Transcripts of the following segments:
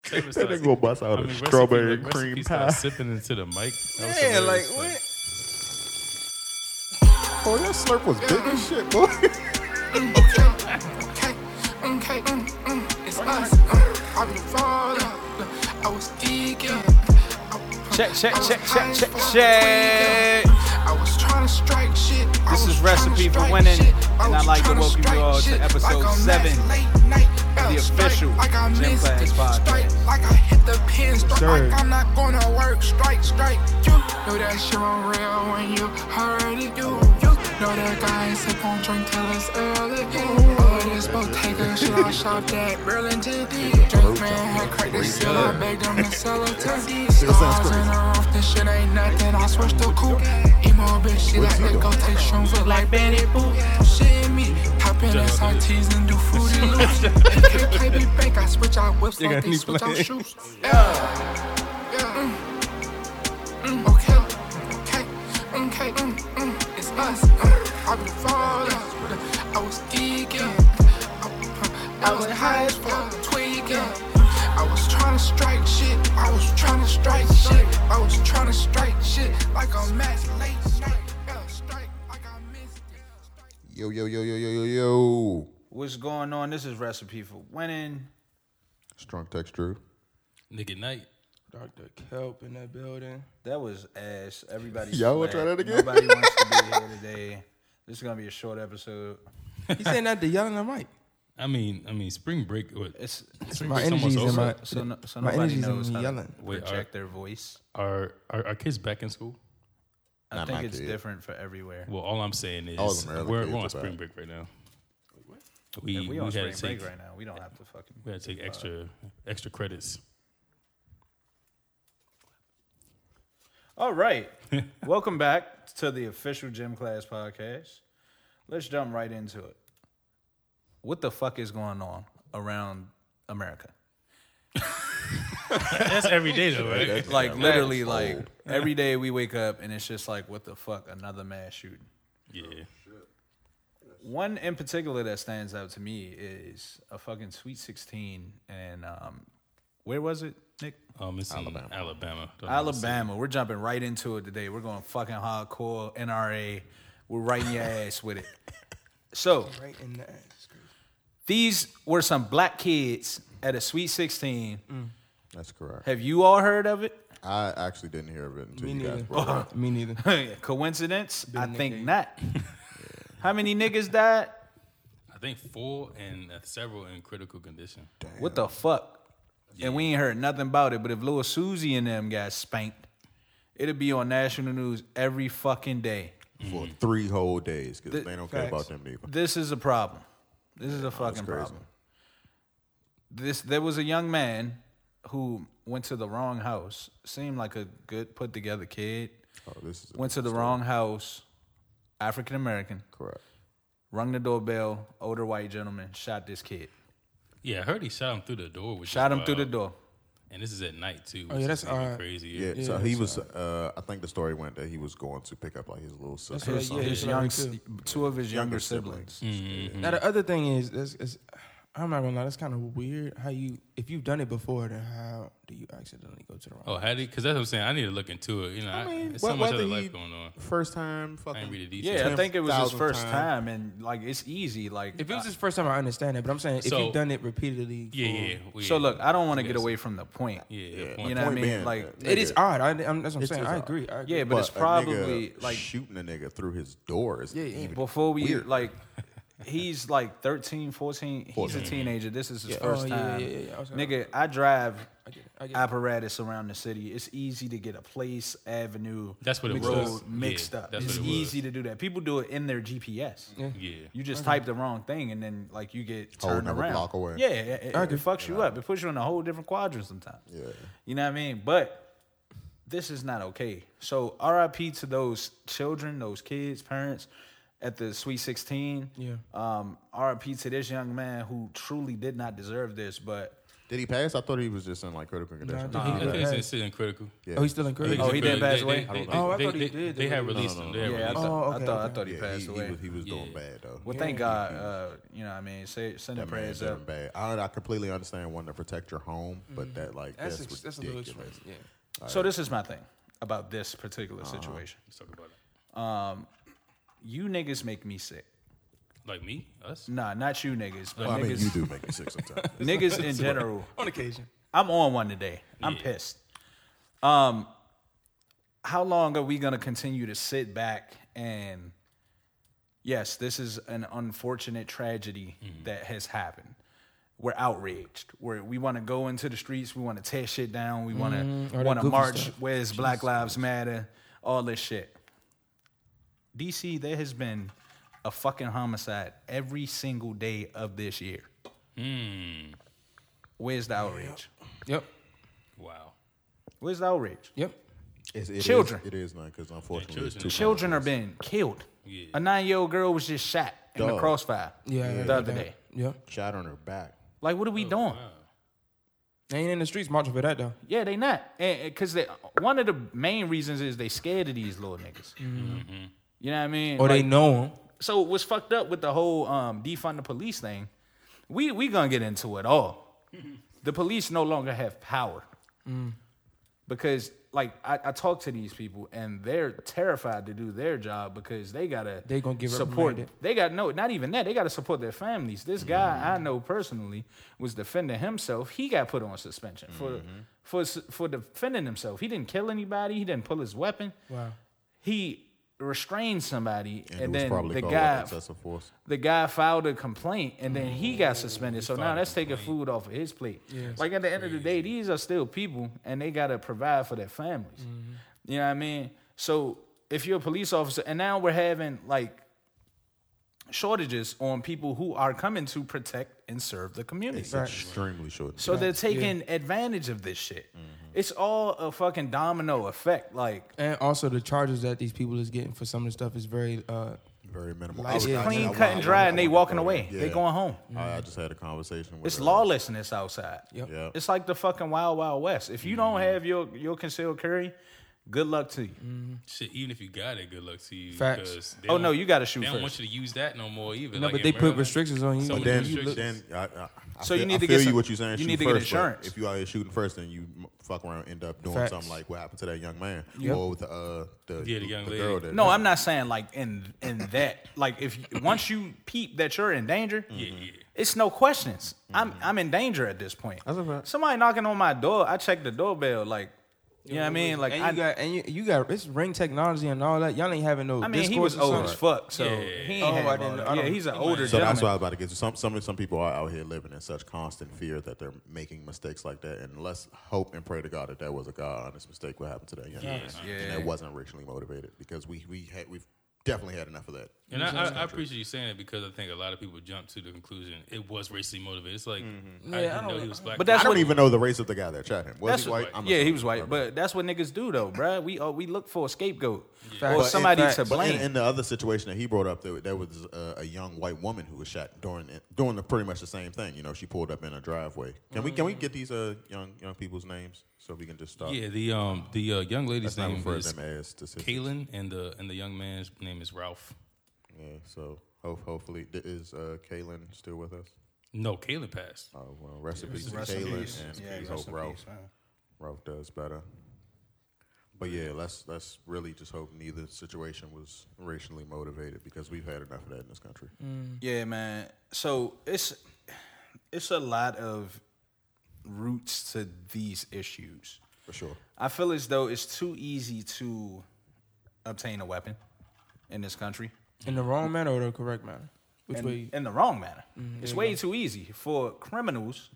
Kevin That starts- nigga gonna bust out I a mean, strawberry recipe, cream recipe pie. starts Sipping into the mic. That was Yeah, like hilarious. what? Oh, that slurp was big as shit, boy. Okay, okay, mm, mm, it's us. Mm, I was falling, I was geeking. I- Check, check, I was check, check, check, high as check. fuck. I was trying to strike shit. I This was is Recipe tryna for strike Winning, shit. I was and I'd like to tryna welcome you strike all to shit. episode Like on seven last late night, uh, official strike like I Gym missed Class it. podcast. Strike like I hit the pin. Strike Sir. like I'm not gonna work. Strike, strike. You know that shit on real when you heard it. You, you know that guy sip on drink till it's early. Oh, this bottega shit I shop that Burlington. Drink man had cracked the seal. I begged him to sell it to me. Stars in the roof, this shit ain't nothing. I switched to coupe. Emo bitch, she like to go take shrooms look like Bandit Boot. Shit me, hop in SRTs and do fruity loops. And KK be bank, I switch out whips like they switch out shoes. Yeah. Yeah. Mm, mm, okay. Okay. Okay. Mm, mm, it's us. Mm, I was falling. I was geeking. I- I was high as fuck, tweaking. I was tryna strike shit. I was tryna strike shit. I was tryna strike shit like a match late night. Yeah, strike like I missed it. Yo, yo, yo, yo, yo, yo, yo. What's going on? This is Recipe for Winning. Strong texture. Nigga night. Dr. Kelp in that building. That was ass. Everybody. Y'all wanna slept. try that again? Nobody wants to be here today. This is gonna be a short episode. He saying that to yell in the mic. I mean, I mean, spring break. What, It's spring My break's almost energy's in over. my so no, so my nobody energy's in knows me how yelling. to Wait, project are- their voice. Are, are are kids back in school? I Not think my it's kid. different for everywhere. Well, all I'm saying is All of them are early we're, we're kids on about spring it. break right now. We, we we on had spring to break take right now. We don't have to fucking. we had to take extra extra credits. All right. Welcome back to the official Gym Class podcast. Let's jump right into it. What the fuck is going on around America? That's every day though, right? Like literally, like every day we wake up and it's just like, what the fuck? Another mass shooting. yeah. One in particular that stands out to me is a fucking Sweet 16 and um, where was it, Nick? Um, it's Alabama. In Alabama. Don't know what to say. Alabama. We're jumping right into it today. We're going fucking hardcore NRA. We're right in your ass with it. So Right in the ass. these were some black kids at a Sweet 16. Mm. That's correct. Have you all heard of it? I actually didn't hear of it until Me you guys neither. brought it up. Me neither. Coincidence? I Nick think Cage. not. How many niggas died? I think four and uh, several in critical condition. What the fuck? And we ain't heard nothing about it. But if Lil Susie and them got spanked, it'll be on national news every fucking day. Mm. For three whole days because Th- they don't care about facts. them neither. This is a problem. This is a fucking crazy. problem. This there was a young man who went to the wrong house. Seemed like a good put together kid. Oh, this is Went to the wrong house. African American. correct. Rung the doorbell. Older white gentleman shot this kid. Yeah, I heard he shot him through the door. Which Shot is him through the wild. door. And this is at night too. Which Oh, yeah, is that's even alright. crazy. Yeah, so he was. Uh, I think the story went that he was going to pick up like his little sister. or what- His, yeah, something. his yeah, young, me s- too. two of his younger, Younger siblings. Mm-hmm. Now the other thing is, is, is I'm not gonna lie. That's kind of weird. How you, if you've done it before, then how do you accidentally go to the wrong? Oh, had he? Because that's what I'm saying. I need to look into it. You know, I mean, it's wh- so much whether other he- life going on. First time, Uh-huh. I ain't read the fucking. details. Yeah, I think it was his 10,000 first times. time, and like it's easy. Like If it was his first time, I understand it. But I'm saying if So- you've done it repeatedly, Yeah, for- yeah. well, so, yeah. look, I don't want to guess. get away from the point. Yeah, Yeah, point. You know what I Point mean? being, Like, uh, it is nigga, odd. I, I'm, that's what I'm saying. is I odd. agree. I agree. Yeah, but it's a nigga probably like shooting a nigga through his door is even before we weird. like he's like 13, 14. He's a 14. teenager. This is his Yeah, oh, first yeah, yeah, time. yeah, yeah. I was gonna- Nigga, I drive I get it. I get it. apparatus around the city. It's easy to get a place, avenue, That's what it road was. mixed Yeah, up. that's It's what it was. easy to do that. People do it in their GPS. Yeah. You just type the wrong thing and then like you get Whole turned nother around. block away. Yeah, it, it, it fucks you up. It puts you in a whole different quadrant sometimes. Yeah. You know what I mean? But this is not okay. So RIP to those children, those kids, parents at the Sweet 16. Yeah. Um, RIP to this young man who truly did not deserve this, but Did he pass? I thought he was just in like critical condition. Nah, I he think passed. it's sitting critical. Yeah. Oh, he's still in Korea. Oh, he didn't pass away? They, they, I don't they- know. they- Oh, I thought he they- did. They had No, released no, no, him. They had no. Yeah, I released him. thought, Oh, I okay, thought, I okay. thought he Yeah, passed he, away. He was, he was doing Yeah. bad though. well, thank God. Uh, you know, what I mean, say, send a That man prayers did him up. bad. I, I completely understand wanting to protect your home, but that like that's, Mm-hmm. That's ex- that's a little ridiculous. extreme. Yeah. So this is my thing about this particular Uh-huh. situation. Um, Let's talk about it. You niggas make me sick. Like me, us. Nah, not you niggas, but Well, I mean, you niggas, do make me sick sometimes. niggas in general. On occasion. I'm on one today. I'm Yeah. pissed. Um, how long are we gonna continue to sit back and? Yes, this is an unfortunate tragedy Mm-hmm. that has happened. We're outraged. We're, we want to go into the streets. We want to tear shit down. We want to all Mm-hmm. that want to goofy march. stuff. Where's Black Lives Matter? All this shit. DC, there has been a fucking homicide every single day of this year. Where's the outrage? Mm. Yep. Wow. Where's the outrage? Yep. It's, it is- Children. it is none because unfortunately, it's children. too Children are being killed. Yeah. A nine year old girl was just shot in the Dog. crossfire Yeah. yeah, the other yeah. day. Yep. shot on her back. Like, what are we doing? They ain't in the streets marching for that though. Yeah, they not. Because they, one of the main reasons is they scared of these little niggas. You know what I mean? Or they Like, know him. so what's fucked up with the whole um, defund the police thing? We we gonna get into it all. the police no longer have power Mm. because like I, I talk to these people and they're terrified to do their job because they gotta They gonna get support. reprimanded. They got no, not even that. They gotta support their families. This guy I know personally was defending himself. He got put on suspension Mm-hmm. for for s- for defending himself. He didn't kill anybody. He didn't pull his weapon Wow. he restrained somebody And, and, it was then probably the called guy excessive force. the guy filed a complaint and then he got suspended so now that's taking food off of his plate like at the end of the day these are still people and they got to provide for their families you know what i mean so if you're a police officer and now we're having like shortages on people who are coming to protect and serve the community It's extremely short. so they're taking advantage of this shit it's all a fucking domino effect like And also the charges that these people is getting for some of the stuff is very uh very minimal. It's I was- clean I cut wa- and I dry, wa- and they I wa- walking away. They going home. I, I just had a conversation with. it's uh, lawlessness outside. Yeah. Mm-hmm. It's like the fucking wild wild west. If you don't have your your concealed carry, good luck to you. Mm-hmm. Shit, even if you got it, good luck to you. Facts. 'cause they Oh no, don't- you got to They shoot don't first. want you to use that no more either. No, like but in they put Maryland. restrictions on you. Some But of Then, the restrictions- then I, I, I So you feel, need I to feel get you some- what you're saying. you shoot need to get first, but insurance. If you out here shooting first, then you m- fuck around, end up doing Facts. something like what happened to that young man, Yep. or with the uh, the, Yeah, the young lady. girl that no, I'm not saying like in in that. Like if you- once you peep that you're in danger, Mm-hmm. yeah. it's no questions. I'm I'm in danger at this point. That's a fact. Somebody knocking on my door, I check the doorbell. Like you know what I mean? Like and I, you got and you, you got it's ring technology and all that. Y'all ain't having no. I mean, he discourse was or old something. as fuck. So Yeah. he ain't Oh, have I all didn't- that. I don't- Yeah, he's an I older might- So that's gentleman. what I was about to get to. Some some some people are out here living in such constant fear that they're making mistakes like that. And let's hope and pray to God that that was a God honest mistake. What happened to that young man? And that wasn't racially motivated because we we had we've definitely had enough of that. And I, I, I appreciate you saying it because I think a lot of people jump to the conclusion it was racially motivated. It's like I didn't know he was black. Mm-hmm. But I that's don't what- even know the race of the guy that shot him. Was That's he what- white? I'm yeah, he was assuming. white, but that's what niggas do though, bruh. We uh, we look for a scapegoat Facts. or But in somebody fact- to But blame. in, in the other situation that he brought up, there, there was uh, a young white woman who was shot during doing the, pretty much the same thing. You know, she pulled up in a driveway. Can we can we get these uh, young young people's names so we can just stop? yeah, the um the uh, young lady's Let's not name refer to is them as statistics. Kaylin, and the and the young man's name is Ralph. Yeah, so ho- hopefully th- is uh, Kalen still with us? No, Kaylin passed. Oh well, rest in peace to Kalen, and we hope Ralph Ralph does better. But yeah, let's let's really just hope neither situation was racially motivated because we've had enough of that in this country. Mm. Yeah, man. So it's it's a lot of roots to these issues. For sure. I feel as though it's too easy to obtain a weapon in this country in the wrong manner or the correct manner. Which way? Mm, in the wrong manner. it's way too easy for criminals.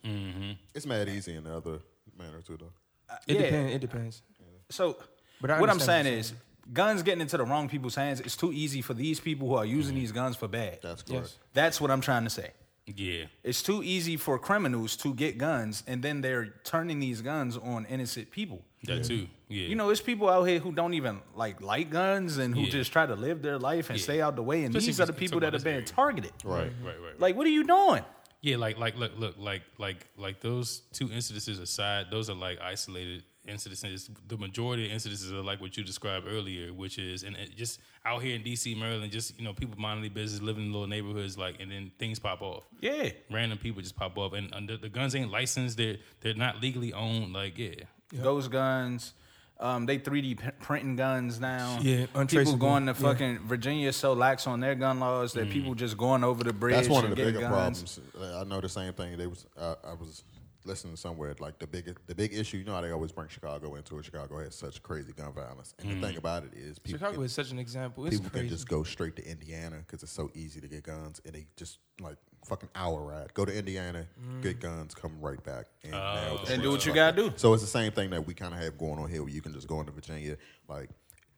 It's mad easy in the other manner too, though. It yeah. depends. It depends. So But I what I'm understand saying what is guns getting into the wrong people's hands, it's too easy for these people who are using these guns for bad. Mm-hmm. That's correct. Yes. That's what I'm trying to say. Yeah, It's too easy for criminals to get guns and then they're turning these guns on innocent people. that too. Yeah, You know, it's people out here who don't even like like guns and who Yeah. just try to live their life and stay out the way. And Especially these if are the it's- people it's that are about being this targeted. right, right, right. right. Like, what are you doing? Yeah, like like look look like like like those two incidences aside, those are like isolated incidences. The majority of incidences are like what you described earlier, which is and it just out here in DC, Maryland, just you know, people minding their business, living in little neighborhoods, like and then things pop off. Yeah. Random people just pop off and, and the, the guns ain't licensed, they're they're not legally owned, like yeah. Those guns. Um, they 3D p- printing guns now. Yeah, people untraceable. going to Yeah. fucking Virginia is so lax on their gun laws Mm. that people just going over the bridge. That's one of and the getting bigger guns. problems. Uh, I know the same thing. They was uh, I was listening somewhere like the big the big issue. You know how they always bring Chicago into it. Chicago has such crazy gun violence, Hmm. and the thing about it is people Chicago can, is such an example. It's people crazy. can just go straight to Indiana because it's so easy to get guns, and they just like fucking hour ride. Go to Indiana, get guns, come right back, and, now the Oh. And do streets what you are gotta like do. that. So it's the same thing that we kind of have going on here, where you can just go into Virginia, like.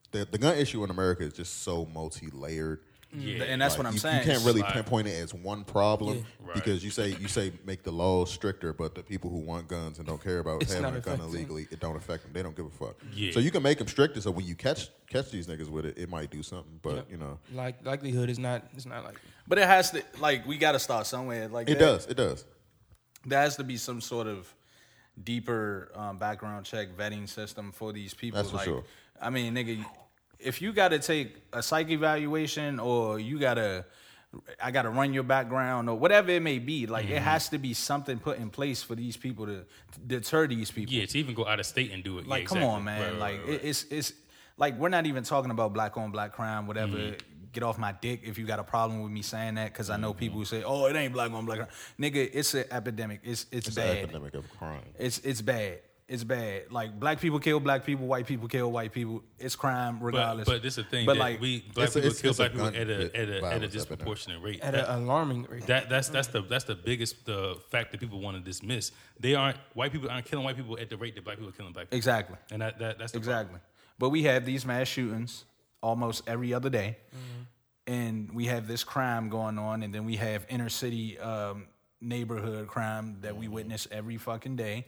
The, the gun issue in America is just so multi-layered Yeah. Mm. And that's like, what I'm you, saying. You can't really Like- pinpoint it as one problem Right. because you say you say make the laws stricter, but the people who want guns and don't care about It's having not a gun affecting. illegally, it don't affect them. They don't give a fuck. Yeah. So you can make them stricter. So when you catch catch these niggas with it, it might do something. But Yep. you know, like likelihood is not. It's not like But it has to like we got to start somewhere. Like it that- does. It does. There has to be some sort of deeper um, background check vetting system for these people. That's for like, sure. I mean, nigga, if you got to take a psych evaluation or you got to, I got to run your background or whatever it may be, like Mm-hmm. it has to be something put in place for these people to deter these people. Yeah, to even go out of state and do it. Like, yeah, come exactly. on, man. Right, right, like, right, it- it's it's like we're not even talking about black on black crime, whatever. Mm-hmm. Get off my dick if you got a problem with me saying that, because I know people who Mm-hmm. say, "Oh, it ain't black on black crime." Nigga, it's an epidemic. It's it's, It's an bad. epidemic of crime. It's it's bad. It's bad. Like black people kill black people, white people kill white people. It's crime But, regardless. but this is the thing But that like we black It's a- people it's- kill it's a black people gun at a at a, at a violence disproportionate rate. at That- an alarming rate. That that's that's the that's the biggest the fact that people want to dismiss. They aren't white people aren't killing white people at the rate that black people are killing black people. exactly, And that, that that's the exactly. But we have these mass shootings almost every other day, and we have this crime going on, and then we have inner city um, neighborhood crime that Mm-hmm. we witness every fucking day.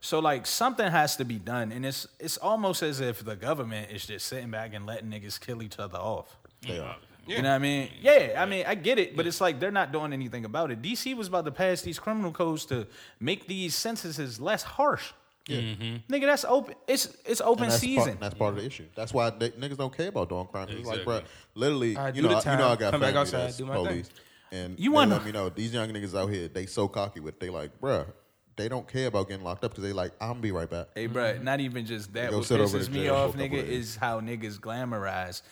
So like something has to be done, and it's it's almost as if the government is just sitting back and letting niggas kill each other off. They are. You know what I mean? Yeah, I mean, I get it, but it's like they're not doing anything about it. DC was about to pass these criminal codes to make these sentences less harsh. Nigga, that's open. It's it's open And that's season. Part, that's part of the issue. That's why they, niggas don't care about doing crime. It's like, bro, Exactly. literally, I you do know, the I- you know, I time, got come back family outside, that's do my thing. police, and You you want wanna- let me know these young niggas out here, they so cocky with, they like, bro, they don't care about getting locked up because they like, I'm gonna be right back. hey, bruh, Mm-hmm. not even just that. Go What sit over pisses the me jail for a off, couple nigga, of days. is how niggas glamorize.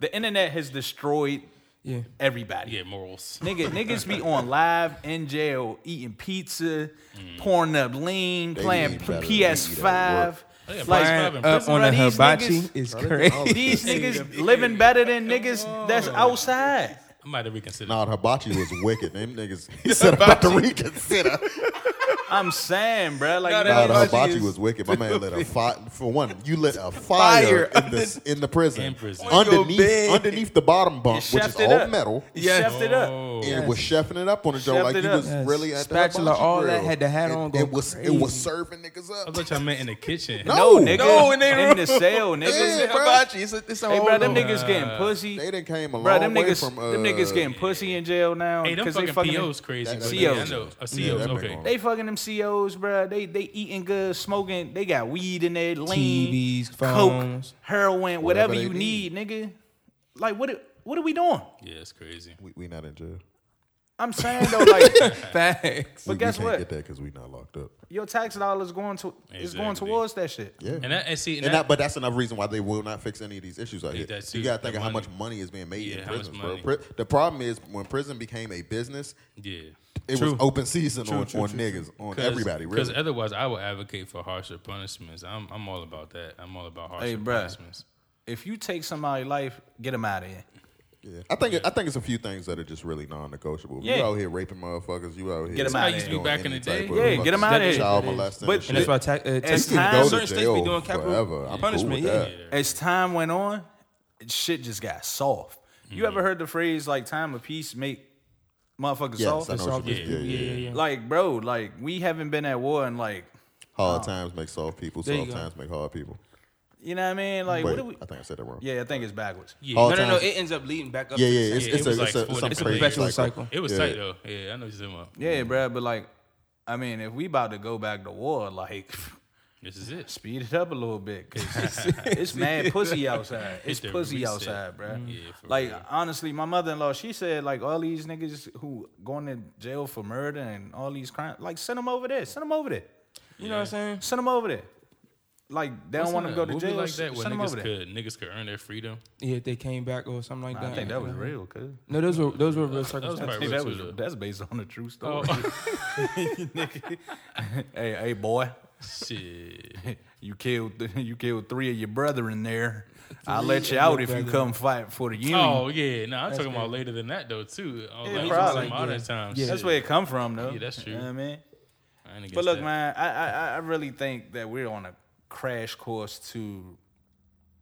The internet has destroyed Yeah. everybody. problem. Yeah, morals. Nigga, niggas be on live in jail eating pizza, Mm. pouring up lean, They playing eat better than we eat at PS5. They got Like, PS5 up in prison. Uh, on bro, a these hibachi niggas- is all crazy. of These niggas living better than niggas that's outside. I might have reconsidered. Nah, the hibachi was wicked. Them niggas he said about to reconsider. I'm saying, bro. Like, No, Nah, niggas- the Hibachi hibachi is was wicked. My man lit a fire. For one, you lit a fire, Fire in, the, in the prison, In prison. On your underneath bed. underneath the bottom bunk, He which is chefed it all up. metal. he Yes. chefed it up. oh, And was chefing it up on the Chefed joint like it he up. was Yes. really at Spatula, the hibachi all grill. that had the hat It- on, go It was it was crazy. serving niggas Mm-hmm. I up. thought y'all meant in the kitchen. No, Nigga, No, in their in the room. cell, niggas. Yeah, bro. It's a, it's a Hey, whole bro, them nother- niggas getting pussy. they done came a long Bro, them way niggas, from uh, them niggas getting pussy in jail now Hey, them because they fucking, fucking POs crazy. That- bro. that- Yeah, I COs. know. Uh, COs, Yeah, that make okay. one. They fucking them COs, bro. They they eating good, smoking. They got weed in there, lean, TVs, coke, phones. heroin, whatever, Whatever they you need, need. nigga. Like what? are- What are we doing? Yeah, it's crazy. We, we not in jail. I'm saying though, like Facts. But we, guess we can't what? Get that because we not locked up. your tax dollars going to is going Exactly. towards that shit. Yeah. And that, and see, and And that, that, but that's another reason why they will not fix any of these issues out here. that's you it, got to the think of how money. much money is being made Yeah, in how much prisons, bro. money. Pri- the problem is when prison became a business, yeah. it True. was open season on, true, on true, niggas, on everybody, Because really. otherwise, I would advocate for harsher punishments. I'm, I'm all about that. I'm all about harsher Hey, bruh. punishments. If you take somebody's life, get them out of here. Yeah. I think it, I think it's a few things that are just really non-negotiable. Yeah. You out here raping motherfuckers. You out here. Get 'em I outta used to be doing back in the any day. type of Yeah, get 'em fucking outta here. Child molesting. and But- And that's shit. why ta- uh, you Texas time- can go to certain states jail be doing capital forever. I'm punishment. cool with yeah. that. As time went on, shit just got soft. You ever heard the phrase like time of peace make motherfuckers Yes, soft? I know what you Yeah, mean. Yeah, yeah, yeah. Like, bro, like we haven't been at war in like Hard times make soft people. There you Soft go. times make hard people. You know what I mean? Like, Wait, what do we? I think I said that wrong. Yeah, I think it's backwards. Yeah, No, All no, no. times- It ends up leading back up. yeah, to yeah. the It's, Yeah, it's, it was a, like it's, a, four it's, a, different crazy days. Perpetual cycle. it was Yeah. tight though. Yeah, I know what you're talking about. Yeah, bruh, But like, I mean, if we about to go back to war, like, This is it. speed it up a little bit, 'cause it's mad pussy outside. It's the pussy reset. Mm. outside, bruh. Yeah, for like real. honestly, my mother in law, she said like all these niggas who going to jail for murder and all these crimes, like send them over there, send them over there, You know what I'm saying? send them over there. Like they don't Wasn't want a to go to movie jail, like send that where them over niggas there. could niggas could earn their freedom. Yeah, if they came back or something like that. I think that was real, cause No, those were those were real That was circumstances. I probably think real that was too, Oh. though. that's based on a true story. Oh. hey, hey, boy. Shit. You killed you killed three of your brethren there. i I'll let you out if you come fight for the union. Oh yeah, no, I'm talking about later than that though too. Oh, like, probably. probably modern times. Yeah. That's where it come from though. Yeah, that's true. You know what I mean? I ain't But against look, that. man, I, I I- I really think that we're on a crash course to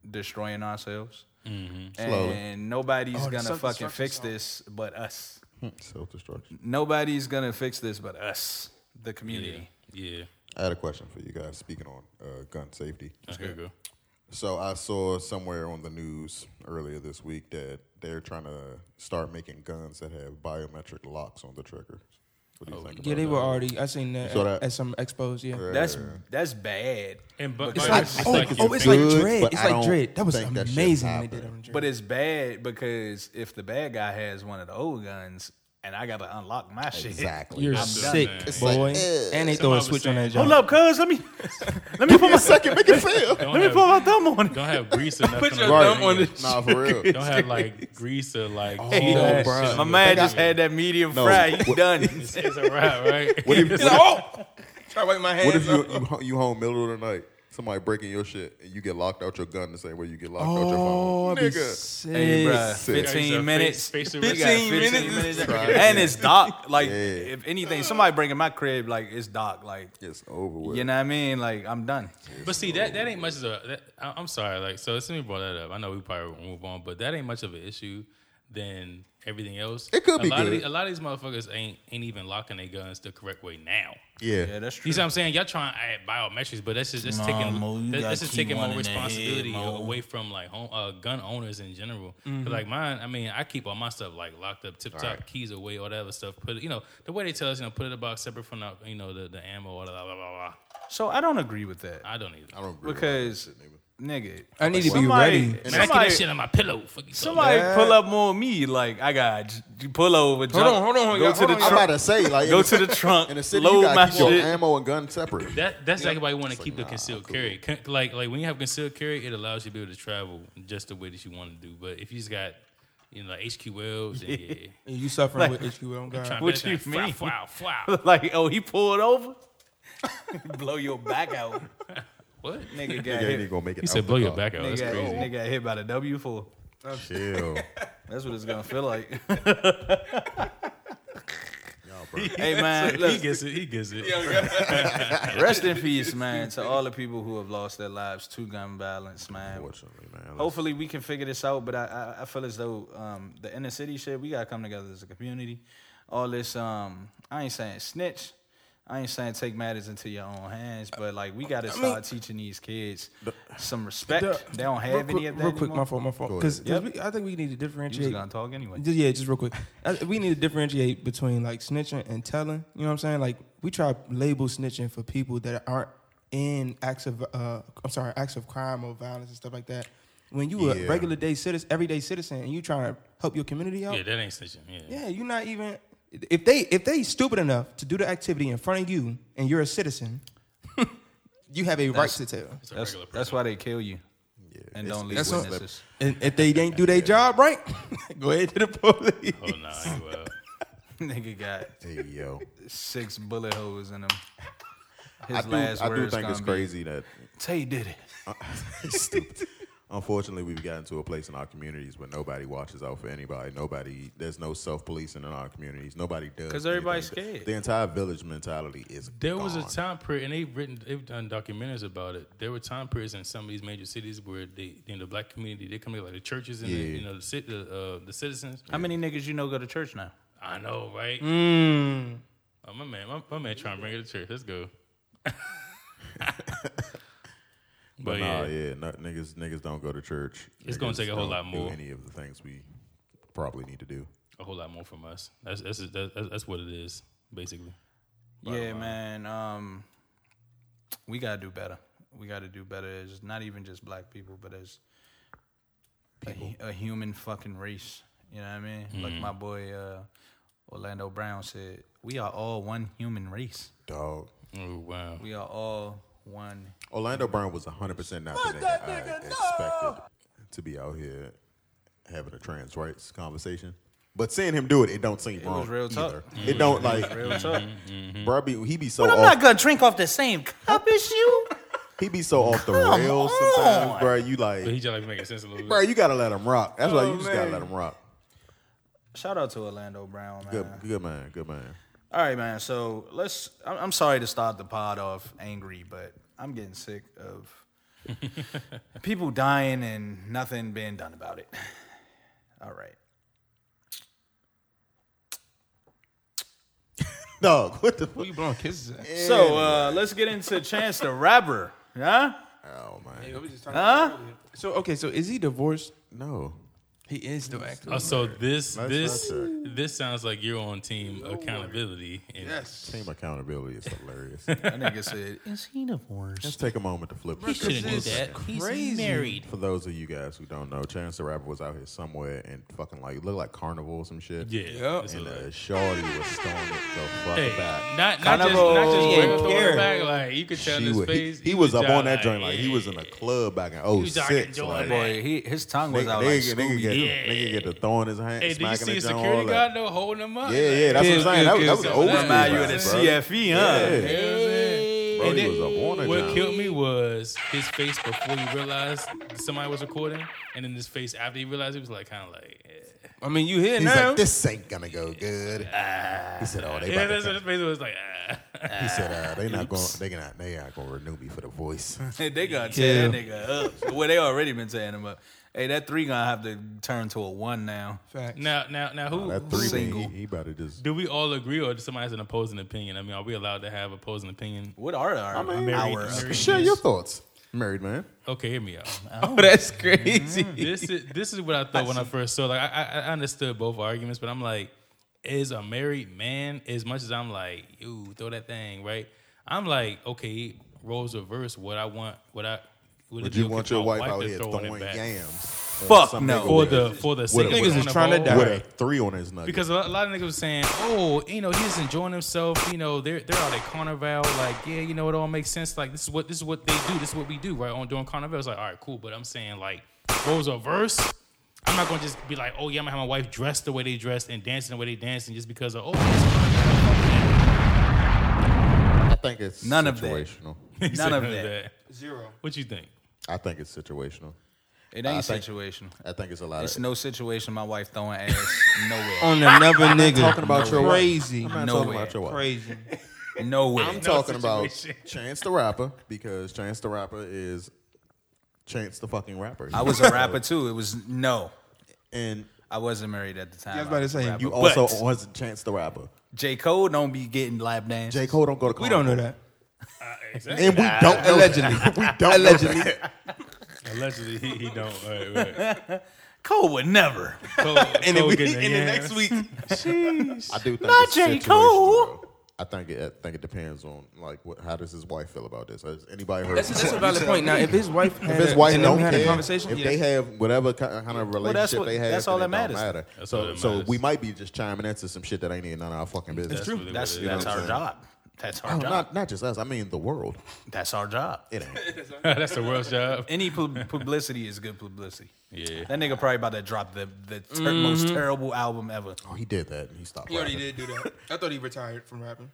destroying ourselves. Mm-hmm. Slowly. And nobody's the gonna fucking self-destruction fix song. this but us. Self destruction. Nobody's gonna fix this but us, the community. yeah, yeah. I had a question for you guys. Speaking on uh, gun safety, Here we go. so I saw somewhere on the news earlier this week that they're trying to start making guns that have biometric locks on the trigger. What do you think? Yeah, about they that? were already. I seen that, So at, that- at some expos. Yeah. That's that's bad. And but It's but like- just oh, your oh, it's finger- like good, dread. but It's I like don't dread. That was think that shit amazing when they happened. did that on dread. But it's bad because if the bad guy has one of the old guns and I gotta unlock my shit. Exactly. You're I'm sick, done, man. boy. It's like, and they throw a Somebody was switch on that saying- job. eh. Hold up, cuz let me let me put Give me my a second, make it fail. Don't let me have, put my thumb on it. Don't have grease enough. Put on your the thumb finger. on it. nah, for real. Don't have like grease or like. Oh, Hey, Oh, man, bruh. My man They just got- had that medium No. fry. He done. It's, it's a wrap, right? What if, He's what like, if, oh, try to wipe my hands. what if you, up. you ho- you home middle of the night? Somebody breaking your shit and you get locked out your gun the same way you get locked out your Oh, phone. that'd be Nigga. sick. Hey, bruh, Sick. Use a 15 minutes. face- facial We got 15 minutes. Right. And it's dark. Like, Yeah. if anything, somebody bringing my crib, like, it's dark. Like, It's over with. you know what I mean? Like, I'm done. But see, that that ain't much of a. That, I, I'm sorry, like so. Since we brought that up, I know we probably will move on, but that ain't much of an issue than everything else. It could a be lot Of good. the- a lot of these motherfuckers ain't ain't even locking their guns the correct way now. yeah. Yeah, that's true. You see what I'm saying? Y'all trying to add biometrics, but that's just that's taking Mo, you that, gotta that's just keep taking one more in the head, responsibility Mo. Mm-hmm. away from like home, uh, gun owners in general. 'Cause, Like mine, I mean, I keep all my stuff like locked up, tip top, keys away, all that other stuff. Put it, you know the way they tell us, you know, put it in a box separate from the you know the, the ammo, blah, blah blah blah. blah. So, I don't agree with that. I don't either. I don't agree with that. Because, nigga. I need to be somebody- ready. Man, I get that Somebody, shit on my pillow. Fuck you, so somebody Yeah. pull up more me. Like, I got you pull over. Jump, on, hold on, Go y'all, hold to the on, I'm y'all. about trunk. to say, like, Go in the to the city- trunk. in the city, you load my gotta keep your shit. ammo and gun separate. That that's like why you want to keep like, the nah, concealed cool. carry. Con- Like like when you have concealed carry, it allows you to be able to travel just the way that you want to do. But if you just got you know like HQLs, and yeah. And you suffering with HQ on God. Trying to What make you that mean? Flow, flow, flow. like, oh, he pulled over. Blow your back out, What? nigga. Got Yeah, hit. you gonna make it. He said, "Blow your back out." That's Nigga, crazy. nigga got hit by the W four. Chill. That's what it's gonna feel like. hey man, He look, gets it. He gets it. rest in peace, man, to all the people who have lost their lives to gun violence, man. Unfortunately, man. Let's- Hopefully we can figure this out, but I I, I feel as though um, the inner city shit we gotta come together as a community. All this um, I ain't saying snitch. I ain't saying take matters into your own hands, but like we gotta start teaching these kids some respect. they don't have real, any of quick- that. real quick, anymore. my fault, my fault. Because I think we need to You was differentiate. gonna talk anyway. Just, yeah, just real quick. I, we need to differentiate between like snitching and telling. You know what I'm saying? Like we try to label snitching for people that aren't in acts of uh, I'm sorry, acts of crime or violence and stuff like that. When you Yeah. a regular day citizen, everyday citizen, and you trying to help your community out, Yeah, that ain't snitching. Yeah. yeah, you're not even. If they if they stupid enough to do the activity in front of you and you're a citizen, you have a right to tell. It's That's a regular person. that's why they kill you It's- and don't leave that's what- witnesses. And if they ain't do their job right, go ahead to the police. Oh nah, you uh, Nigga got Hey yo, six bullet holes in him. His I do, last I do words think it's gonna crazy that Be, Tay did it. Stupid. Unfortunately, we've gotten to a place in our communities where nobody watches out for anybody. Nobody, there's no self policing in our communities. Nobody does 'Cause everybody's anything. scared. The entire village mentality is There was a gone. time period, and they've written, they've done documentaries about it. There were time periods in some of these major cities where they, in the black community, they come together, like the churches and the, Yeah. you know the, cit- the, uh, the citizens. How many niggas you know go to church now? Mm. I know, right? Oh, my man, my, my man trying to bring it to church. Let's go. but But, But nah, yeah. yeah, no- niggas niggas don't go to church. It's gonna Niggas take a whole don't lot do more. Any of the things we probably need to do. a whole lot more from us. That's that's that's, that's what it is basically. Yeah, man. Um, we gotta do better. We gotta do better as not even just black people, but as a hu- A, human fucking race. You know what I mean? Like Mm-hmm. my boy uh, Orlando Brown said, "We are all one human race. Dog. Oh wow. We are all one." Orlando Brown was 100% not the nigga I expected to be out here having a trans rights conversation. But seeing him do it, it don't seem wrong was real talk. either. It don't like, Real talk. bro, I be- he be so But I'm off, not gonna drink off the same cup as you. he be so off the Come rails sometimes, on. bro. You But he like, just like making sense a little bro, bit. you gotta let him rock. That's Oh, why you just gotta man. let him rock. Shout out to Orlando Brown, man. Good, good man, good man. All right, man. So let's. I'm, I'm sorry to start the pod off angry, but I'm getting sick of people dying and nothing being done about it. All right. Dog, what the fuck? Who you blowing kisses at? So uh, let's get into Chance the Rapper. Yeah. Oh, man. Huh? So okay, so is he divorced? No. He is still active. Uh, so this Nice this fact this sounds like you're on team accountability. And yes. Team accountability is hilarious. That nigga said, "Is he divorced?" Just take a moment to flip the shouldn't do script. that. He's crazy. married. For those of you guys who don't know, Chance the Rapper was out here somewhere and fucking like looked like carnival or some shit. Yeah. Yup. it's a And lot. uh, Shorty was throwing it the fuck Hey, back. not not just Carnival. not just He bring ain't up care. the back. Like you could tell in She his was, he, face. he was up job, on that joint like he was in a yeah. club back in was out here 06. doing Like, that. Boy, he, his tongue was nigga, out nigga, like nigga, get, Scooby-Doo. Scooby-Doo. nigga get the thorn in his hand, Hey, did you smacking see a the joint. security all that. guard though holding him up? Yeah, yeah, that's Give- what I'm saying. That give- was, that was give- old Remind school Remind you of the rap, bro. E, CFE, huh? Yeah. Bro, he was up on that What joint. killed me was his face before he realized somebody was recording, and then his face after he realized he was like kind of like. eh. I mean, you here He's now? like, this ain't gonna go good. he said, oh, they Ah. Yeah, about to that's what come his face was like. ah. He said, uh, they not going they not they not gonna renew me for the voice. they gonna tear that Yeah. nigga up. Well, they already been tearing him up. Hey, that three gonna have to turn to a one now. Facts. Now, now, now, who, That who- three Single. man, he, he about to just do we all agree, or does somebody has an opposing opinion? I mean, are we allowed to have opposing opinion? What are our our married. share your thoughts. Married man. Okay, hear me out. Mm-hmm. Oh, that's crazy. Mm, this is this is what I thought when I first saw. Like, I, I I understood both arguments, but I'm like, as a married man, as much as I'm like, you throw that thing right. I'm like, okay, roles reverse. What I want, what I would, it Would be you okay want for your my wife out here to throw it throwing back? yams? Fuck Some no. nigga for with the a- for the with single a- Niggas is on a trying to bowl? die. with a three on his nugget. Because a lot a lot of niggas were saying, "Oh, you know, he's enjoying himself. You know, they're they're out at Carnival. Like, yeah, you know, it all makes sense. Like, this is what this is what they do. This is what we do, right? On during Carnival, it's like, all right, cool. But I'm saying, like, roles are verse. I'm not gonna just be like, oh yeah, I'm gonna have my wife dressed the way they dressed and dancing the way they dancing just because of oh, it's- I think it's None of that. situational. None of that. Zero. What you think? I think it's situational. It ain't think- situational. I think it's a lot It's of no situation. My wife throwing ass nowhere. On another nigga. talking about your wife. crazy. I'm not no talking way. about your wife. Crazy. Nowhere. I'm talking about situation. Chance the Rapper because Chance the Rapper is Chance the fucking rapper. I was a rapper too. It was no. and I wasn't married at the time. Yeah, I was about to say, Rapper. you But also was Chance the Rapper. J Cole don't be getting lap dance. J Cole don't go to We Carnival. don't know that. Exactly. And we don't know Allegedly. that. we don't allegedly. Know that. Allegedly, he, he don't. Right, right. Cole would never. Cole, And then Cole we, getting and then next yams. week, I do think Not it's J. situational, Cole. though. I think it. I think it depends on like what. How does his wife feel about this? Has anybody heard? that's, that's a valid point. Now, if his wife had, If his a, wife and don't them had care, a conversation, if yeah, they that's- have whatever ki- kind of relationship that's what- they have, that's all then that it don't matters. matter. That's all so, that so matters. we might be just chiming into some shit that ain't even none of our fucking business. Oh, That's really That's what it that's is. our job. That's our job. Not not just us. I mean the world. That's our job. It ain't. that's the world's job. Any pu- publicity is good publicity. Yeah. Mm-hmm. That nigga probably about to drop the the ter- most terrible album ever. Oh, he did that. and He stopped. he already rapping. did do that. I thought he retired from rapping.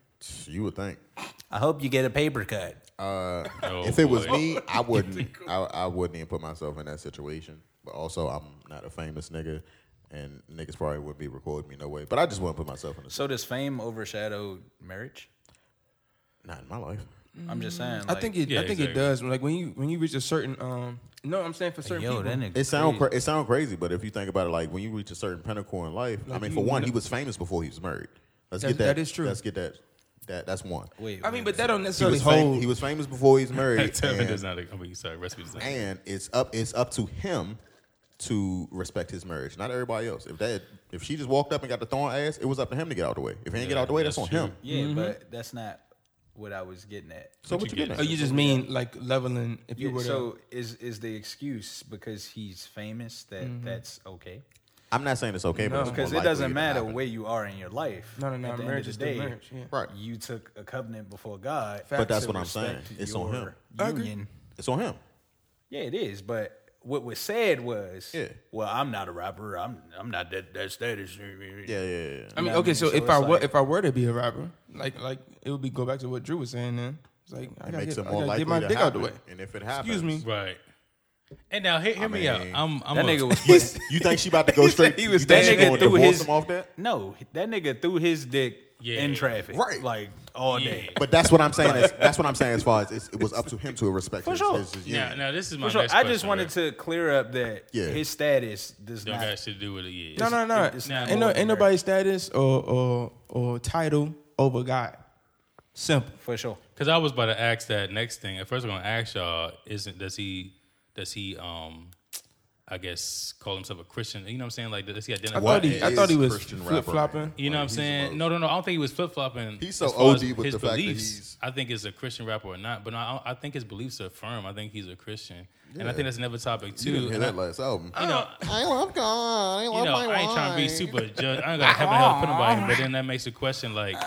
You would think. Uh, I hope you get a paper cut. Oh, if it was boy. me, I wouldn't. I, I wouldn't even put myself in that situation. But also, I'm not a famous nigga, and niggas probably wouldn't be recording me no way. But I just wouldn't put myself in this. So does fame overshadow marriage? Not in my life. I'm just saying. I think it. Yeah, I think it exactly. does. Like when you when you reach a certain um. No, I'm saying for certain Yo, that people. nigga. It sound cra- it sound crazy, but if you think about it, like when you reach a certain pinnacle in life, I mean, for you one, know- he was famous before he was married. Let's That- get that. that is true. Let's get that. That that's one. Wait, I mean, but that don't He necessarily was, fam- hold. he was famous before he's married. Tevin and- does not. I mean, sorry, recipe does not. and it's up it's up to him to respect his marriage, not everybody else. If that if she just walked up and got the thorn ass, it was up to him to get out the way. If he didn't get out the way, that's, that's Mm-hmm. on him. yeah, but that's not what I was getting at. So what you getting? oh, at? you just mean like leveling? If you Yeah, were to, so is is the excuse because he's famous that Mm-hmm. that's okay? I'm not saying it's okay, but it's more Because it likely doesn't to matter happen. where you are in your life. no, no, no. At the end Marriage of is the still day, marriage. Yeah. Right. You took a covenant before God. But that's to what I'm saying. respect It's on him. your I agree. Union. It's on him. Yeah, it is. But what was said was, Yeah. well, I'm not a rapper. I'm I'm not that that status. Yeah, yeah, yeah, yeah. I mean, know what I okay, mean? so, So if it's I were like- if I were to be a rapper, like like it would be go back to what Drew was saying. Then it's like I gotta, makes get, it I more gotta likely get my to dick out the way. happen. And if it happens, Excuse me. Right. And now, hear, hear me out. mean, I'm, I'm That a- nigga was putting You think she about to go straight? he he was was you think she standing there going to through divorce his- him off that? No, that nigga threw his dick Yeah. in traffic, Right. Like all Yeah. day. But that's what I'm saying. Is, that's what I'm saying. As far as it's, it was up to him to respect his, sure. his, his Now, union. now this is my So next I just question, wanted right? to clear up that Yeah. his status does Don't not. got shit to do with it. No, Yeah. no, no. it's not Ain't, no, more than ain't nobody's status or, or or title over God. Simple. For sure. Because I was about to ask that next thing. At first, I'm gonna ask y'all: Isn't does he does he um I guess call himself a Christian? You know what I'm saying? Like does he identify? I thought he, I is thought he was Christian rapper, flip flopping. You know what I'm saying? No, no, no. I don't think he was flip flopping. He's so OD with the fact that he's- I think he's a Christian rapper or not, but I, I think his beliefs are firm. I think he's a Christian, and I think that's another topic too. You didn't hear And I- that last album. you know, I love God. I love you know, my I ain't trying to be wife. super judge. I ain't gonna have hell put nobody, but then that makes the question like,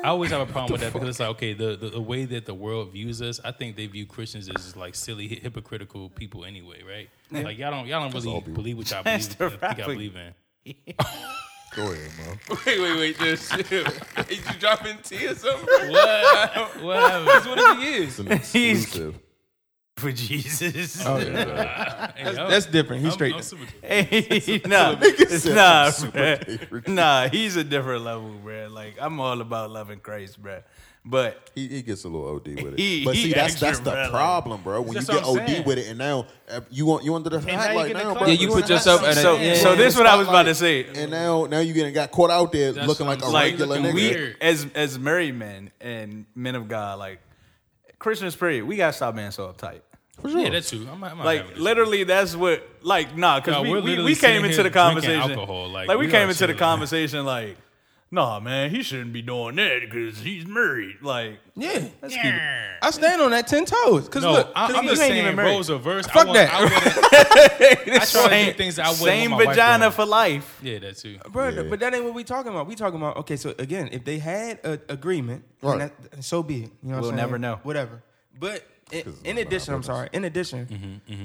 I always have a problem with that because it's like, okay, the, the, the way that the world views us, I think they view Christians as like silly, hy- hypocritical people anyway, right? Like y'all don't y'all don't really believe what y'all believe, the think y'all rapping. believe in. Go ahead, bro. Wait, wait, wait. Just is you dropping tea or something? What? Whatever. What it It's is? an exclusive. For Jesus. Oh, yeah. That's different. He's straight. Hey, nah, nah, bruh. nah, he's a different level, bruh. Like I'm all about loving Christ, bruh. But He, he gets a little OD with it. He- but he see, that's that's extra, the bro, like- problem, bro. When you That's get what I'm OD saying. with it, and now uh, you want you under the now you spotlight get now, the bro. Yeah, you put It's not yourself like- at a- so, yeah, so yeah, this yeah. what I was about to say. Spotlight, And now now you getting got caught out there That's looking what like a I'm like saying. regular Looking nigga. weird. we as as married men and men of God, like Christmas period, we gotta stop being so uptight. Yeah, that's true. I'm, not- I'm not having Like this. literally, that's what like nah, because No, we, we're we, literally we came sitting into the here drinking conversation alcohol, like, like, we, we came are into the chilling. conversation like nah, man, he shouldn't be doing that because he's married. Like Yeah. I stand on that ten toes. Cause No, look, I, cause I'm you just ain't saying even married. roles are verse. Fuck I that. I, wouldn't- I try to do things I wouldn't. same want my wife vagina doing. for life. Yeah, that too. Bro, but that ain't what we talking about. We talking about okay. So again, if they had an agreement, Right. and that, and so be it. You know, what We'll I'm saying? never know. Whatever. But in, it's in none of our addition, I'm business. sorry. In addition, Mm-hmm.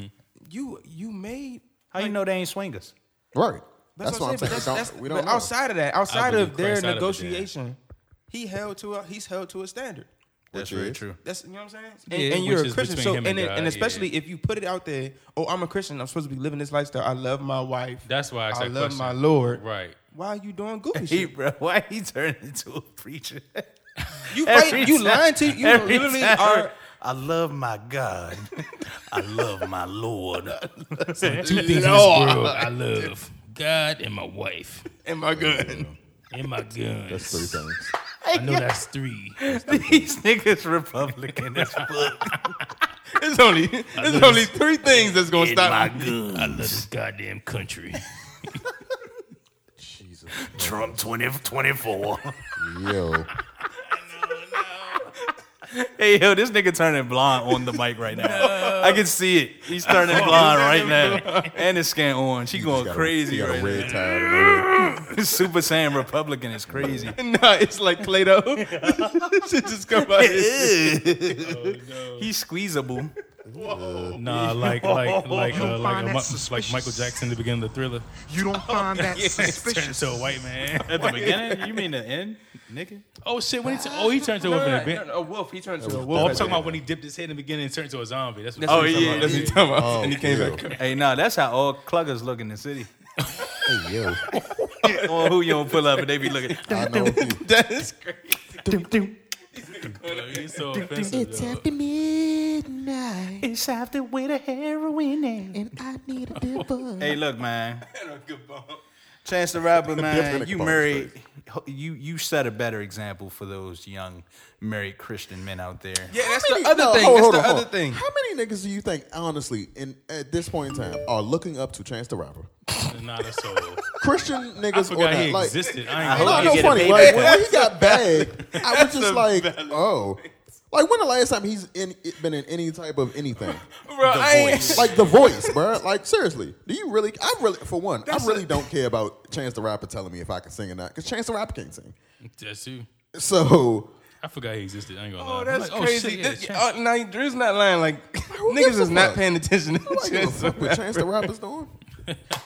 you you made. How you know they ain't swingers? Right. That's, what I'm saying. But, It that's, don't- that's, we don't but know. outside of that, outside believe of their Christ out of it, then. negotiation, he held to a he's held to a standard. That's very true. That's you know what I'm saying. And, Yeah, and you're which a is Christian, between so him and, and it- and God, especially if you put it out there, oh, I'm a Christian. I'm supposed to be living this lifestyle. I love my wife. That's why I asked I that love question. my Lord. Right. Why are you doing goofy He, shit? bro, why he turned into a preacher? You Every fight, you time- lying to you every literally time. are I love my God. I love my Lord. Two things in this world I love: God and my wife and my gun. and my guns. That's three things. I know that's three. These niggas Republican as fuck. It's only it's only three things that's gonna And stop my me. guns. I love this goddamn country. Jesus. Trump 20, 24. Yo. Hey, yo, this nigga turning blonde on the mic right now. I can see it. He's turning blonde right now. And his skin orange. She going Got a- he crazy got a right red now. tie. and all that. Super Saiyan Republican is crazy. Nah, it's like Play-Doh. Shit just come out. Oh, He's squeezable. Nah, like like like uh, like, Find a, that Mi- like suspicious. Michael Jackson at the beginning of the Thriller. You don't find that Turned suspicious. into a white man. At the beginning? You mean the end, nigga? oh shit! When he t- oh he turned to a wolf. in the a wolf. He turned into a Oh, wolf. I'm talking about when he dipped his head in the beginning and turned to a zombie. That's what That's oh, what he yeah, talking about. That's what he yeah. talking about. Oh, and he came yeah. back. Hey, nah, that's how all cluggers look in the city. Hey, yo. Or who you don't pull up and they be looking. I know a few. That is crazy. yeah. He's so offensive. though. midnight It's after with a heroin in. and I need a good Hey, look, man. Chance the Rapper, man, different you components, married. You you set a better example for those young married Christian men out there. Yeah, that's many- the other no, thing. hold- That's hold the on, hold other on. thing. How many niggas do you think, honestly, in at this point in time, are looking up to Chance the Rapper? Not a soul. Christian I niggas or forgot not? he like, existed. I I ain't hope No, you gonna lie. no, get a funny. baby Like back. when he got bagged, I was just like, oh. Like when the last time he's in been in any type of anything, Bro, I ain't. like The Voice, bro. Like seriously, do you really? I really, for one, I really don't care about Chance the Rapper telling me if I can sing or not, because Chance the Rapper can't sing. That's you. So I forgot he existed. I ain't gonna lie. Oh, I'm that's like, crazy. shit, yeah, This- Chance. uh, Uh, now Drew's not lying. Like gives niggas a is not fuck? paying attention. To I don't give a fuck what Chance the Rapper's doing.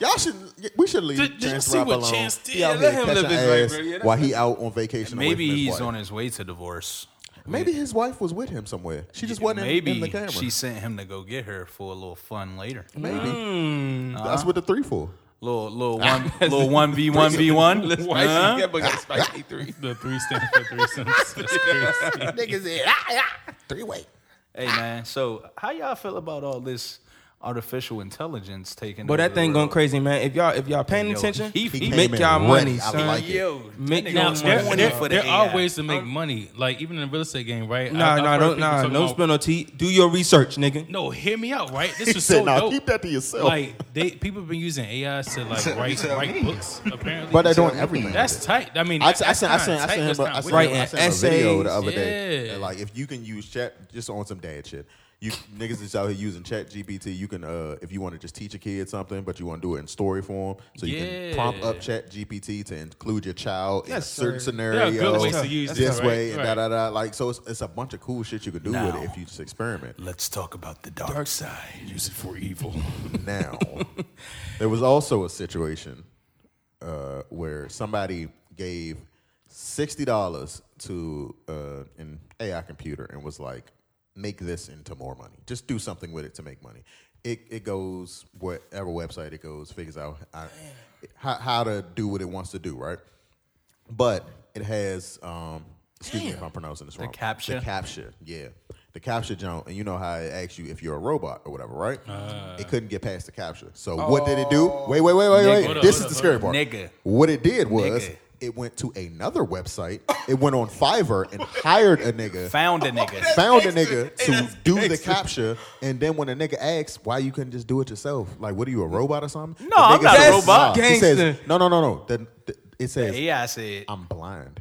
Y'all should. We should leave Did- did Chance you the see Rapper what alone. Chance did? He out Let here him catching live his life, ass bro. Yeah, that's- while he out on vacation. away Maybe from his he's wife. on his way to divorce. Maybe his wife was with him somewhere. She just wasn't in- Maybe in the camera. she sent him to go get her for a little fun later. Maybe. Hmm. Mm. Uh-huh. That's what the three for. Little little one little one v one v one. Why she that book got spiky three? The three stand for three cents. That's crazy. ah, Three way. Hey man, so how y'all feel about all this artificial intelligence taking? But that over the thing going world? crazy, man. If y'all if y'all paying Yo, attention, he- he make came y'all in money, ready. I son. like it. Yo, Make Now, y'all there, money. there- for the there are AI. ways to make money, like even in the real estate game, right? Nah, I've nah, heard don't, people nah, talking no about- spin no tea. Do your research, nigga. No, hear me out, right? This He is said, so "Now dope. keep that to yourself." Like they people have been using AI to like write write books apparently. But they're doing everything. that's tight. I mean, I, I, that's seen, I seen, I seen, I kinda tight. seen, That's him, not I seen, weird. Right, him, I and seen him a video the essays. other day. Yeah. And, Like if you can use chat just on some dad shit. You niggas is out here using chat GPT. You can uh if you want to just teach a kid something, but you want to do it in story form. So you Yeah. can prompt up chat GPT to include your child in a Yes, certain sir. There are scenario. good ways to use this it, right? way and Right. da da da. Like so it's, it's a bunch of cool shit you can do with Now. it if you just experiment. Let's talk about the dark, side. Use it for evil. now. there was also a situation uh, where somebody gave sixty dollars to uh, an AI computer and was like, "Make this into more money. Just do something with it to make money." It it goes whatever website it goes, figures out how, how, how to do what it wants to do, right? But it has, um, excuse me if I'm pronouncing this wrong. captcha? The captcha, yeah. The captcha jump, and you know how it asks you if you're a robot or whatever, right? it couldn't get past the captcha. So what did it do? Wait, wait, wait, wait, Nigga. wait. Hold up, this hold is up, the scary part. Nigga. What it did was Nigga. it went to another website. it went on Fiverr and hired a nigga Found a nigga. found a nigga to do the capture, and then when a nigga asks why you couldn't just do it yourself, like, what are you a robot or something? No, I'm not a robot. He says, Gangster. no, no, no, no. The, the- it says, AI said, I'm blind.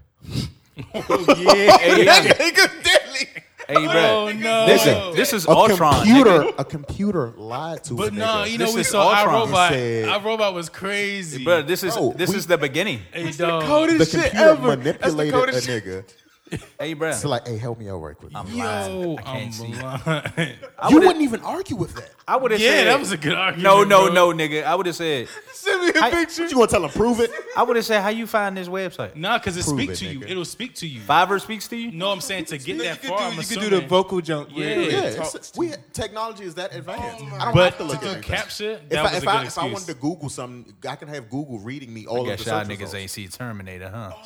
"Yeah, nigga, deadly. hey, bro, Oh, no. Listen, this is a Ultron." computer, a computer lied to a But nigga. no, you This know we is saw our Ultron. robot. It said- Our robot was crazy. Bro, this is Bro, this we- is the beginning. hey, dog. the Codest shit computer ever. That's the manipulated a codest shit. nigga Hey, bro, to like, hey, help me out right quick. Yo, I I'm can't see. blind. you wouldn't even argue with that. I would have Yeah, said, that was a good argument. no, no, bro. no, nigga. I would have said, Send me a I- picture. You gonna tell him prove it? I would have said, how you find this website? Nah, because it Prove speak it, to you. nigga. It'll speak to you. Fiverr speaks to you. No, I'm saying to get that You far. I'm could do the assuming- vocal jump. Yeah. real quick. Yeah, It it's- we technology is that Oh advanced. I don't But have to look to at do it. capture, If that I, was a if, good I, if I excuse. wanted to Google something, I can have Google reading me all of the Guess y'all search niggas results. ain't see Terminator, huh? Oh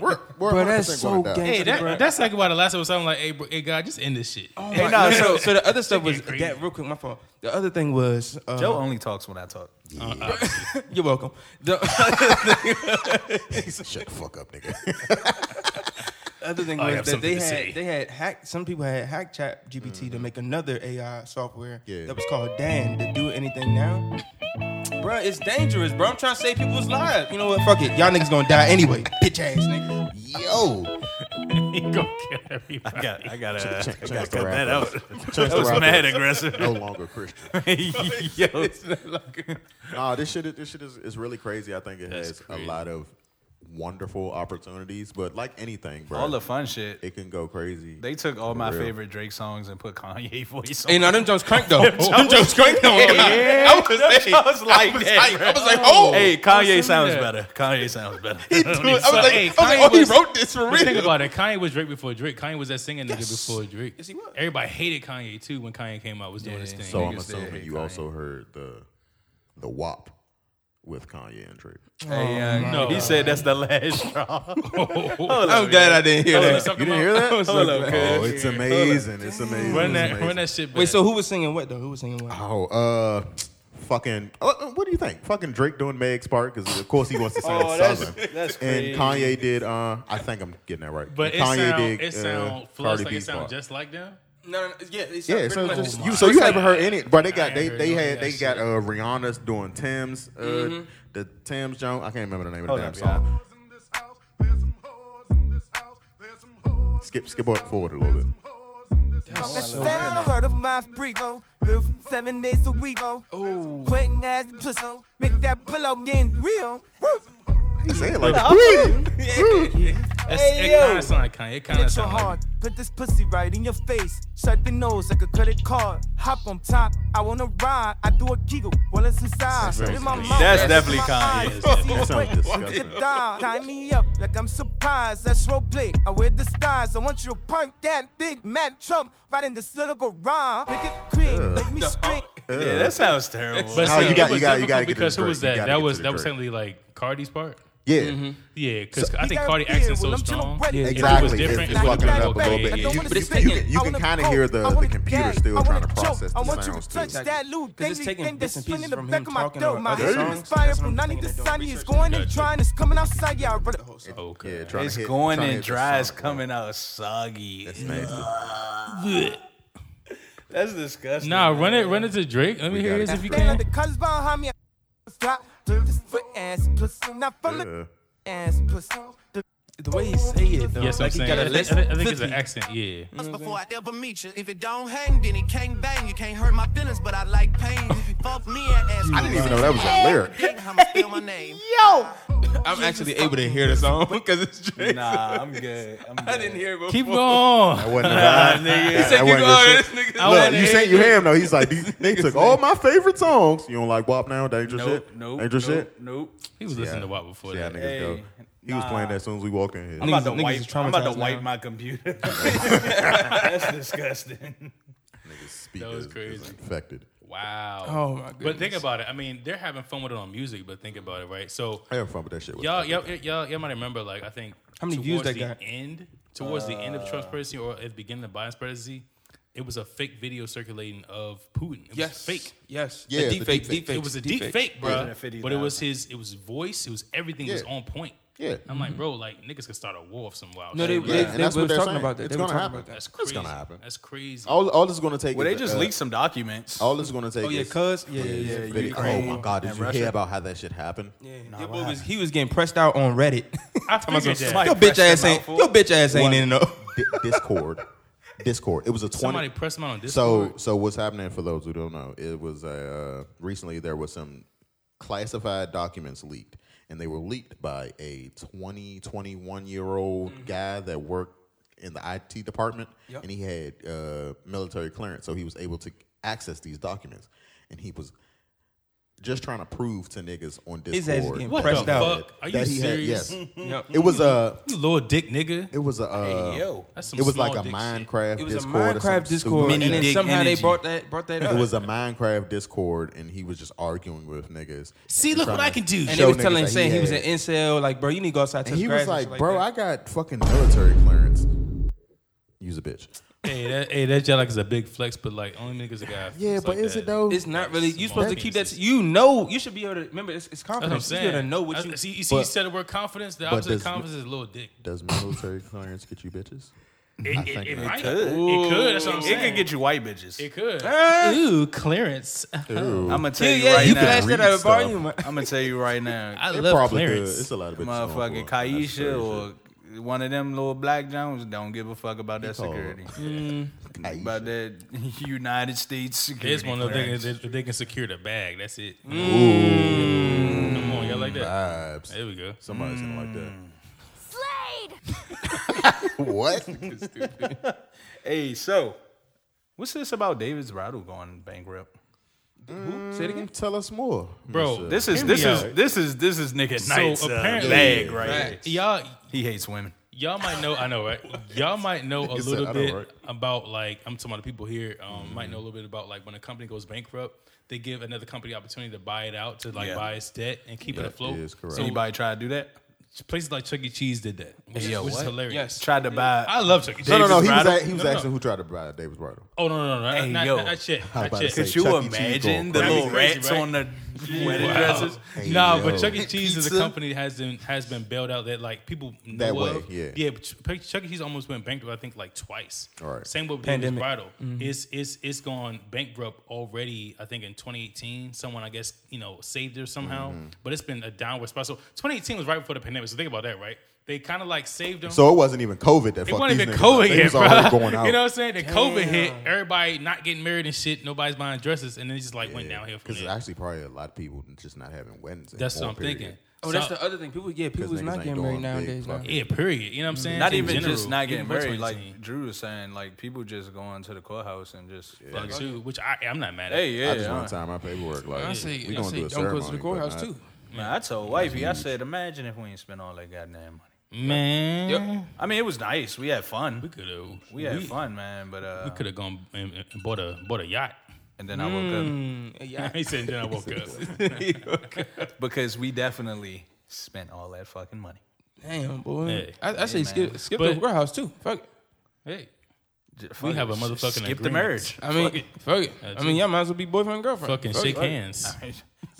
We're, we're, we're Bro, that's 100% gonna so die. gay. Hey, that, that's like about the last episode. I'm like, hey, bro, hey, God, just end this shit. Oh Hey, no, Listen. so, so the other stuff was Shit getting that crazy. real quick. My fault. The other thing was uh, Um, Joe only talks when I talk. Uh, Uh, You're welcome. The Shut the fuck up, nigga. other thing I was have that something they to had say. they had hacked. Some people had hacked Chat GPT to make another AI software Yeah. that was called Dan to do anything now. Bruh, it's dangerous, bro. I'm trying to save people's lives. You know what? Fuck it. Y'all niggas gonna die anyway. Bitch ass nigga. Yo, He gonna kill everybody. I got, I got, uh, Chance I the got to cut Rapper. that out. Chance That the was Rapper mad is aggressive. No longer Christian. Yo, Nah, this shit, is- this shit is, is really crazy. I think it That's has crazy. a lot of wonderful opportunities, but like anything, bro, all the fun shit. it can go crazy. They took all my real. favorite Drake songs and put Kanye voice on. Hey, no, them Jones crank though. them Jones crank though. I was like, I was like like, that, I bro. was like, oh. Hey, Don't send me Kanye sounds that. better. Kanye sounds better. I was like, even I was suck. like, Hey, oh, Kanye he was- wrote this for But think real. about it. Kanye was Drake before Drake. Kanye was that singing nigga before Drake. Yes, he was. Everybody hated Kanye too when Kanye came out was doing his thing. So I'm Niggas did assuming hate you Kanye. also heard the the WAP with Kanye and Drake. Hey, Oh, uh, No. he said that's the last straw. Oh, I'm glad I didn't hear that. you didn't hear that? Oh, it's amazing! It's amazing! Run it's that, amazing. run that shit back. Wait, so who was singing what though? Who was singing what? Oh, uh, fucking. uh, uh, What do you think? Fucking Drake doing Meg's part because of course he wants to sound Oh, that's- southern. that's and Kanye did. Uh, I think I'm getting that right. But it Kanye sound, did. it sound uh, flows Cardi like it B's sound part. just like them. No, no, no, yeah, it's Yeah, so pretty much- just, you so you haven't heard any, but they I got they ain't heard they none of had that they shit. got uh, Rihanna's doing Tim's uh, the Tim's Jones. I can't remember the name of the damn Hold up, song. Skip skip up forward a little bit. Sound heard of my freak on. Live seven days a week on. Ooh. Quitting ass puss on. Make that pillow getting real. Woo. He said it like that. It's, Hey, it kind yo. of sound like Kanye. It kind of It's your sound like heart. Put this pussy right in your face. Shut the nose like a credit card. Hop on top. I wanna ride. I do a giggle. Well, it's inside. very In my sweet. mouth. That's in definitely my Kanye. eyes. Yeah, it's See that you sounds wet. disgusting. Get down. Tie me up like I'm surprised. That's role play. I wear the stars. I want you to punk that big Matt Trump right in this little garage. Make it cream. Make me scream. Yeah, that sounds terrible. But No, see, you it got- was you got- you difficult gotta get to because the who was Drake. You that? gotta That get was to the that was Drake. technically like Cardi's part. Yeah, Mm-hmm. Yeah, because So- I think got Cardi a beard accent's so with them strong. children If exactly. It was It's- it's different. it would've walking been it up a okay. little bit. Yeah, You, yeah. wanna you, stick you, it. you I can wanna kind of go. hear I the, the wanna computer gag. still I trying wanna to process choke. I the want you to sounds too. touch that loot. Because it's taking Dangly thing bits that's and swinging pieces the from back him of my talking throat. or My other head songs. is fire That's what from I'm 90 thinking they're to doing. sunny. It's Research. going in Gotcha. dry and it's coming outside. Yeah, brother. Okay. Yeah, trying it's to hit, trying going to in hit the dry. It's sound. coming out soggy. It's nasty. That's disgusting. Nah, run it, run it to Drake. Let me hear gotta his if you They can. like the colors behind me. Stop. Do this for ass pussy. Not for the Yeah. ass pussy. The The way he say it, though. Yes, I'm like he saying. got I a think, list. I think- I think it's an accent. Yeah. Before I ever meet you, if it don't hang, then it can't bang. You can't hurt my feelings, but I like pain. If you fuck me and ask I didn't even know that was a lyric. I'ma spell my name. I'm actually able to hear the song because it's Drake. Nah, I'm good. I'm good. I didn't hear it before. Keep going. That wasn't a vibe. That- He said, that keep wasn't going. good This shit. nigga. I Look, wasn't you sent you ham though. He's like, these, they took all my favorite songs. You don't like WAP now? Dangerous Nope, shit. nope, Dangerous nope, shit. nope. He was listening to WAP before See how that. niggas Hey, go. He was playing that as soon as we walked in here. I'm about to Niggas- niggas wipe. is I'm about traumatized to wipe now. my computer. That's disgusting. Niggas speak Mm-hmm. That is- was is crazy. Infected. Wow. Oh, my But think goodness. about it. I mean, they're having fun with it on music, but think about it, right? So I have fun with that shit. with y'all, the- y'all, y'all, y'all might remember, like I think How many views towards that the got? end, towards the end of Uh, Trump's presidency or at the beginning of Biden's presidency, it was a fake video circulating of Putin. It was Yes. fake. Yes. Yeah, the deep the fake. deepfake. Deep fake. It was a deep fake, bro. $150,000. But it was his, it was voice, it was everything was Yeah. on point. Yeah. Mm-hmm. I'm like, bro, like niggas could start a war of some wild No, shit. they, bro. they, and they, that's they what was they're talking saying. about that. It's they were gonna talking happen. about That's that. crazy. gonna happen. That's crazy. All, all it's gonna take. Well, they is, just uh, leaked some documents. All it's gonna take. Oh yeah, is- cuz. Yeah, yeah, is yeah. video- Oh Ukraine my god, did and you Russia. hear about how that shit happened? Your boy was, he was getting pressed out on Reddit. I figured that. your bitch ass ain't. Your bitch ass ain't in though. Di- Discord. Discord. It was a twenty. Somebody pressed him out on this. So, so what's happening for those who don't know? It was uh, recently there was some classified documents leaked, and they were leaked by a 20, 21 year old guy that worked in the IT department, and he had uh, military clearance, so he was able to access these documents, and he was just trying to prove to niggas on Discord. His ass is getting What pressed the out. fuck? Are you that he had- serious? yes, Yep. it was a, You little dick nigga. it was a, uh, Yo, That's some it was small like a dick shit. Minecraft. It was a Discord or some Minecraft Discord, stupid and shit. then dick somehow they energy. brought that brought that up. It was a Minecraft Discord, and he was just arguing with niggas. See, And look what trying I can to- do. and they show was niggas telling, that saying he was an had- incel. Like, bro, you need to go outside to And he was like, "Bro, that. I got fucking military clearance. Use a bitch. Hey, that, hey, that y'all like is a big flex, but like only niggas that got. Yeah, flex but like is that. it though? It's not really. You Small supposed to keep that. penises. You know, you should be able to remember. It's, it's That's what I'm confidence. You saying. got to know what I- you. see. You see, But- you said the word confidence. The but opposite of does- confidence is little dick. Does military clearance get you bitches? It, it, think it, not. might. It could. That's what I'm it saying. could get you white bitches. Ah! It could. Ooh, clearance. Ooh. I'm gonna tell Yeah, you yeah, right you now. flashed that at a Read volume. I'm gonna tell you right now. I it love probably clearance. could. It's a lot of bitches. going Motherfucking for it. That's Kaisha true or one of them little black Jones don't give a fuck about that called- security. Mm. shit. About Kaisha. that United States security. There's one of them clearance. things that they can secure the bag. That's it. Come on, y'all like that. Vibes. There we go. Somebody's gonna like that. Slade. what? Hey, so what's this about David's Bridal going bankrupt? Say it again. Mm, Tell us more, Bro, Mr. This is Hear this me is out. this is this is nigga So Knight's uh, apparently- bag right here. Y'all, He hates women. y'all might know. I know, right? Y'all might know a You said, little "I know, bit right?" Mm-hmm. about like I'm talking about the people here. Um, might know a little bit about like when a company goes bankrupt, they give another company the opportunity to buy it out to like Yeah. buy its debt and keep it That afloat. is correct. So Anybody- Anybody try to do that? places like Chuck E. Cheese did that, which, is- yo, which is what? hilarious. Tried to buy. I love Chuck E. Cheese. No, no, no. He was, Bridal? at, he was asking who tried to buy Davis Bridal. Oh no, no, no, no! Hey, not, yo. not, not yet. I was about Not to yet. say, Could you Chuck E. Cheese going imagine the crazy. little That'd be rats crazy, right? on the wedding Wow. dresses? Hey, nah, yo. but Chuck E. Cheese is Pizza? a company that has been has been bailed out that like people know That way, of. yeah. yeah. But Chuck- Chuck E. Cheese almost went bankrupt. I think like twice. All right. Same with Pandemic. Pandemic. Bridal. It's it's it's gone bankrupt already. I think in 2018, someone I guess you know saved her somehow, Mm-hmm. but it's been a downward spiral. So 2018 was right before the pandemic. So think about that, right? They kind of like saved them. So it wasn't even COVID that It fucked wasn't these even niggas up. COVID They hit, was bro. already going out. You know what I'm saying? The COVID hit, everybody not getting married and shit. Nobody's buying dresses, and then it just like went downhill from Because there. it's actually probably a lot of people just not having weddings. That's what anymore, I'm period. thinking. Oh, that's the other thing. People, yeah, people's niggas ain't not getting doing married big nowadays. Now. fucking- yeah, period. You know what I'm saying? Mm. Not In even just general, not getting even before married, like 2018. Drew was saying, like people just going to the courthouse and just Fuck too, which I, I'm not mad at. Hey, yeah, I just all want right. to time my paperwork. Like, I say, we I gonna say, do a don't go ceremony, to the but courthouse not- too. Man, I told wifey, I said, imagine if we ain't spent all that goddamn money. man. I mean, it was nice. We had fun. We could have. We had fun, man. But uh, Could have gone and, and bought a bought a yacht. and then I woke Yeah, he said, then Mm, I woke up. up because we definitely spent all that fucking money. damn boy. Hey. I, I say skip, skip But- the courthouse too. Fuck it. hey, J- fuck we it. have a S- motherfucking skip the agreement. marriage. I mean, fuck it. That's I mean, y'all might as well be boyfriend and girlfriend. Fucking Fuck it. shake hands.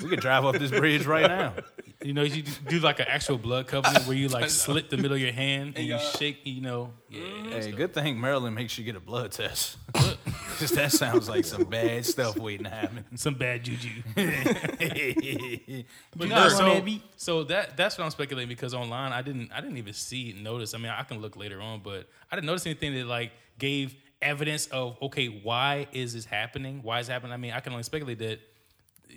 We could drive up this bridge right now. You know, you do like an actual blood covenant where you like slit the middle of your hand and you shake. You know, Mm-hmm. yeah. Hey, good thing Maryland makes you get a blood test. Because that sounds like some bad stuff waiting to happen. some bad juju. But You no, heard so, that, B? so that that's what I'm speculating because online I didn't I didn't even see notice. I mean I can look later on, but I didn't notice anything that like gave evidence of okay why is this happening? Why is it happening? I mean I can only speculate that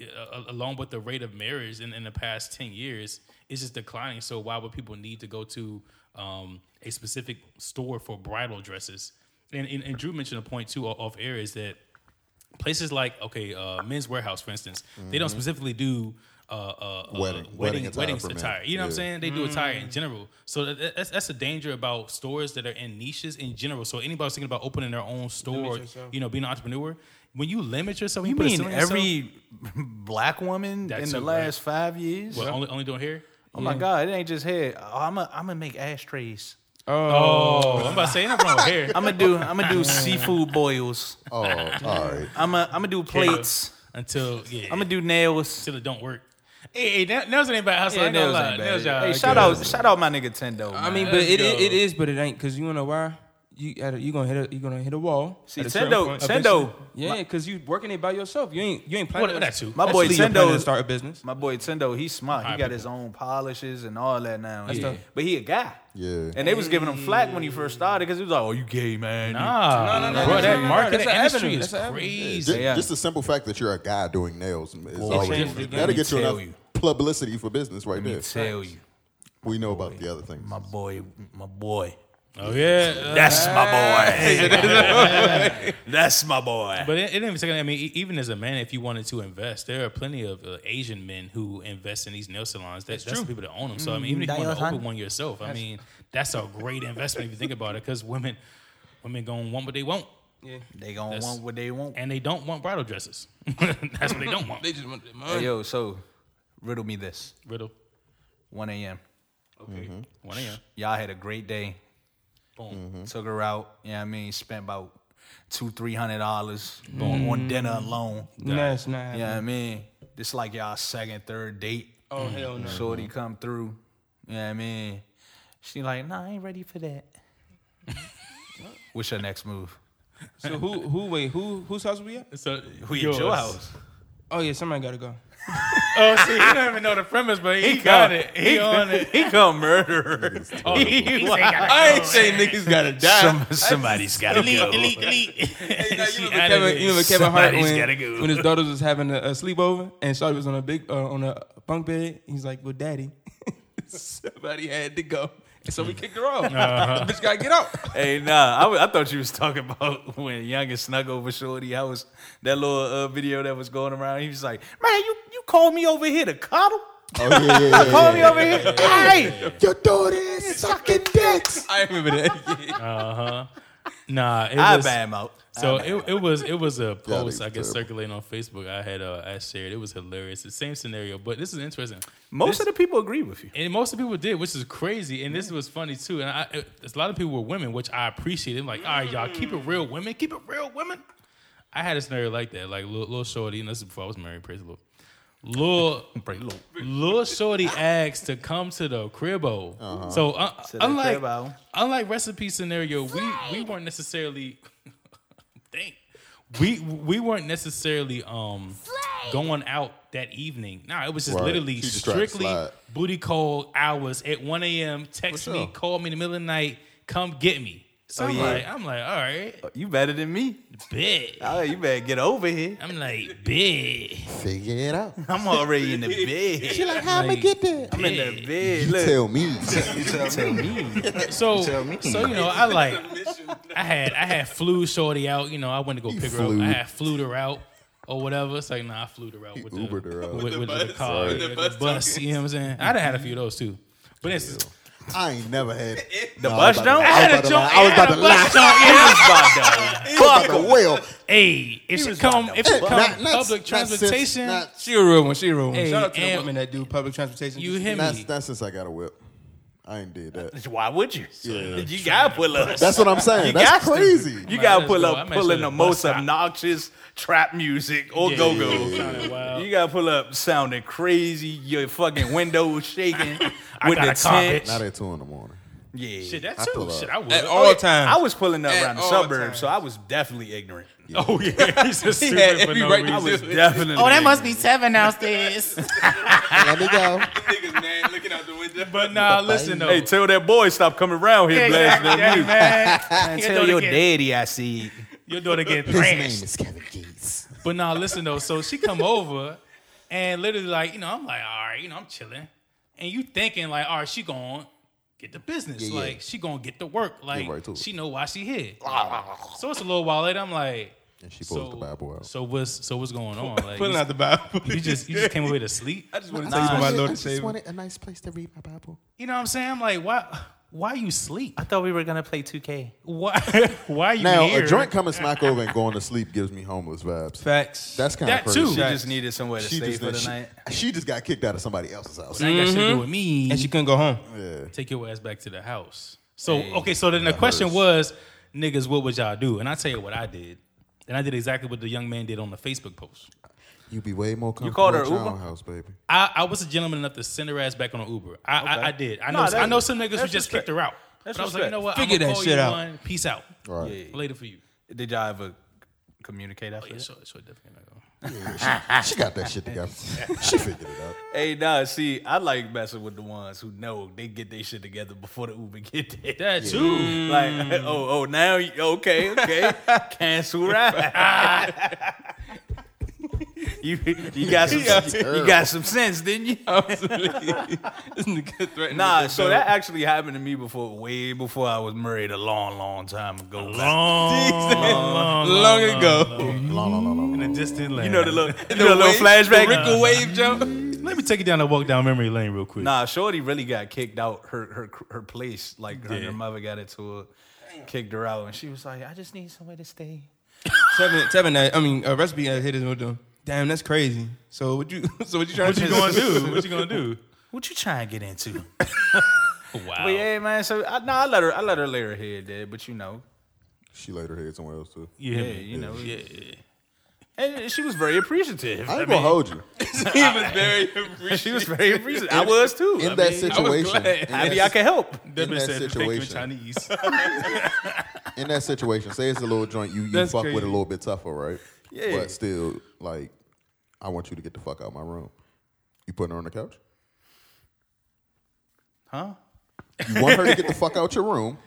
uh, along with the rate of marriage in, in the past ten years it's just declining. So why would people need to go to um, a specific store for bridal dresses? And, and and Drew mentioned a point too o- off air is that places like okay, uh, Men's Warehouse, for instance, they Mm-hmm. Mm-hmm. don't specifically do uh, uh, uh, Wedding- wedding attire wedding for men. attire. You know what I'm Yeah. saying? They do attire Mm. in general. So that, that- that's that's a danger about stores that are in niches in general. So anybody's thinking about opening their own store, yourself. you know, being an entrepreneur, when you limit yourself, when You put a mean ceiling on yourself- every black woman That in the too, right. last five years? Well, only only doing hair. oh my God, it ain't just hair. Oh, I'm gonna I'm gonna make ashtrays. Oh, I'm about to say ain't nothing wrong with hair. I'm gonna do I'm gonna do seafood boils. Oh, all right. I'm gonna I'm gonna do plates. Until yeah, I'm gonna do nails. until it don't work. Hey, hey, that, that was anybody else. I ain't gonna lie. That was y'all. Hey, shout out shout out my nigga Tendo. I mean, Nah, but let's it, it go. it is, but it ain't because you wanna know why. You at a, you gonna hit a, you gonna hit a wall. See, at a certain Tendo- point. Tendo- Eventually. Yeah, because you working it by yourself. You ain't you ain't planning. What, what on- that too? my boy Actually, you're planning Tendo to start a business. My boy Tendo, he's smart. He Alright, got people. his own polishes and all that now. and Yeah. stuff. But he a guy. Yeah. And they was giving him flack when he first started because he was like, "Oh, you gay man." Nah, no, no, bro, no, that no, no, marketing that's an industry avenue. is That's an avenue. crazy. Just, Yeah. just the simple fact that you're a guy doing nails is always changed the game. that'll get you Tell enough you. publicity for business right Let there. me tell you, we know about the other things. my boy, my boy. Oh yeah, That's my boy. That's my boy. But it, it didn't even take. I mean, e- even as a man, if you wanted to invest, there are plenty of uh, Asian men who invest in these nail salons. That, that's the people that own them. So I mean, even if you want to Dial-a-thon. open one yourself, I mean, that's a great investment if you think about it, because women, women gonna want what they want, They gonna That's- want what they want. and they don't want bridal dresses. that's what they don't want. They just want their Hey, money. yo, so riddle me this: Riddle, Mm-hmm. 1 a.m. one a.m. Y'all had a great day. Boom. Mm-hmm. Took her out. You know what I mean? Spent about two, three hundred dollars Mm. on dinner alone. No, it's not. You know Yeah. what I mean? This like y'all second, third date. Oh hell Mm-hmm. no. Shorty come through. You know what I mean? She like, nah, I ain't ready for that. What's your next move? So who who wait who whose house we at? So who At your house. Oh yeah, somebody gotta go. Oh, see, he don't even know the premise, but he, got it. He, on it. He come murderer. Oh, he, he say gotta I go. ain't say niggas gotta die. Some, somebody's got to delete, go. delete, delete. She remember added Kevin, it. you remember Kevin Hart Somebody's gotta when, go. when his daughters was having a, a sleepover and Shawty was on a big uh, on a bunk bed. He's like, "Well, daddy, somebody had to go." And so we kicked her off. The bitch gotta get out. Hey, nah, I, wa- I thought you was talking about when Youngest snug over Shorty. I was that little uh, video that was going around. He was like, man, you, you called me over here to cuddle? Oh yeah, yeah, yeah. Call me over here? Hey! Your daughter is sucking dicks. I remember that. Uh-huh. Nah, it I was, buy him out. So it, it was it was a post they I guess terrible. circulating on Facebook. I had uh, I shared. It was hilarious. The same scenario, but this is interesting. Most of the people agree with you. And most of the people did, which is crazy. And this was funny too. And I, it, a lot of people were women, which I appreciated. I'm like, all right, y'all, keep it real, women. Keep it real, women. I had a scenario like that, like little, little shorty, and this is before I was married. Praise the Lord. Lil, Lil Shorty asked to come to the cribbo. Uh-huh. So uh, Uh-huh. the unlike cribbo. unlike recipe scenario, we we weren't necessarily dang. We we weren't necessarily um going out that evening. Nah, it was just Right. literally She just tried to strictly slide. booty call hours at 1 a.m. Text For me, sure. call me in the middle of the night, come get me. So I'm yeah. like, I'm like, all right, Oh, You better than me. big. Oh, you better get over here. I'm like, big. Figure it out. I'm already in the bed. She like, how am I Like- get there? I'm in the bed. Look, Tell me. you tell me. So, tell me. so you know, I like, I had, I had flew shorty out. You know, I went to go pick her up. flew. I had flew her out or whatever. It's like, nah, I flew her out with the, Ubered her out. with, with the, bus. car, With the the bus bus. you know what I'm saying? I done had a few of those too. But it's, I ain't never had the bus don't? I was about to lie. I was about to lie. I was about to wail. Hey, if she come, if she Not- come not- not public since- transportation, not- She a real one. She a real one. Hey, Shout out to the and- women that do public transportation. you hear That's me? that's since I got a whip. I ain't did that. Why would you? You gotta pull up. That's what I'm saying. You That's got to. crazy. You Might gotta as pull well. I up, might as pulling well the most just bust out. obnoxious trap music or Yeah, go yeah, go. yeah, yeah. Wow. You gotta pull up, sounding crazy. Your fucking windows shaking I with got the a car, tent. bitch. Not at two in the morning. Yeah, Shit, that I too. pull up. Shit, I would. At all Oh, I times. was pulling up At around the all suburbs, times. so I was definitely ignorant. Oh yeah, he's just He stupid had for every no right reason. to do it. Definitely. Oh, that must be. Let me go. Niggas mad looking out the window. But nah, listen though. Hey, tell that boy stop coming around here, yeah, blasting that yeah, music. man. And Your tell daughter your get- daddy I see. it. Your daughter get His name thrashed. is Kevin Gates. But now, listen though. So she come over, and literally like you know, I'm like, all right, you know, I'm chilling, and you thinking like, all right, she gonna get the business, yeah. like she gonna get the work, like right to it. she know why she here. Ah. so it's a little while later. I'm like, And she pulls so, the Bible out. so what's so what's going on? Like Pulling you, out the Bible. you just you just came away to sleep. I just want to tell you about my Lord I and just Savior. wanted a nice place to read my Bible. You know what I'm saying? I'm like, why why you sleep? I thought we were gonna play 2K. Why why you Now here? a drink coming smack over and going to sleep gives me homeless vibes. Facts. That's kind of That crazy. too. She Right. just needed somewhere to She stay just, for the she, night. she just got kicked out of somebody else's house. ain't got shit to do with me. and she couldn't go home. take your ass back to the house. So okay, so then the question was, niggas, what would y'all do? And I tell you what I did, and I did exactly what the young man did on the Facebook post. You'd be way more comfortable called her at your Uber? own house, baby. I, I was a gentleman enough to send her ass back on an Uber. I, I, I did. Nah, I know that's- I know some niggas who that's just respect. kicked her out. That's but I was like, respect. you know what? Figure I'ma that call shit you out. One. Peace out. Right. Later for you. Oh, Did y'all ever communicate after that? Sure, sure, definitely not gonna- She got that shit together. she figured it out. Hey, nah, see, I like messing with the ones who know they get their shit together before the Uber get there. That too. Like, oh, oh, now, you, okay, okay, cancel ride. you, you got some, you got some sense, didn't you? This nigga threatening Nah, with the so belt. that actually happened to me before, way before I was married, a long, long time ago. Long, long, long ago. La, la, la, la, la. in the distant land. you know the little, you know the little flashback. Rickle wave jump. Let me take you down a walk down memory lane real quick. Nah, Shorty really got kicked out her her her place. Like her, her mother got it to her, kicked her out, and she was like, "I just need somewhere to stay." Tevin, Tevin, that- I mean, uh, recipe that hit us with them. Damn, that's crazy. So what you, so what you trying What to you do? gonna do? What you gonna do? What you trying to get into? Wow. but yeah, man. So I, no, I let her I let her lay her head there, but you know, She laid her head somewhere else too. You hear yeah, me? you know, Yeah. and she was very appreciative. I ain't gonna hold you. He was very appreciative. She was very appreciative. I was too. In I that mean, situation, in glad. that, Maybe I can help. That In bitch that said, "Thank you in situation. Chinese. in that situation, say it's a little joint you, you That's fuck with crazy. a little bit tougher, right? Yeah. But still, like, I want you to get the fuck out of my room. You putting her on the couch? Huh? You want her to get the fuck out your room,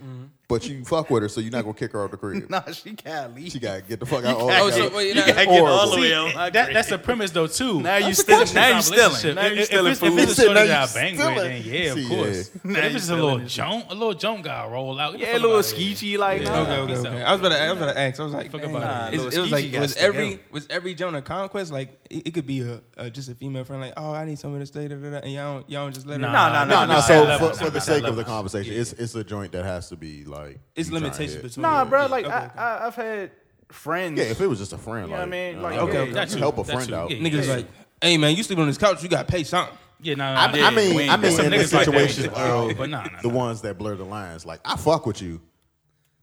but you fuck with her, so you're not gonna kick her out the crib. Nah, she can't leave. She gotta get the fuck out. all Oh, that so gotta- wait, You nah, gotta get all the horrible. way See, out. my that, crib. that's the premise though too. now you If- stealing. if Now you it's a stealing. relationship, Now you if- if stealing it's- If food. it's a shorty Now you that I bang with, stealing. then yeah, See, of course. yeah. But If you it's a little jump, a little jump guy roll out. Yeah, a little skeechy like. nah. Okay, okay, okay. I was about to, I was about to ask. I was like, Fuck dang, about nah, it. it's- Little it was skeezy like, guys was together. every, was every Jonah conquest like? It, it could be a, a just a female friend like, oh, I need somewhere to stay, da, da, da, and y'all, y'all just let her. Nah, nah, No, nah, no. nah, So nah, for, nah, for the nah, sake nah, of the nah. conversation, it's it's a joint that has to be like like It's you trying to limitations hit. between. Nah, you. bro. Like Okay, I, okay. I, I've had friends. Yeah, if it was just a friend, You like, know what I mean? uh, Like, I'd okay, Not you. help a Not friend you. out. Yeah, yeah. niggas like, hey man, you sleeping on this couch, you gotta pay something. Yeah, no, I, I mean, I mean, some in the niggas like that. situation Wow. of But nah, nah, the nah. ones that blur the lines, like I fuck with you.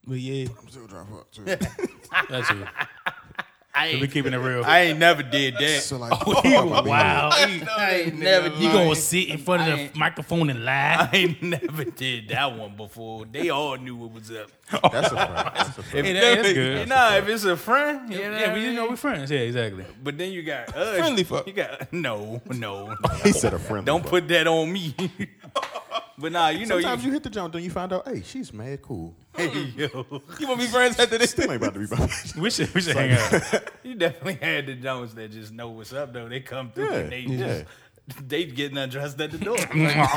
But yeah, That's you. We keeping it real. Oh, I ain't never did that. So like, wow, you, Oh, I ain't never. you gonna sit in front of the microphone and lie? I ain't never did that one before. They all knew what was up. that's a friend. That's a friend. Hey, that- that's You good. know, if it's a friend, you know Yeah, what we I you know mean? we friends. Yeah, exactly. But then you got us. Friendly fuck. You got no, no. He said a friend. Don't put that on me. but nah, you know Sometimes you hit the jump, then you find out, hey, she's mad cool. you, yo, You want to be friends after this? Still ain't about to be my bitch. We should we should hang out. you definitely had the Jones that just know what's up though. They come through Yeah, and they yeah. just they getting undressed at the door. you know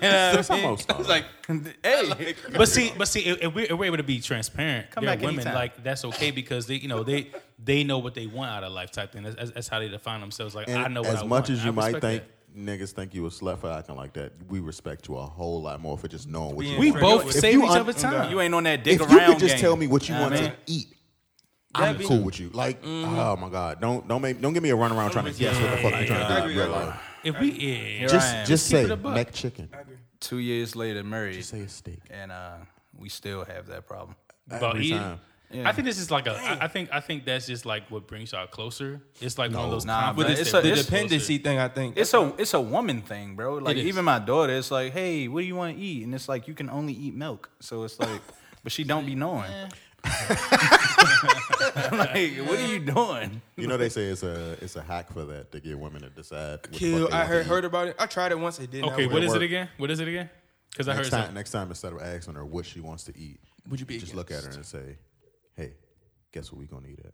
That's what I mean? almost all. Like, Hey, But see, but see, if, if we're, if we're able to be transparent, Come there are back women anytime. like that's okay because they, you know, they they know what they want out of life type thing. That's, that's, that's how they define themselves. Like I And know what as I much want. as you I might respect think that. niggas think you a slut for acting like that, we respect you a whole lot more for just knowing what you we want. both If save you each un- other time. you ain't on that dick If you around could just game. tell me what you Nah, want man. to eat, I'm cool with you. Like, Mm-hmm. oh my god, don't don't make don't give me a runaround trying to guess what the fuck you trying to do in real life. If we yeah, am. Just just Keep say it a buck. neck chicken, Two years later, married, say a steak. and uh, we still have that problem. about Every eating. time. I think this is like a. I I think I think that's just like what brings y'all closer. It's like one of those. Nah, conflicts bruh, it's that a- the brings it's- us closer. dependency thing, I think. It's a it's a woman thing, bro. Like is. even my daughter, it's like, hey, what do you want to eat? And it's like you can only eat milk. So it's like, but she don't be knowing. like, what are you doing? You know they say it's a it's a hack for that to get women to decide. what the fuck Kill. they I want to heard eat. heard about it. I tried it once. It didn't. Okay, I what went, is it work. again? What is it again? Because I heard Next something. time, next time, instead of asking her what she wants to eat, Would you be just look at her and say, "Hey, guess what we gonna eat at?"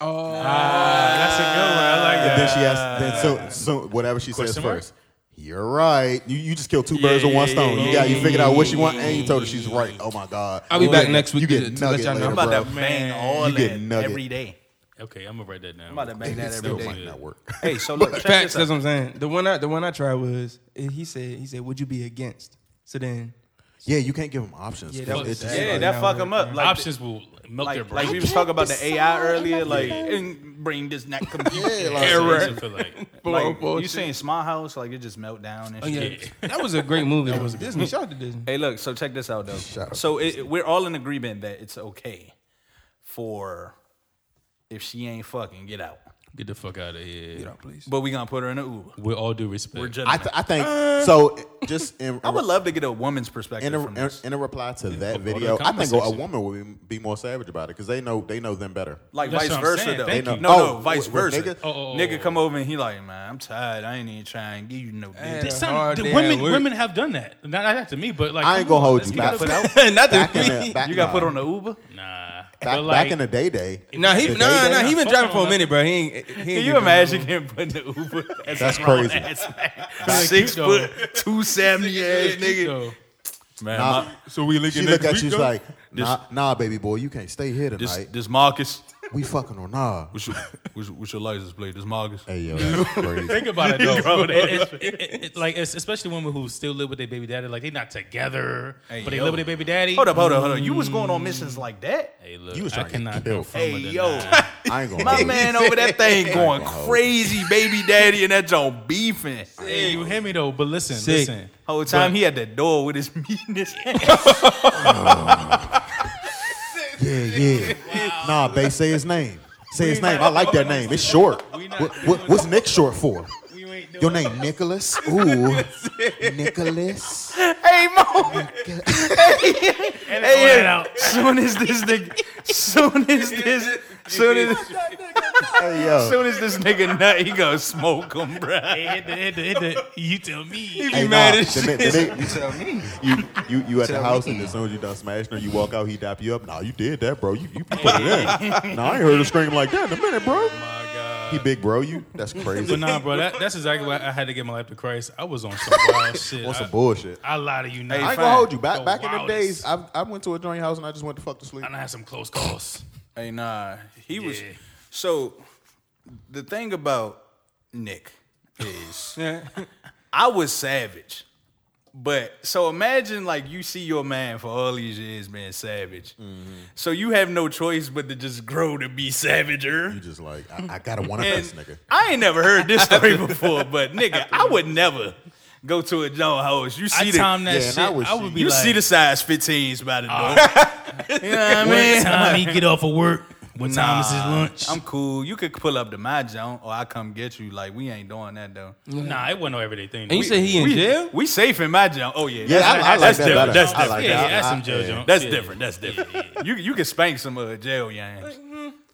Uh, That's a good one. I like that. And then she asks, then so so whatever she says Question mark? first. You're right. You, you just killed two birds with one stone. you got you figured out what she want, and you told her she's right. Oh my god! I'll be You back get- next week You to- get to let nugget y'all know. later, I'm bro. about to bang all you get that nugget. every day. Okay, I'm gonna write that down. I'm about to bang that every Still might day. not work. Hey, so look, check Facts. this That's out. what I'm saying. The one I the one I tried was eh, he said he said would you be against? So then Yeah, you can't give them options. Yeah, 'cause that was it's just sad. Yeah, like- that fuck them up. Like, Options will melt their Like, brain. like we was talking about the AI earlier, like and brain does not compute. error. Feel like, Like, you saying Small House, like it just melt down and shit. Oh, yeah, that was a great movie. That was Disney. Shout out to Disney. Hey, look. So check this out, though. so it, we're all in agreement that it's okay for if she ain't fucking get out, get the fuck out of here. but we gonna put her in an Uber. With all due respect, We're I, gentlemen. I, th- I think so. Just in, would love to get a woman's perspective in a, from in, this. in a reply to that the video, I think comment a, a section. woman would be more savage about it because they know they know them better. like That's vice what I'm versa, saying. though. Thank no, you. no, Oh, with- vice with versa. nigga? Oh, oh, oh, nigga oh. come over and he like, man, I'm tired. I ain't even trying to give you no dick. Some- hard the day women at work. women have done that. Not, not to me, but like I ain't come gonna on, hold let's you get back. the fuck out. Not back the- in the, back, You got nah, put on the Uber. Nah, back, but back like, in the day day. Nah, he The nah day nah day? he been driving for a minute, bro. He ain't. He ain't Can been you driving. imaging him putting the Uber? As That's a grown crazy. ass man? Six foot, two seventy ass nigga. so, Man, Nah, my- so we look she next look at week, you she's though? like, nah, nah, baby boy, you can't stay here this tonight. this Marcus. we fucking or nah. What's your, what's, your- what's your license plate? This Marcus. Hey yo, that's crazy. think about it though. It- it- it- it- it- like it's- especially women who still live with their baby daddy, like they not together, but they yo. live with their baby daddy. Mm. Hold up, hold up, hold up. You was going on missions like that? Hey, look, You was I trying to cannot kill. confirm or Hey, deny. yo. I ain't gonna. My hold man over that thing going Alcohol. crazy, baby daddy, and that John beefing. Hey, you hear me though? But listen, Sick. listen. Whole time he at the door with his meat in his hand. Oh. You. Yeah, yeah. Nah, babe, say his name. Say his name. I like that name. It's short. What, what, what's Nick short for? Your name Nicholas? Ooh, Nicholas. hey, Mo. hey, it hey, out. soon as this nigga, soon as this, soon as, Hey yo. soon as this nigga nut, he gonna smoke him, bruh. Hey, hit the, hit the, hit the, you tell me. Hey, mad nah, as the ni- the ni- Tell me. you, you, you at the house, and as soon as you done smashing her, you walk out, he dap you up. Nah, you did that, bro. You, you put it in. Nah, I ain't heard her scream like that in a minute, bro. He big, bro. You. That's crazy. But nah, bro, that, that's exactly why I had to give my life to Christ. I was on some wild shit. On some I- bullshit. I lie to you now. I ain't fine. gonna hold you. Back The back in the wildest. days, I, I went to a joint house and I just went to fuck to sleep. I done had some close calls. Hey, nah. He was. Yeah. So, the thing about Nick is I was savage, But so imagine like you see your man for all these years being savage. Mm-hmm. So you have no choice but to just grow to be savager. You just like, I, I gotta one up And this nigga. I ain't never heard this story before, but nigga, I would never go to a Joe house. You see I the timed that Yeah, shit. and I I would, was- be you like, Ah. see the size 15s by the door. you know what I what mean? time he get off of work? What time is his Nah, lunch? I'm cool. You could pull up to my joint or I come get you. Like we ain't doing that though. nah, it wasn't no everyday thing. And you say he in we, jail? We safe in my joint. Oh yeah. Yeah, I, I like that's that different. better. That's I like yeah, that. yeah, that's I- some jail yeah. junk. That's Yeah. different. That's different. You you can spank some uh, jail yams.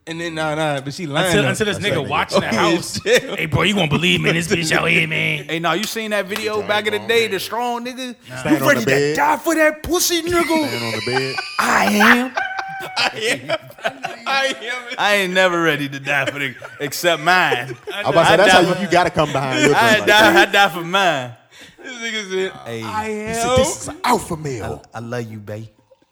And then nah nah, but she lying. Until, though. until this That's nigga that watching the nigga. house. hey, bro, you won't believe me. This bitch out here, man. Hey, now you seen that video Right, back in the wrong, day? man. The strong nigga, Stand you on the ready to bed. die for that pussy, nigga? Laying on the bed. I am. I am. I ain't never ready to die for the except mine. I'm about to say, I that's die- how you, you gotta come behind your gun I die. like that. I die for mine. This nigga said, Hey, He said, This is an alpha male. I love you, babe.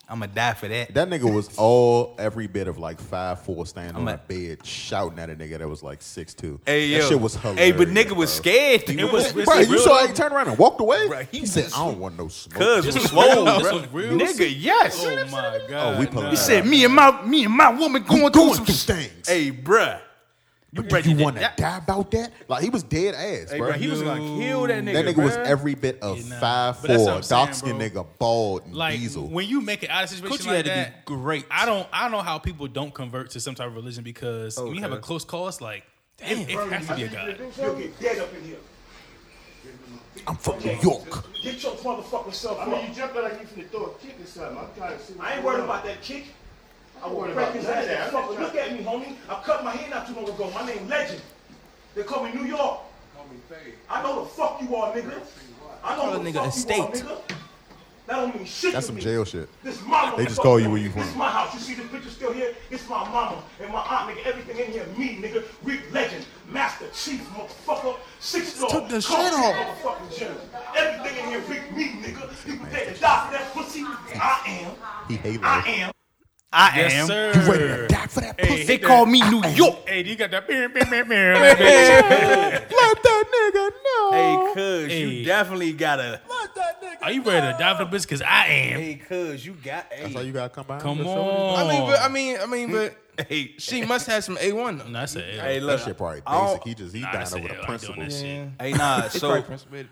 I'ma die for that. That nigga was all every bit of like five four standing on a- a bed shouting at a nigga that was like six two. Hey, that yo. shit was hilarious. Hey, but nigga was bro. scared. It was Bro, you saw he turned around and walked away. He said, "I don't want no smoke." cuz was swole, bro. Nigga, yes. Oh my god. oh, we pulling. He said, "Me and my me and my woman going, going through, through some sh- things. Hey, bruh. "You, ready to want to die about that?" Like he was dead ass, Hey, bro. bruh, he was gonna kill that nigga. that nigga was bruh. every bit of Yeah, nah. five But that's what four, I'm saying, dark skinned bro. nigga, bald, and Like diesel. when you make it out of a Coochie situation like had to be that, great. I don't, I don't know how people don't convert to some type of religion because when you have a Okay. close call, it's like, damn, it, it has to be a god. I'm from New York. Get your motherfucking self I mean, you jumping like you finna throw a kick or something. I'm trying to see I ain't worried about that kick. I'm worried about his ass. the fuck- Look at me, homie. I cut my hair not too long ago. My name Legend. They call me New York. Call me I know the fuck you are, nigga. I know Call a the nigga fuck you are, estate. nigga. That don't mean shit That's to some me. jail shit. This is my They just motherfucker. call you where you This from. my house. You see this picture still here? It's my mama and my aunt, nigga. Everything in here, me, nigga. Greek legend, master, chief, motherfucker, six lord. took the Coach, shit off. Motherfucking general. Everything in here, Rick, me, nigga. People that die for that pussy. I am. He hated I it. am. I am. Yes, You ready to sir. die for that pussy? They call me New York. Hey, you got that. beer, beer, beer, beer, like that. Let that nigga know. Hey, cuz, Hey. you definitely gotta. Are you ready to dive for the bitch? Cause I am. Hey, cuz, you got. That's how Hey, you gotta come behind. Come the shoulder? on. I mean, but I mean, I mean, but hey, she must have some A one though. No, that's a hey, L. look. That shit probably I don't- basic. He just he Nah, that's dying a over L. the I ain't doing principle. that shit. Hey, nah, so probably.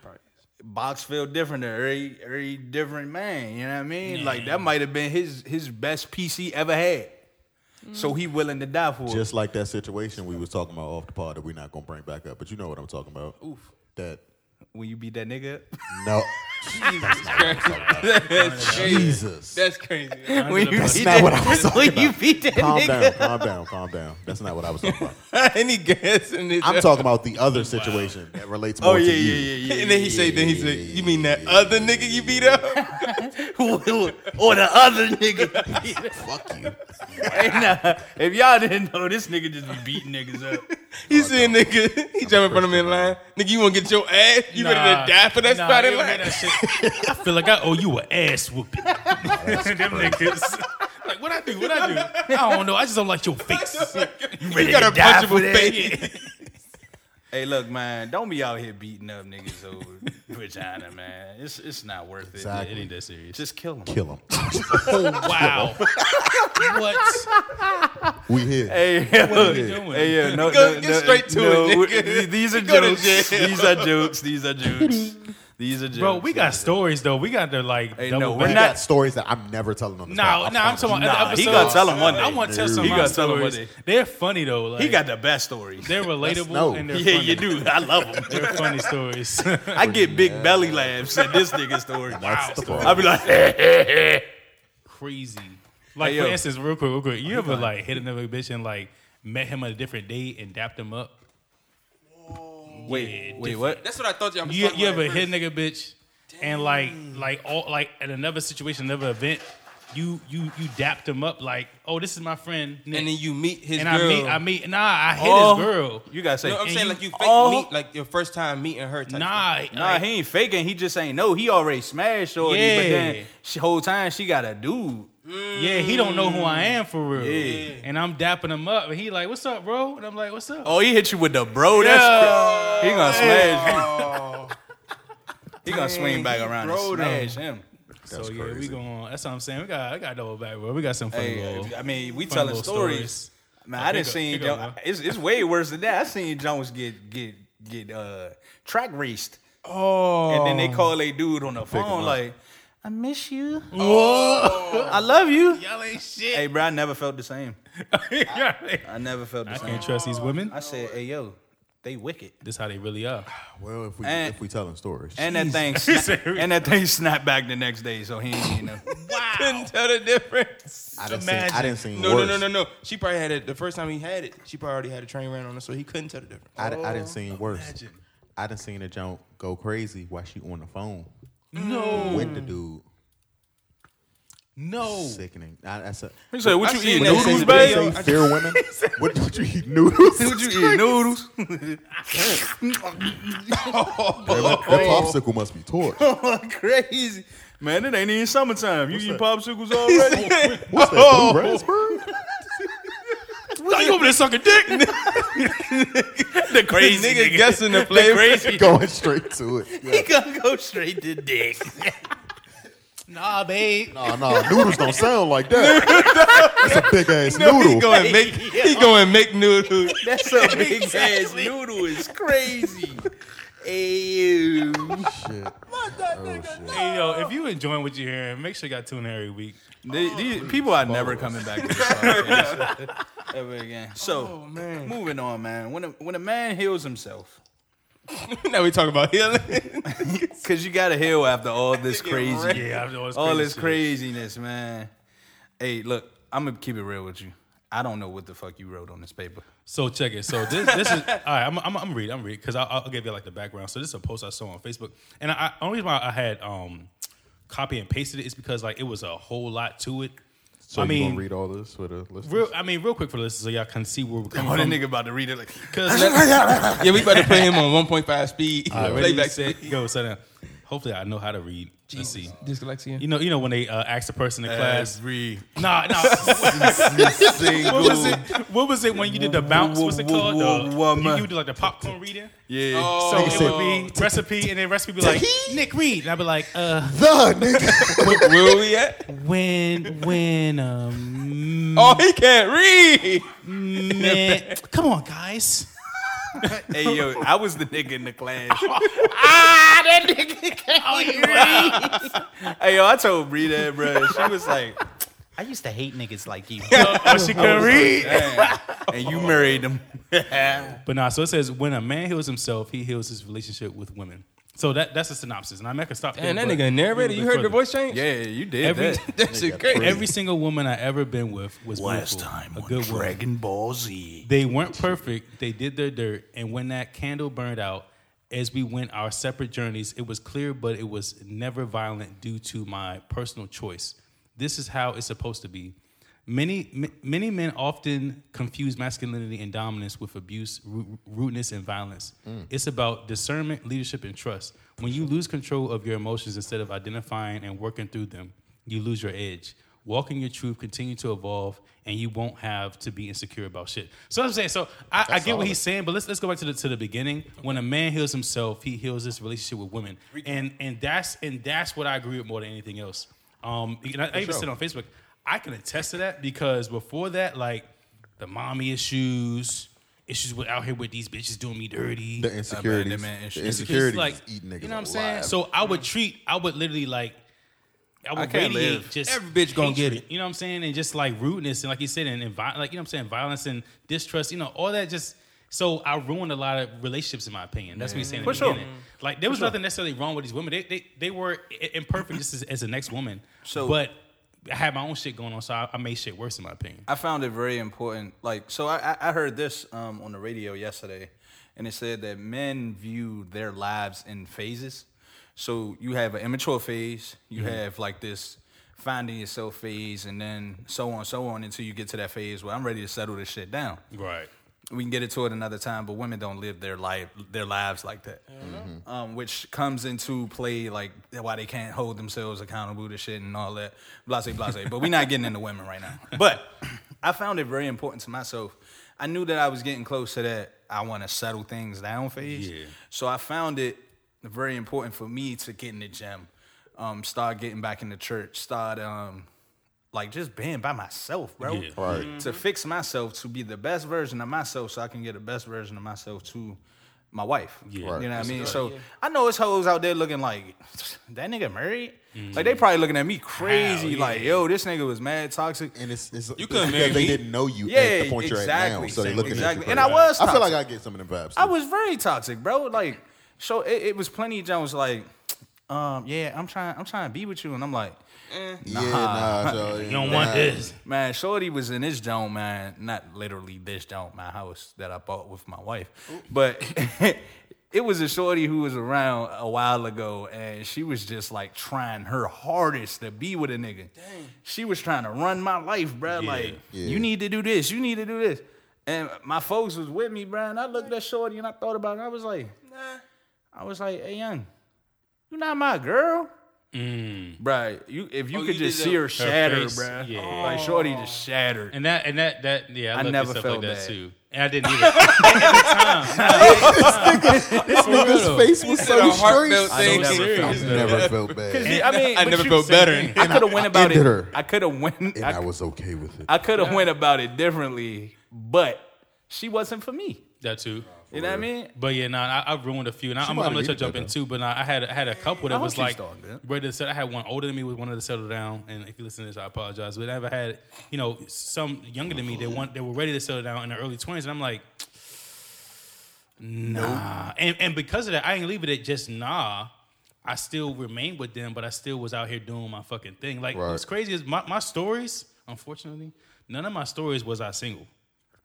box feel different. there. Every, every different man, you know what I mean? Like, that might have been his his best piece he ever had. So Mm. he willing to die for it. Just like that situation we was talking about off the pod that we're not gonna bring back up, but you know what I'm talking about. Oof. That When you beat that nigga up. no, that's crazy. Jesus. That's crazy. when you That's beat not that, what I was talking when you about. beat that calm nigga down, calm down, calm down. That's not what I was talking about. and he gas in this. I'm talking about the other situation that relates more Oh yeah, to you. yeah, yeah, yeah. And then he say, then he said, "You mean that other nigga you beat up?" or the other nigga. Fuck you. Hey, nah, if y'all didn't know, this nigga just be beating niggas up. Oh, He said, "Nigga, he jumping from him in line. Nigga, you want to get your ass? You Nah. better die for that Nah, spot in you ever hear line." that shit? I feel like I owe you an ass whooping. Them niggas. Like what I do? What I do? I don't know. I just don't like your face. You ready got to a die for punchable that? face. Yeah. Hey, look, man, don't be out here beating up niggas over vagina, man. It's it's not worth it. It ain't Exactly. that serious. Oh, Just kill him. Kill him. Wow. what? We here. Hey, yo, What are you doing? hey, yo, no, Go- no, get no, straight to no, it, we- nigga. th- These are Go to jokes. These are jokes. These are jokes. These are jokes. Bro, we got stories though. We got to like Hey, double no, we we're back. not- got stories that I'm never telling on this. No, pod. I no, I'm talking promise about Nah, other he episodes. gotta tell 'em one day. I want to tell Dude. some He of my gotta tell 'em one stories. day. They're funny though. Like, He got the best stories. they're relatable no. and they're Yeah, funny. you do. I love them. They're funny stories. I get big belly laughs at this nigga story. That's the I problem. be like, crazy. Like Hey, for yo. instance, real quick, real quick, you ever like hit another bitch and like met him on a different date and dapped him up? wait, wait, what? That's what I thought y'all was You talking you about ever at hit first. a nigga bitch and like like all like at another situation, another event, you you you dapped him up like, oh, this is my friend, Nick. And then you meet his and I girl. meet I meet nah, I hit Oh, his girl. You gotta say, No, I'm and saying you- like you fake oh. meet, like your first time meeting her. Type Nah, Nah, he ain't faking. He just ain't know. He already smashed shorty, but Yeah. then she, whole time she got a dude. mm. yeah, he don't know who I am for real. Yeah. And I'm dapping him up, and he like, "What's up, bro?" And I'm like, "What's up?" Oh, he hit you with the bro. That's cra- he gonna smash He gonna swing back around and Throw them. smash him. so yeah, we going. That's what I'm saying. We got, I got double back, bro. We got some fun. Hey, little, I mean, we fun telling little stories. Man, Oh, I here didn't go- see here go, Jones. bro. It's, it's way worse than that. I seen Jones get get get uh track raced, Oh, and then they call a dude on the phone up. like, "I miss you. I love you." Y'all ain't shit. Hey, bro, I never felt the same. I I never felt the same. can't trust these women. I said, "Hey, yo, they wicked." This how they really are. Well, if we And- if we telling stories, And that thing, sna- and that thing snapped back the next day, so he ain't you know. Couldn't tell the difference. I didn't see. I didn't see. No, no, worse. no, no, no. She probably had it the first time he had it. She probably already had a train ran on her, so he couldn't tell the difference. I, di- I Oh, didn't see worse. I didn't seen a jump go crazy while she on the phone. No, with the dude. No. Sickening. I, that's a, He said, "What you seen eating? that Noodles, shit They babe? today. say fear women. What what you eat noodles? What you eat? Noodles? that, that Oh. popsicle must be torched. Oh, Crazy, man! It ain't even summertime. You eat popsicles already? What's that "Oh." Oh. blue raspberry? Are you over there sucking dick? the crazy Nigga, guessing the flavor. crazy. Going straight to it. Yeah. gonna Oh, go straight to dick. Nah, babe. No, no, Ah, noodles don't sound like that. That's a big ass noodle. He go and make. He go and make noodles. That's a big ass noodle. Is crazy. Ew. Shit. Oh, Hey, yo, if you enjoying what you're hearing, make sure you got tuned in every week. The- these people are never coming back to this podcast ever Oh, again. So, moving on, man. When a, when a man heals himself, now we talk about healing. because you gotta heal after all this crazy, Yeah, I've always all this craziness, man. Hey, look, I'm gonna keep it real with you. I don't know what the fuck you wrote on this paper. So check it. So this this is all right. I'm I'm, I'm read. I'm read because I'll, I'll give you like the background. So this is a post I saw on Facebook, and I I- only reason why I had um copy and pasted it is because like it was a whole lot to it. So I you mean, gonna read all this with a list? real. I mean, real quick for the listeners, so y'all can see where we're coming Oh, that from. nigga about to read it like. 'Cause yeah, we about to play him on 1.5 speed. I already Playback said, yo, sit down. Hopefully, I know how to read. Let's see. Dyslexia. You know, you know when they uh, ask a person in class. Every Nah, nah. what single was it? What was it when you did the bounce? What's it called? The- Woman. Oh. you, you did like the popcorn reading. yeah. Oh, So it would be recipe, and then recipe be like Nick Reed, and I'd be like, uh, The nigga. Where, where we at? when, when, um, Oh, he can't read. man, come on, guys. Hey yo, I was the nigga in the class. Ah, Oh, hey yo, I told Rita, bro. She was like, I used to hate niggas like you. Oh, she couldn't read. and you married him. But nah, so it says when a man heals himself, he heals his relationship with women. So that that's the synopsis, and I'm not gonna stop. And there, that but nigga narrated. a You bit heard further. the voice change? Yeah, you did Every that. That shit crazy. every single woman I ever been with was beautiful, a good woman. Ball Z. They weren't perfect. They did their dirt, and when that candle burned out, as we went our separate journeys, it was clear, but it was never violent due to my personal choice. This is how it's supposed to be. Many m- many men often confuse masculinity and dominance with abuse, ru- rudeness, and violence. It's about discernment, leadership, and trust. When you lose control of your emotions instead of identifying and working through them, you lose your edge. Walk in your truth, continue to evolve, and you won't have to be insecure about shit. So I'm saying, so I, I get what he's saying, but let's let's go back to the to the beginning. When a man heals himself, he heals his relationship with women, and and that's and that's what I agree with more than anything else. Um, and I, I even said on Facebook, I can attest to that because before that, like the mommy issues, issues with out here with these bitches doing me dirty, The insecurities. man, man, the it's insecurities. It's like eat niggas you know what I'm saying. alive. So I would treat, I would literally like, I would can't radiate live. just Every bitch gonna get hatred, You know what I'm saying, and just like rudeness and like you said, and, and vi- like you know what I'm saying, violence and distrust. You know all that just. So I ruined a lot of relationships, in my opinion. That's what he's saying. In the For sure. beginning. Like there was nothing necessarily wrong with these women. They they, they were i- imperfect just as, as the next woman. So- but I had my own shit going on, so I, I made shit worse, in my opinion. I found it very important. Like, so I, I- I heard this um, on the radio yesterday, and it said that men view their lives in phases. So you have an immature phase, you have like this finding yourself phase, and then so on, so on, until you get to that phase where I'm ready to settle this shit down. Right. we can get into it another time, but women don't live their life their lives like that, um, which comes into play like why they can't hold themselves accountable to shit and all that. Blase, blase. but we're not getting into women right now. But I found it very important to myself. I knew that I was getting close to that. I want to settle things down phase. Yeah. So I found it very important for me to get in the gym, um, start getting back in the church, start um, like just being by myself, bro. Yeah. Right. To fix myself to be the best version of myself, so I can get the best version of myself to my wife. Yeah. Right. You know what I mean? So I know it's hoes out there looking like that nigga married. Like they probably looking at me crazy, Mm. Hell, like yeah. yo, this nigga was mad toxic. And it's, it's You it's because couldn't marry they me. didn't know you at Yeah, the point you're at now, exactly, so they looking exactly. at you. And I was I feel like toxic. I get some of them vibes. I too. was very toxic, bro. Like, so it, it was plenty of Jones like, um, yeah, I'm trying, I'm trying to be with you, and I'm like, yeah, nah, so, You don't want this. man, Shorty was in this dome, man, not literally this dome, my house that I bought with my wife, but. It was a shorty who was around a while ago, and she was just like trying her hardest to be with a nigga. She was trying to run my life, bruh. Like, Yeah. you need to do this, you need to do this. And my folks was with me, bruh. And I looked at shorty and I thought about it. I was like, I was like, hey, young, you not my girl. Bruh, you if you Oh, could you just did Oh. see the- her shatter, face, bruh. yeah. Like Shorty just shattered. And that and that that yeah, I, looked never at stuff felt like that bad. too. And I didn't either. at the Oh, time, no, at the time. His face was Did so a heartfelt straight. I thing. never serious. I never felt bad, I mean, I but never you felt said- better. And I could have went about ended it. her. I could have went. and I, I was okay with it. I could have went about it differently, but she wasn't for me. That too. You know what I mean? But yeah, nah, I, I ruined a few, and I, I'm, might I'm have gonna touch needed up that, in two. But nah, I had I had a couple that hope was she's like doing good. ready to settle. I had one older than me with wanted to settle down, and if you listen to this, I apologize. But I never had you know some younger than me that want they were ready to settle down in their early 20s, and I'm like, nah. And and because of that, I ain't leave it at just nah. I still remained with them, but I still was out here doing my fucking thing. Like Right. what's crazy is my, my stories. Unfortunately, none of my stories was I single.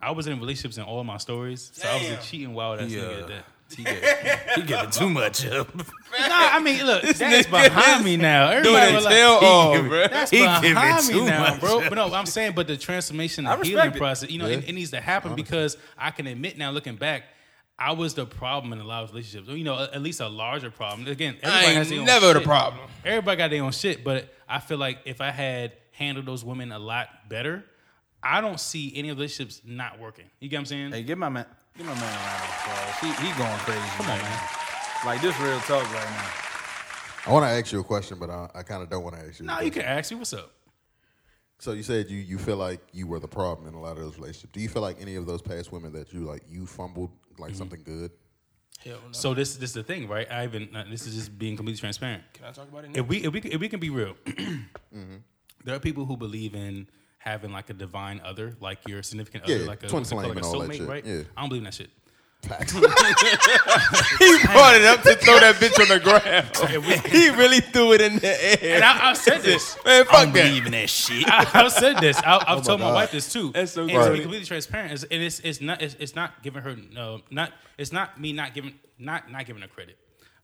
I was in relationships in all my stories, so I was a cheating wild ass nigga at that. He gave- he giving too much up. Nah, I mean, look, that's behind me now. Doing Everybody a was like, tell all, bro. that's he behind giving me too now, much. bro. But no, I'm saying, but the transformation, I the respect healing it. process, you know, it, it needs to happen because I can admit now, looking back, I was the problem in a lot of relationships. You know, a- at least a larger problem. Again, everybody I has their ain't own never the shit. problem. Everybody got their own shit, but I feel like if I had handled those women a lot better, I don't see any relationships not working. You get what I'm saying? Hey, give my man, give my man a round of applause. He, he going crazy. Come on, man. Like this real talk right now. I want to ask you a question, but I, I kind of don't want to ask you. a no, you question. can ask me what's up. So you said you you feel like you were the problem in a lot of those relationships. Do you feel like any of those past women that you like you fumbled like Mm-hmm. something good? So this this is the thing, right? I even uh, this is just being completely transparent. Can I talk about it now? If we if we if we can be real, Mm-hmm. there are people who believe in having like a divine other, like your significant other, Yeah, like a twin what's it called, flame and all that like a soulmate, shit, right? yeah. I don't believe in that shit. He brought it up to throw that bitch on the ground. he really threw it in the air. And I, I've said this. Man, fuck that. Oh that shit. I, I've said this. I, I've told my Oh God. wife this too. That's so and crazy. to be completely transparent, it's, and it's it's not it's, it's not giving her no not it's not me not giving not not giving her credit.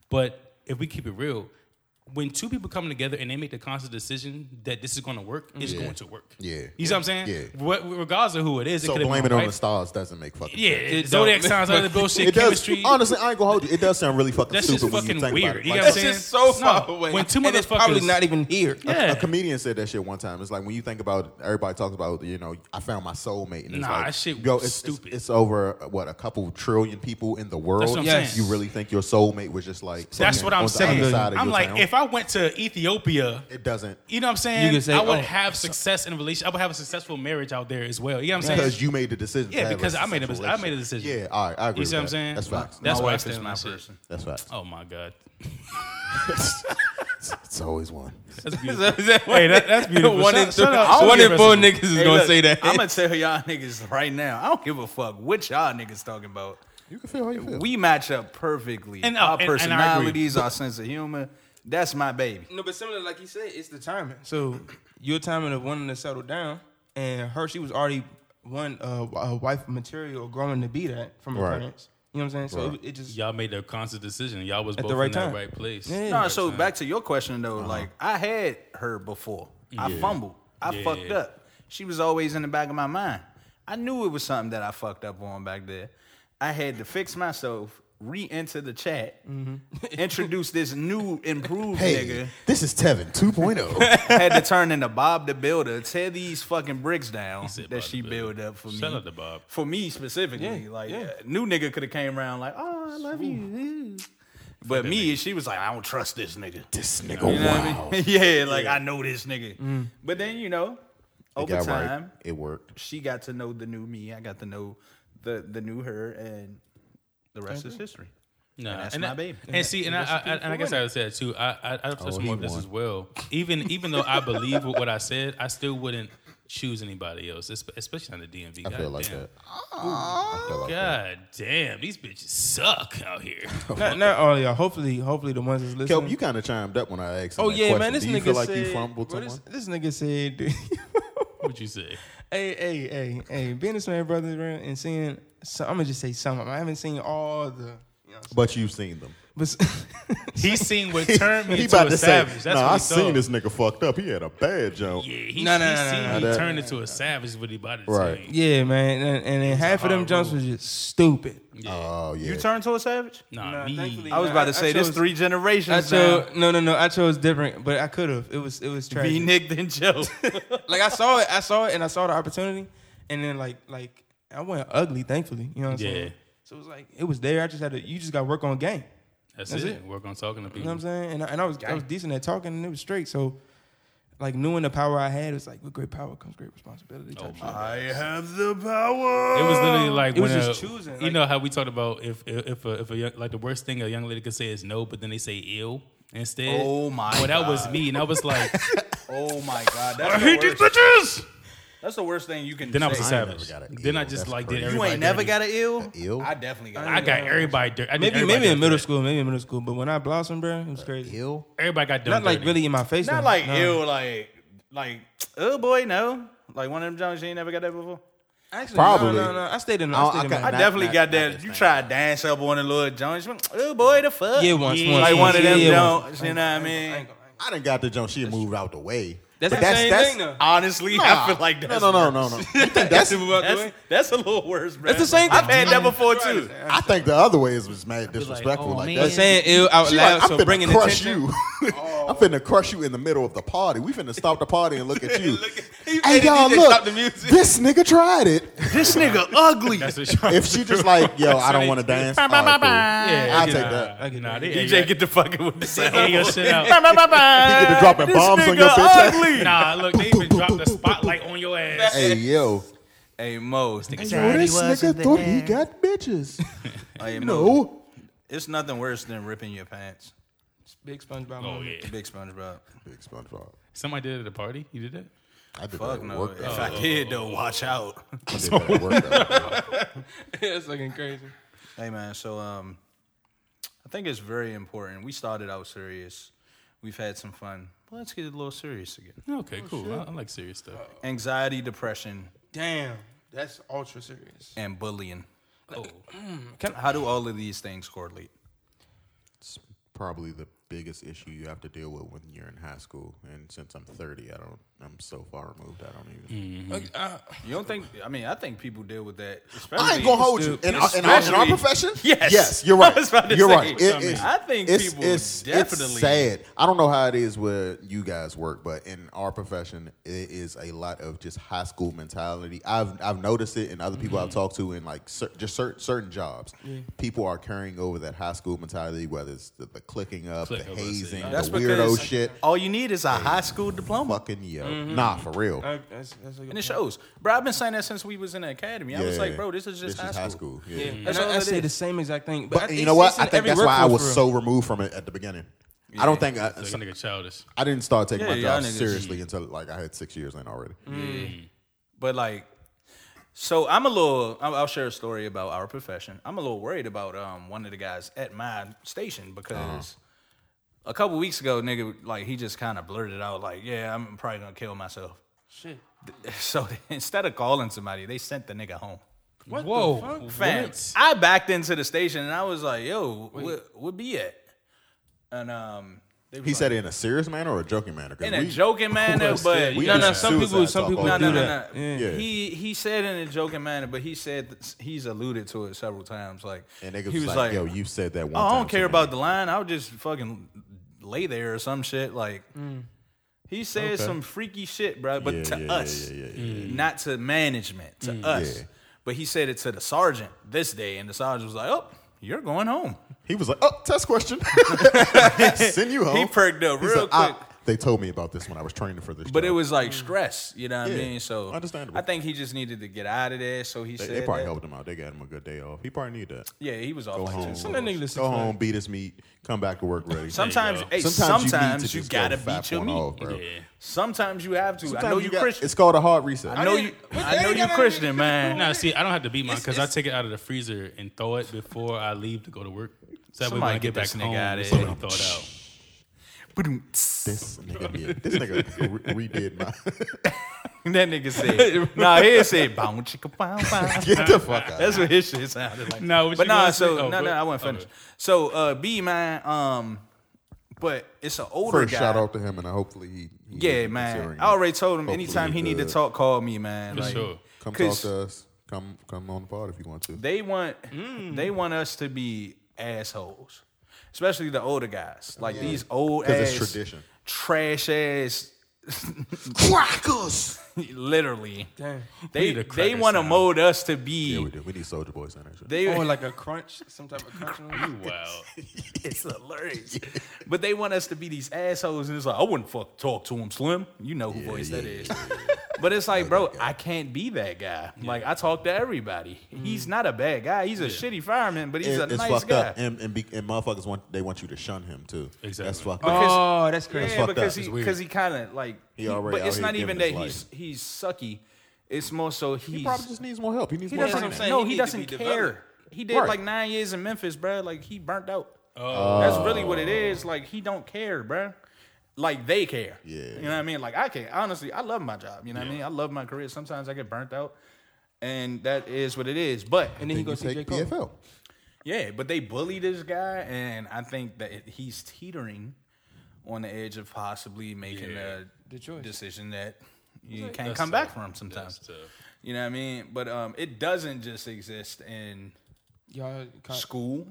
But if we keep it real, when two people come together and they make the conscious decision that this is going to work, it's going to work. Yeah. you see what I'm saying? Yeah. What, regardless of who it is, So it could blame have it been on my the wife. stars doesn't make fucking Yeah, sense. it, zodiac signs, all that bullshit, It does. chemistry. Honestly, I ain't gonna hold you. It does sound really fucking That's just stupid when you fucking think about weird. it. You Like, know what That's I'm saying? just so far No, away. When two And motherfuckers it's probably not even here. yeah. A comedian said that shit one time. It's like when you think about everybody talks about you know I found my soulmate and it's Nah, like that shit yo, it's stupid. It's, it's over what a couple trillion people in the world. what I'm Yes. You saying. really think your soulmate was just like That's fucking what on I'm the other saying. side of I'm your like, town? if I went to Ethiopia, it doesn't You know what I'm saying? You can say, I would oh, have success in a relationship. I would have a successful marriage out there as well. You know what I'm saying? because you made the decision. to Yeah, have because I made a- sexual I made a relationship. decision. Yeah, all right, I agree. You see what I'm with that. saying? That's facts. That's my why I wife is stand on my that shit. person. That's facts. Oh my god, It's always one. that's beautiful. hey, that, that's beautiful. One Shout- in three- shout out to one in the four rest of niggas is gonna say that. I'm gonna tell y'all niggas right now. I don't give a fuck what y'all niggas talking about. You can feel how you feel. We match up perfectly. And, uh, our and- and I agree. personalities, our sense of humor. That's my baby. No, but similar, like you said, it's the timing. So your timing of wanting to settle down, and her, she was already one uh, a wife material growing to be that from her Right. parents. You know what I'm saying? So it, it just Y'all made the conscious decision. Y'all was the both right in the time. right place. Yeah. No, so back to your question though. Like I had her before. I fumbled. I Yeah. fucked up. She was always in the back of my mind. I knew it was something that I fucked up on back there. I had to fix myself, re-enter the chat, Mm-hmm. introduce this new improved Hey, nigga. this is Tevin oh, 2.0. Had to turn into Bob the Builder, tear these fucking bricks down said that Bob she the Builder. built up for me. Shout out to Bob. For me specifically, like uh, new nigga could have came around like, oh, I love you. ooh." But me, she was like, I don't trust this nigga. This nigga, You know what wow. I mean? yeah, like I know this nigga. Mm. But then you know, It over got right. time, It worked. she got to know the new me. I got to know the the new her, and the rest is history. No, that's and my I- baby. And, see, and I, I, I, and I guess I would say that too. I, I, I've touched Oh, he more of this won. as well. Even, even though I believe what I said, I still wouldn't choose anybody else, espe- especially on the DMV. I God feel like damn. that. I feel like that. God damn, these bitches suck out here. Not, not all y'all. Hopefully, hopefully the ones that's listening. Kelp, you kind of chimed up when I asked. him oh that yeah, question. man. This Do you nigga feel like said, you fumbled bro, someone? this, this nigga said, dude, what you say? hey, hey, hey, hey, being this man, brother, bro, and seeing. So I'm gonna just say some. of 'em. I haven't seen all the. But you've seen them. But He's seen what turned me he into about a to savage. say, That's "Nah, what I he seen saw. this nigga fucked up. He had a bad joke." Yeah, he, No, no, he no, no, seen no, me that- turn into a savage with he body. Right. Right. yeah, man, and, and then half of them jumps was just stupid. Oh yeah. You turned to a savage. Nah, Nah, me. thankfully- I was Nah, about to I- I say this chose- three I generations chose now. no, no, no. I chose different, but I could have. It was, it was tragic. Be Nick then Joe. like I saw it, I saw it, and I saw the opportunity, and then like like I went ugly, thankfully. You know what I'm Yeah. saying? So it was like it was there. I just had to. You just got to work on game. That's, That's it. it. Work on talking You to people. know what I'm saying? And I, and I was I was decent at talking, and it was straight. So like knowing the power I had, it's like with great power comes great responsibility. Type shit. I have the power. Oh, It was literally like It was when just a- choosing, You like- know how we talked about if if if a, if a young, like the worst thing a young lady could say is no, but then they say ill instead. Oh my Well, that was God. me, and I was like, Oh my god, that's the worst. bitches. That's the worst thing you can. Then I was a say. ain't savage. never got a Then I ill. just That's like crazy. did You You everybody. ain't never dirty. got an ill. ill? I definitely got. I got everybody dirty. I did Maybe everybody maybe in dirty. middle school, maybe in middle school, but when I blossomed, bro, it was crazy. Ill. Everybody got done Not like dirty. really in my face. Not though. like Nah. ill, like like oh boy, no, like one of them Jones. You ain't never got that before. Actually, Probably. No, no, no. I stayed in. I- I I stayed in. ca- my- I Not- definitely not- got not that. this You thing. try to dance up one of the little Jones. Oh boy, the fuck. Yeah, once, once, like one once. of them Yeah, once. Jones. You know what I mean? I done got the jump. She had moved out the way. That's But the same thing, though. Honestly, I feel like No, that's no, no, no, no. You think that's, That's, that's a little worse, bro. That's the same I've thing. had that before too. I think the other way is was mad disrespectful. oh, Like, But that. saying ill out She loud, like, I'm so finna bringing crush attention. you. Oh. I'm finna crush you in the middle of the party. We finna stop the party and look at you. made hey the y'all, DJ look, stop the music. this nigga tried it. This nigga ugly. That's what y'all- If she just like, yo, I what don't want it to dance. all right, cool. yeah, I'll take nah, that. I get nah, they DJ get to fucking with the air sound. your shit out. You get to dropping bombs on your nigga bitch. ass. Nah, look, they even dropped the spotlight on your ass. Hey yo, Hey Mo, Yo, this wasn't nigga thought he got bitches. hey Mo, no, it's nothing worse than ripping your pants. Big SpongeBob. Oh moment. yeah, Big SpongeBob. big SpongeBob. somebody did it at a party. You did that. I did Fuck that at no. work. If though. I did though, watch out. I did that at work. though. That's fucking crazy. Hey man, so um, I think it's very important. We started out serious. We've had some fun. Well, let's get a little serious again. Okay, cool. I, I like serious stuff. Anxiety, depression, Damn, that's ultra serious. and bullying. Oh, How do all of these things correlate? It's probably the biggest issue you have to deal with when you're in high school. And since I'm 30, I don't. I'm so far removed. I don't even. Mm-hmm. Uh, You don't think? I mean, I think people deal with that. I ain't especially- gonna hold you. In, our- in, our, in our Especially- profession, Yes. yes, you're I right. was about to you're say, right. It- I it's- mean, I think it's, people it's, It's definitely- sad. I don't know how it is where you guys work, but in our profession, it is a lot of just high school mentality. I've I've noticed it in other people Mm-hmm. I've talked to in like cer- just certain certain jobs. People are carrying over that high school mentality, whether it's the, the clicking up, Click the up, I see. hazing, That's the weirdo because shit. all you need is a high school diploma. Fucking yo, Mm-hmm. nah, for real. I, Uh, that's, that's a good Mm-hmm. And it shows. Bro, I've been saying that since we was in the academy. I was Yeah. like, bro, this is just high, school. Yeah. Mm. point. That's and all I, I it say is. the same exact thing. But, But I- you it's- know what? it's I in think every that's why I workforce, was bro. so removed from it at the beginning. I don't think I, that nigga childish. I didn't start taking Yeah, my y'all job niggas- Mm. seriously until like I had six years in already. mm. But like, so I'm a little. I'll, I'll share a story about our profession. I'm a little worried about um one of the guys at my station because Uh-huh. a couple weeks ago, nigga, like he just kind of blurted out like, "Yeah, I'm probably gonna kill myself." Shit. So instead of calling somebody, they sent the nigga home. Whoa, Fam, what? I backed into the station and I was like, "Yo, what what be at?" And um, they was He like, said it in a serious manner or a joking manner. 'Cause in a we- joking manner, was- but we No, used no, to some people- suicides some off people all the No, no, do time. no, that. no. Yeah. Yeah. He he said in a joking manner, but he said th- he's alluded to it several times. Like And he niggas was like, "Yo, you said that one." oh, I time don't too care many." about the line. I'll just fucking lay there or some shit." Like he said Okay. some freaky shit, bro. But Yeah, to yeah, yeah, us, yeah, yeah, not to management, to us. Yeah. But he said it to the sergeant this day, and the sergeant was like, "Oh, You're going home. He was like, oh, test question. Send you home. He perked up He real said, "I- quick. They told me about this when I was training for this. But job." it was like stress, you know what Yeah, I mean? So understandable. I think he just needed to get out of there. So he They, said, they probably that. helped him out. They got him a good day off. He probably need that. Yeah, he was off Go like two home. Send that nigga to six go home, months. beat his meat, come back to work ready. Sometimes- There hey, you go. sometimes you just gotta go fap beat your one meat. bro. sometimes you have to. I know Sometimes you, got- Christian. It's called a hard reset. I know you. I know you Christian, man. Nah, see, I don't have to beat mine because I take it out of the freezer and throw it before I leave to go to work. So that way when Somebody I get get back this nigga home, outta it's already here. throw it out. This nigga, did- this nigga re- redid my. That nigga said, "Nah, he said bounce chicka bounce bounce." Get the fuck out. That's what his shit sounded like. No, what but you nah, gonna so say? no, Oh, but- no, I wasn't finished. So uh, B man, um, but it's an older First guy. shout out to him, and I hopefully he. he Yeah, is man. considering I it. already told him Hopefully anytime he need to good. talk, call me, man. For Like, sure. come talk 'cause- to us. Come, come on the pod if you want to. They want Mm. they want us to be assholes, especially the older guys, like these old 'Cause ass it's tradition. trash ass. Crackers. Literally, Damn. they need they a cracker want to sound. mold us to Yeah, we be. do. We need Soldier Boys energy. They Or Oh, like a crunch, some type of crunch. noise. Wow. it's Oh, hilarious, but they want us to be these assholes, and it's like I wouldn't fuck talk to him, Slim. You know who voice that is. But it's like, bro, I can't be that guy. Like I talk to everybody. Mm. He's not a bad guy. He's a shitty fireman, but he's It- a it's nice fucked guy. up, and and, be, and motherfuckers want they want you to shun him too. That's Exactly. fucked up. Oh, that's crazy. Yeah, fucked because up. he It's weird. because he kind of like He already But out it's here not giving even that his he's he's sucky. It's more so he's He probably just needs more help. He needs he more doesn't training. saying. no He he, need to doesn't be care. developed. He did Right. Oh. like nine years in Memphis, bruh. Like he burnt out. That's really what it is. Like he don't care, bruh. Like they care. Yeah. You know what I mean? Like I can honestly, I love my job. You know what I mean? I love my career. Sometimes I get burnt out, and that is what it is. But And then he Then you goes to J. take Cole. PFL. yeah, but they bully this guy, and I think that it, he's teetering on the edge of possibly making Yeah. a decision that you can't That's come tough. back from sometimes. That's tough. You know what I mean? But um, it doesn't just exist in Y'all Mm-hmm. caught- school.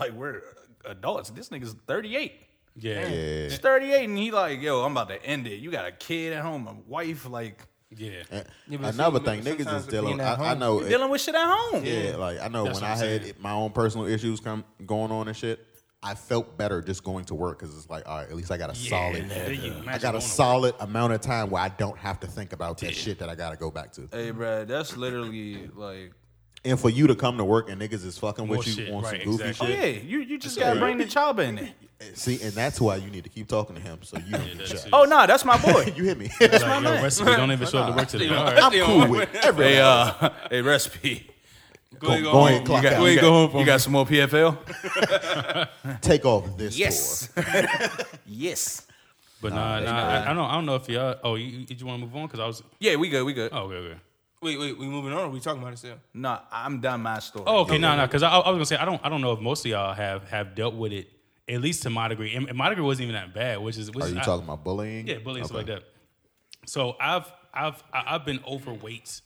Like we're adults. This nigga's thirty eight. Yeah. Yeah. Yeah. He's thirty eight, and he like, yo, I'm about to end it. You got a kid at home, a wife, like And Yeah, but Another see, thing, but niggas sometimes is it being dealing. at I, I home. know. it- dealing with shit at home. Yeah, like I know when That's what I I'm had saying. my own personal issues come going on and shit, I felt better just going to work because it's like, all right, at least I got a solid. yeah, you I imagine got going to a solid amount of time where I don't have to think about that shit that I gotta go back to. Hey, bro, that's literally like. And for you to come to work and niggas is fucking More with you shit, on right, some goofy exactly. Oh shit. yeah, you, you just gotta bring the child in there. See, and that's why you need to keep talking to him so you don't get that's shot. it. Oh no, that's my boy. You hit me. Like, yo, rest of you don't even show up to work today. All right. I'm cool with everything. Hey, uh, hey, recipe. go, go, go ahead, clock out. you, got, you got some more PFL? Take off this tour. yes. But nah, nah, I, I don't. I don't know if y'all. Oh, you, you- did you want to move on? Because I was. Yeah, we good. We good. Oh, okay, okay. Wait, wait, we moving on? Or we talking about it still? No, I'm done my story. Oh, okay, no, no, because I, I was gonna say I don't, I don't know if most of y'all have have dealt with it, at least to my degree. And, and my degree wasn't even that bad, which is, which Are is you I- talking about bullying? yeah, bullying stuff like Okay. that. So I've, I've, I- I've been overweight,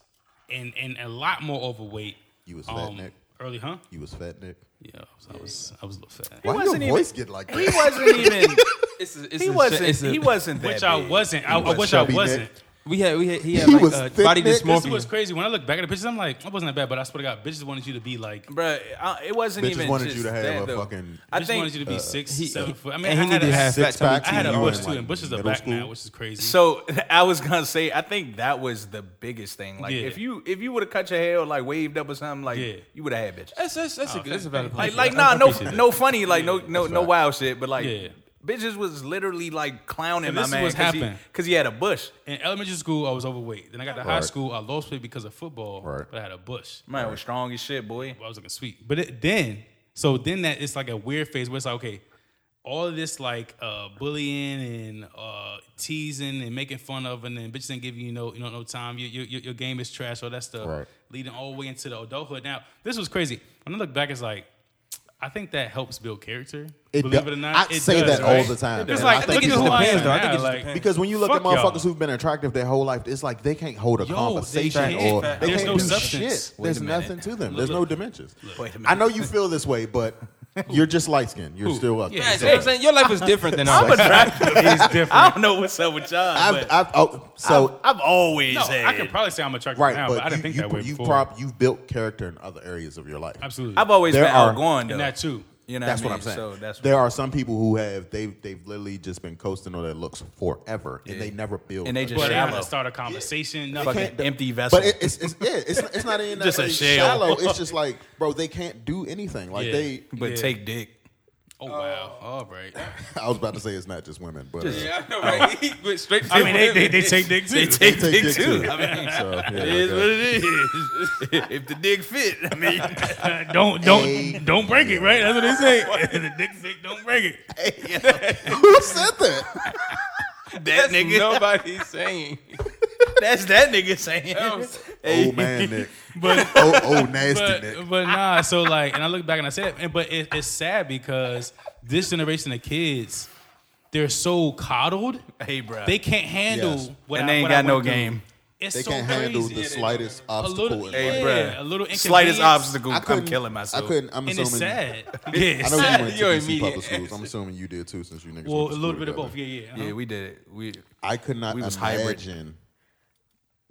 and and a lot more overweight. um, You was fat, Nick. Early, huh? You was fat, Nick. Yeah, I was, I was, I was a little fat. Why your wasn't even- voice get like that? He wasn't even. It's a, it's He a- it's wasn't. a- He wasn't. That Which I big. wasn't. I, I was wish I chubby, Nick. wasn't. We had we had he had He like was uh, thick, body Nick. This was dysmorphia. crazy. When I look back at the pictures, I'm like, I wasn't that bad, but I swear to God, bitches wanted you to be like. Bruh, I, it wasn't Bitches even. wanted just you to have that, a though. fucking I bitches think wanted you to be six, seven foot. I mean, I and he had, needed a, to have six fat tummy pack. I had a You were bush in, too, like, and bushes are middle back now, school? which is crazy. So I was gonna say, I think that was the biggest thing. Like, Yeah. if you if you would have cut your hair or like waved up or something, like Yeah. Oh, you would have had bitches. That's that's Oh, that's a good. That's a valid Like, point. like I- nah, I no, appreciate that. no funny, like no, no, no wild shit. But like, Yeah. bitches was literally like clowning And my this is man what's because he, happened. 'cause he had a bush. In elementary school, I was overweight. Then I got to high Right. school, I lost weight because of football, Right. but I had a bush. Man was strong as shit, boy. I was looking sweet. But it, then, so then that it's like a weird phase where it's like, okay, all of this like uh, bullying and uh, teasing and making fun of, and then bitches didn't give you no, you know, no time. Your, your, your- your game is trash. All that stuff Right. leading all the way into the adulthood. Now, this was crazy. When I look back, it's like. I think that helps build character. It believe do- it or not, I it say does, that all right? the time, man. It's I like think look it at just who I depends, am though. I think it now, just like- depends. Because when you look Fuck at motherfuckers y'all. who've been attractive their whole life, it's like they can't hold a Yo, they conversation can't. or There's they can't no do substance. shit. There's a minute. nothing to them. There's no dimensions. Wait a minute. I know you feel this way, but You're just light skinned. You're Who? still out Yeah, there. that's what I'm saying. Your life is different than I'm ours. attractive. It's different. I don't know what's up with y'all. I've, but I've, oh, so I've always No, had. I can probably say I'm attractive right, now, but, but, I didn't you, think you, that way you before. prob- you built character in other areas of your life. Absolutely, I've always There been are- outgoing though. and that too. you know That's what, what I I'm mean? saying. So that's there are some people who have they they've literally just been coasting on their looks forever, and they never build. And they a just But they character. want shallow. to start a conversation. They Nothing. fucking can't- the- empty vessel. But it, it's it's yeah, it's it's not even that Just a like shell. shallow. It's just like bro, they can't do anything. Like Yeah. they, but Yeah. take dick. Oh wow! All right. I was about to say it's not just women, but uh, Yeah, I know, right? He went straight to I mean, they, they, they take dick too. They take they dick dick too. too. I mean, so, yeah, it is okay. what it is. if the dick fit, I mean, don't don't don't break it, right? That's what they say. the dick dick, don't break it. Who said that? that nigga, Nobody's saying. that's that nigga saying. Old man Nick. But Oh, oh nasty Nick. but, but nah, so like, and I look back and I said, and, but it, it's sad because this generation of kids, they're so coddled, Hey, bro, they can't handle Yes. what and I- they ain't what I got no went through. game. It's They so can't crazy. handle the slightest a obstacle. little, in life. yeah, Hey, bruh. a little inconvenience, Slightest obstacle, I I'm couldn't- killing myself. I couldn't. I'm and it's assuming. sad. Yeah, I it's know you sad. went to TBC Your public immediate schools. I'm assuming you did too, since you niggas. Well, went a to little school bit of together. both. Yeah, yeah. uh-huh. Yeah, we did it. We I could not We was hybrid. imagine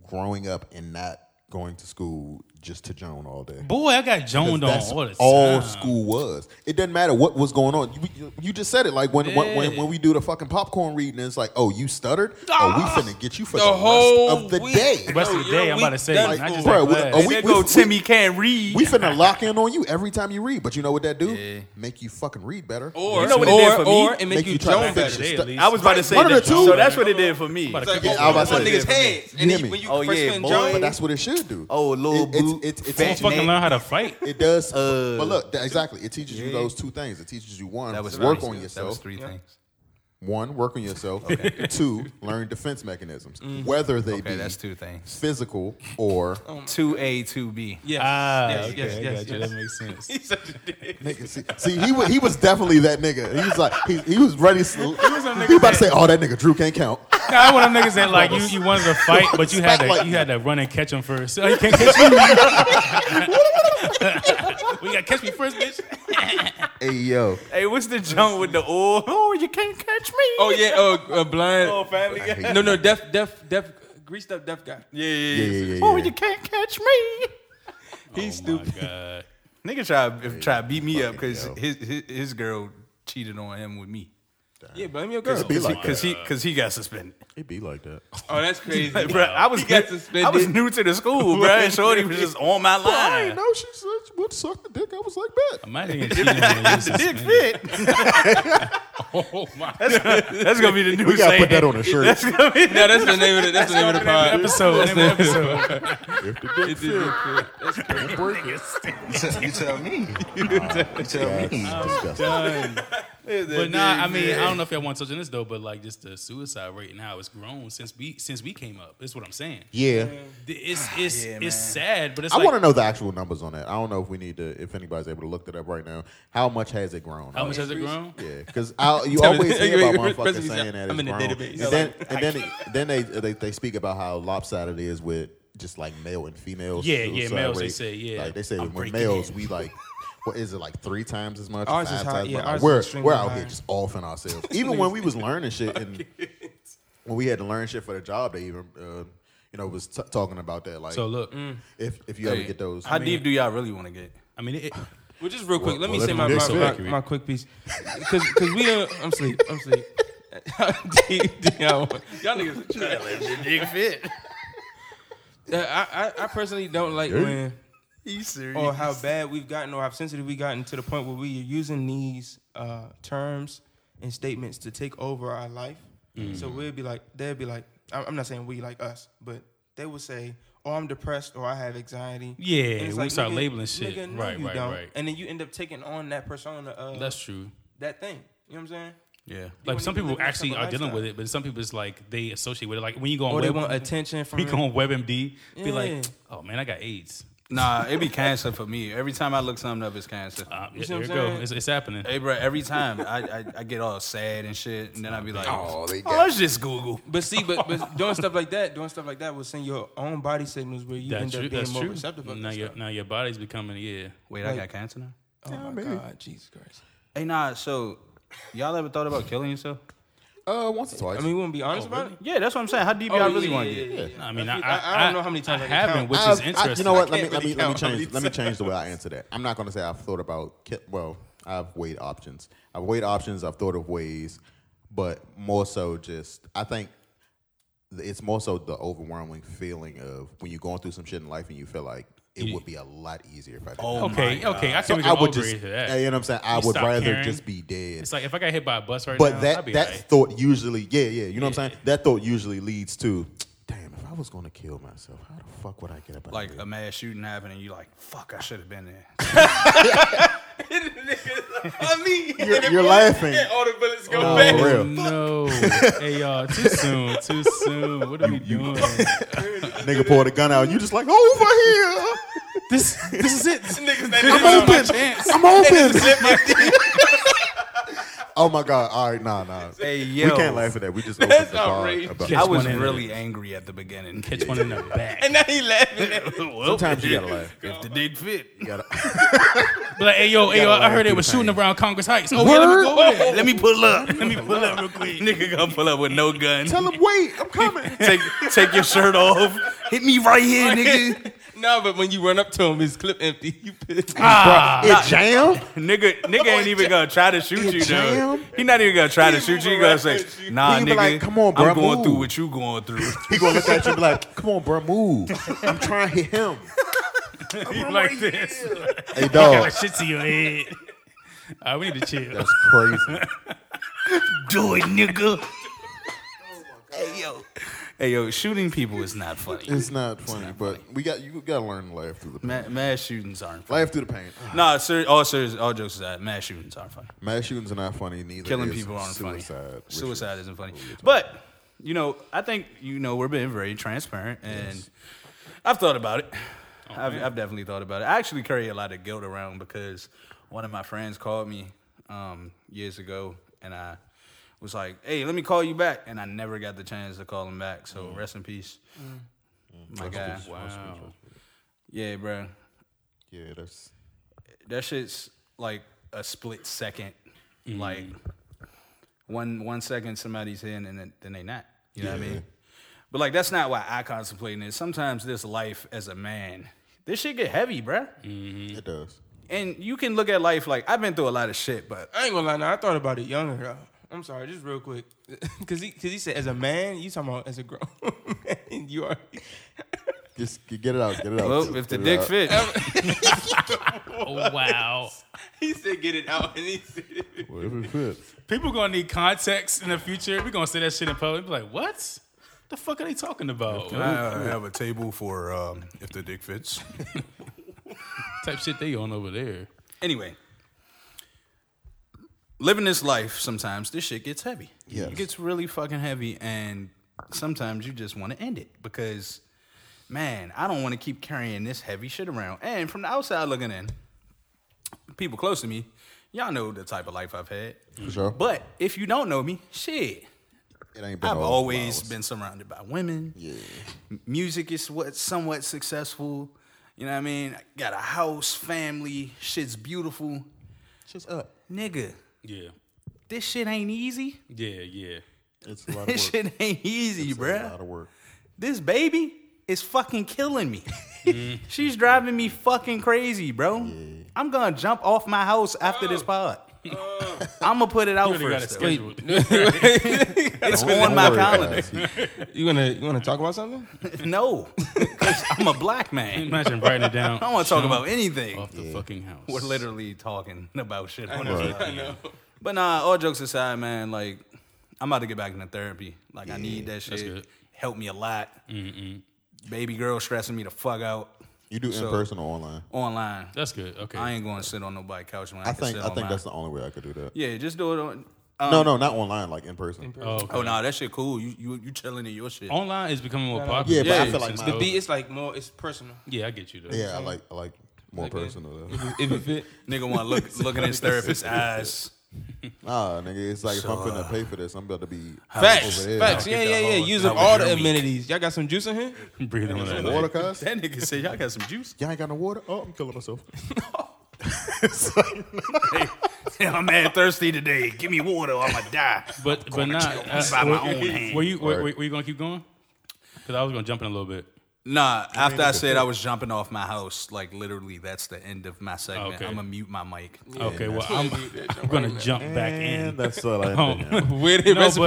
growing up and not going to school just to Joan all day. Boy, I got Because joned that's on all the time. all school was. It doesn't matter what was going on. You, you- you just said it. Like when, when, when when we do the fucking popcorn reading, it's like, oh, you stuttered. Ah. Oh, we finna get you for the, whole rest of the week. day. Rest of the day, I'm about to say, That's not just Bro, that we- class. are we- there go Timmy can't read. We finna lock in on you every time you read. But you know what that do? Make you fucking read better. Or, You know what it did or, for me? or it make, Make you, you try to Joan finish better. it. Today, at stu- least. I was about to say One of that. the two. So that's what it did for me. About to Like, Yeah, over I was one about to say. nigga's head, You hear and then me? when you Oh, first yeah, went boy. Joan, But that's what it should do. Oh, little It- it's- boot, it's- it's fat all fucking neck. learn how to fight. It does, but look, that, exactly. It teaches you those two things. It teaches you one, Uh, That was work three. on That was yourself. three things. One, work on yourself. Two, learn defense mechanisms, whether they Mm. Okay, be that's two things. physical or Oh Two A, two B. Yes. Ah, yes, okay, yes, I yes, got you. yes. That makes sense. He's such a dick. Nigga, see, see, he was, he was definitely that nigga. He was like he, he was ready. To, he about to say, "Oh, that nigga Drew can't count." Nah, I want them niggas that like you, you wanted to fight, but you had to Spotlight. you had to run and catch them first. Oh, you can't catch me. we gotta catch me first, bitch. hey yo, Hey, what's the jump with the oil? Oh, you can't catch me. Oh yeah, oh, uh, blind. Oh, family guy. No, no, deaf, deaf, deaf, greased up deaf guy. Yeah, yeah, yeah, yeah. yeah, yeah, Oh, yeah. you can't catch me. He's Oh stupid. my god. Nigga try if try to beat me up because yo. his, his his girl cheated on him with me Yeah, blame your girl. be like that. because he because he got suspended. It be like that. Oh, that's crazy. Bro, I was He got new, I was suspended. new to the school, bro. And Shorty was just on my I line. didn't know she said she would suck the dick. I was like, "Bet." Imagine getting cheated on when you The dick suspended. fit. Oh my That's gonna be the new We gotta saying. put that on a shirt. No, that's the name of the that's the name of the pod. episode. That's the episode. It did look good. That's crazy. You tell me. You tell That's me. disgusting. But nah, I mean, I don't know if y'all want to touch on this though, but like just the suicide rate and how it's grown since we since we came up. That's what I'm saying. Yeah, It's it's it's sad, but it's I like want to know the actual numbers on that. I don't know if we need to, if anybody's able to look that up right now. How much has it grown? how much has it grown? Yeah, because you Tell me- always wait, hear about wait, motherfuckers president said, saying that it's "I'm in the grown. database." And then, and then, then they, they they speak about how lopsided it is with just like male and female. Yeah, yeah, suicide males, they rate. say, yeah, like they say I'm when breaking males in. we like. What is it like three times as much? Ours five is high, times yeah, much? ours is we're extremely we're out high. here just offing ourselves. Even when we was learning shit and when we had to learn shit for the job, they even uh, you know was t- talking about that. Like, mm. So look, Mm. if if you ever get those, How deep do y'all really want to get? I mean, it, Well, just real quick, let me well, say if my you my, did so my, accurate. my quick piece, because we uh, I'm sleep, I'm sleep. Deep, deep, y'all y'all niggas are trash. Dick fit. Uh, I, I I personally don't like when You serious? or how bad we've gotten or how sensitive we've gotten to the point where we're using these uh, terms and statements to take over our life. Mm. So we'd be like, they'd be like, I- I'm not saying we like us, but they would say, "Oh, I'm depressed," or "I have anxiety." Yeah, And it's we start labeling shit. nigga, no, Right, you right, don't. right. And then you end up taking on that persona of that's true. that thing. You know what I'm saying? Yeah. Like want some you to people live that actually type of are dealing with lifestyle. it, but some people it's like they associate with it. Like when you go on Or they web, want attention from we it. go on WebMD, be like, Yeah. oh man, I got AIDS. Nah, it be cancer for me. Every time I look something up, it's cancer. Uh, You see there what you I'm go. saying? It's, it's happening. Hey, bro, every time I, I, I get all sad and shit, and then I be like, oh, they let's just Google. But see, but, but doing stuff like that, doing stuff like that will send your own body signals where you That's end true. up being That's more true. receptive of Now that your stuff. now your body's becoming yeah. Wait, I Like- got cancer now? Oh my maybe. God, Jesus Christ. Hey, nah. So, y'all ever thought about killing yourself? Uh, once or twice. Oh, I mean, you wouldn't be honest about it. Yeah, that's what I'm saying. How deep Oh, y'all yeah, really yeah, want to yeah, get? yeah, yeah. I mean, I- I don't know how many times I can count. which I've- is interesting. I, you know what? Let I me can't let me really let me count how change many let me times. change the way I answer that. I'm not going to say I've thought about ki- well, I've weighed options. I've weighed options. I've thought of ways, but more so just I think th- it's more so the overwhelming feeling of when you're going through some shit in life and you feel like it would be a lot easier if I. Did Oh that. Okay, my okay, I God. So can I get would over just. it to that. yeah, You know what I'm saying? I You would stop rather caring. just be dead. It's like if I got hit by a bus right but now, I'd that be that like, thought usually, yeah, yeah. You know what I'm saying? That thought usually leads to, damn, if I was going to kill myself, how the fuck would I get up? out of Like a mass shooting happened, and you like, fuck, I should have been there. I mean, You're- you're laughing. Yeah, all the bullets go oh, back. real. Fuck. no. hey, y'all, too soon, too soon. What are we doing? Nigga pulled a gun out. You just like oh, over here. This this is it. Niggas, I'm open. I'm open. open. oh my god. All right. Nah. Nah. Hey, We yo. can't laugh at that. We just opened That's the bar. outrageous. About I Catch was one in really angry at the beginning. Catch one in the back. and now he laughing. At Sometimes you gotta laugh. If the dick fit, You gotta. Be like, hey, yo, hey, yo, I heard they was shooting around Congress Heights. Oh, yeah, let me go over there. Let me pull up. Let me pull up real quick. Nigga gonna pull up with no gun. Tell him wait. I'm coming. take take your shirt off. Hit me right here, nigga. no, but when you run up to him, his clip empty. You pissed. Ah. it jammed. Nigga, nigga ain't even gonna try to shoot you, though. Jam. He not even gonna try to He shoot you. He moving gonna right say, at you. "Nah, He be nigga, like, come on, I'm bruh, going move." through what you going through." He gonna look at you and be like, "Come on, bro, move. I'm trying to hit him." You like this. Hey, dog. Got shit to your head. All right, we need to chill. That's crazy. Do it, nigga. Hey yo, hey yo, shooting people is not funny. It's not funny, but we got you gotta learn to laugh through the pain. Ma- mass shootings aren't funny. laugh through the pain. Ah, Nah, ser- all serious, all jokes aside, mass shootings aren't funny. Mass shootings are not funny. Neither Killing is people aren't suicide, funny. which Suicide is- isn't funny. we'll get to But you know, I think you know we're being very transparent, and I've thought about it. I've, I've definitely thought about it. I actually carry a lot of guilt around because one of my friends called me um, years ago, and I was like, "Hey, let me call you back," and I never got the chance to call him back. So Mm. rest in peace, my guy. Wow. Yeah, bro, Yeah, that's that shit's like a split second, like one one second somebody's in and then, then they not. You know what I mean? But like that's not why I contemplate it. Sometimes this life as a man, this shit get heavy, bruh. it does. And you can look at life like I've been through a lot of shit, but I ain't gonna lie. Now I thought about it younger. Though. I'm sorry, just real quick, because he, cause he said as a man, you talking about as a grown man, you are. Just get it out. Get it out. well, if the Get it dick out. fits, Oh, wow. He said get it out, and he said Well, if it fits. People gonna need context in the future. We're gonna say that shit in public. Be like, what? The fuck are they talking about? What I have a table for um, if the dick fits. type shit they on over there? Anyway, living this life, sometimes this shit gets heavy. Yeah, Yes. It gets really fucking heavy, and sometimes you just want to end it because, man, I don't want to keep carrying this heavy shit around. And from the outside looking in, people close to me, y'all know the type of life I've had. For sure. But if you don't know me, shit, it ain't been I've all always flowers. been surrounded by women. Yeah. Music is what somewhat successful. You know what I mean? I got a house, family, shit's beautiful. Just up. Nigga, Yeah, this shit ain't easy. yeah, yeah. It's a lot of work. This shit ain't easy, It's A lot bruh. of work. This baby is fucking killing me. Mm-hmm. She's driving me fucking crazy, bro. I'm gonna jump off my house after this pod. I'm gonna put it out Oh. You really got it first. though. scheduled. It's on my calendar. you gonna you wanna talk about something? No, 'Cause I'm a black man. Imagine writing it down. I don't want to talk Jump about anything. off the fucking house. We're literally talking about shit. on this Right. But nah, all jokes aside, man, like I'm about to get back into therapy. Like I need that shit. good. Helped me a lot. Baby girl stressing me the fuck out You do in So- person or online? online. That's good. Okay. I ain't going to sit on nobody's couch when I, I can think sit I on think mine. that's the only way I could do that. yeah. Just do it on. Um, No, no, not online. Like in person. oh, okay. Oh no, that shit cool. You you you chilling in your shit. Online is becoming more no. Yeah, popular. but I since feel like my- The COVID. beat is like more. It's personal. Yeah, I get you though. Yeah, I like I like more personal. Though. If it fit, Nigga want to look looking in his therapist's eyes. Nah, nigga, it's like if I'm finna pay for this, I'm about to be facts, over there. facts. Get Yeah, the yeah, yeah. whole- Use that up was all the your week. amenities. Y'all got some juice in here? Breathe on that. Water, cuz. That nigga said y'all got some juice. Y'all ain't got no water. Oh, I'm killing myself. It's like- Hey, I'm mad thirsty today. Give me water or I'm going to die. But I'm but gonna not kill uh, myself by my were- own hand. Were you were, were you gonna keep going? Because I was gonna jump in a little bit. Nah, I mean, after I it's said okay. I was jumping off my house, like literally that's the end of my segment. Okay. I'm gonna mute my mic. okay, well I'm, I'm gonna jump back in. Um, no, but-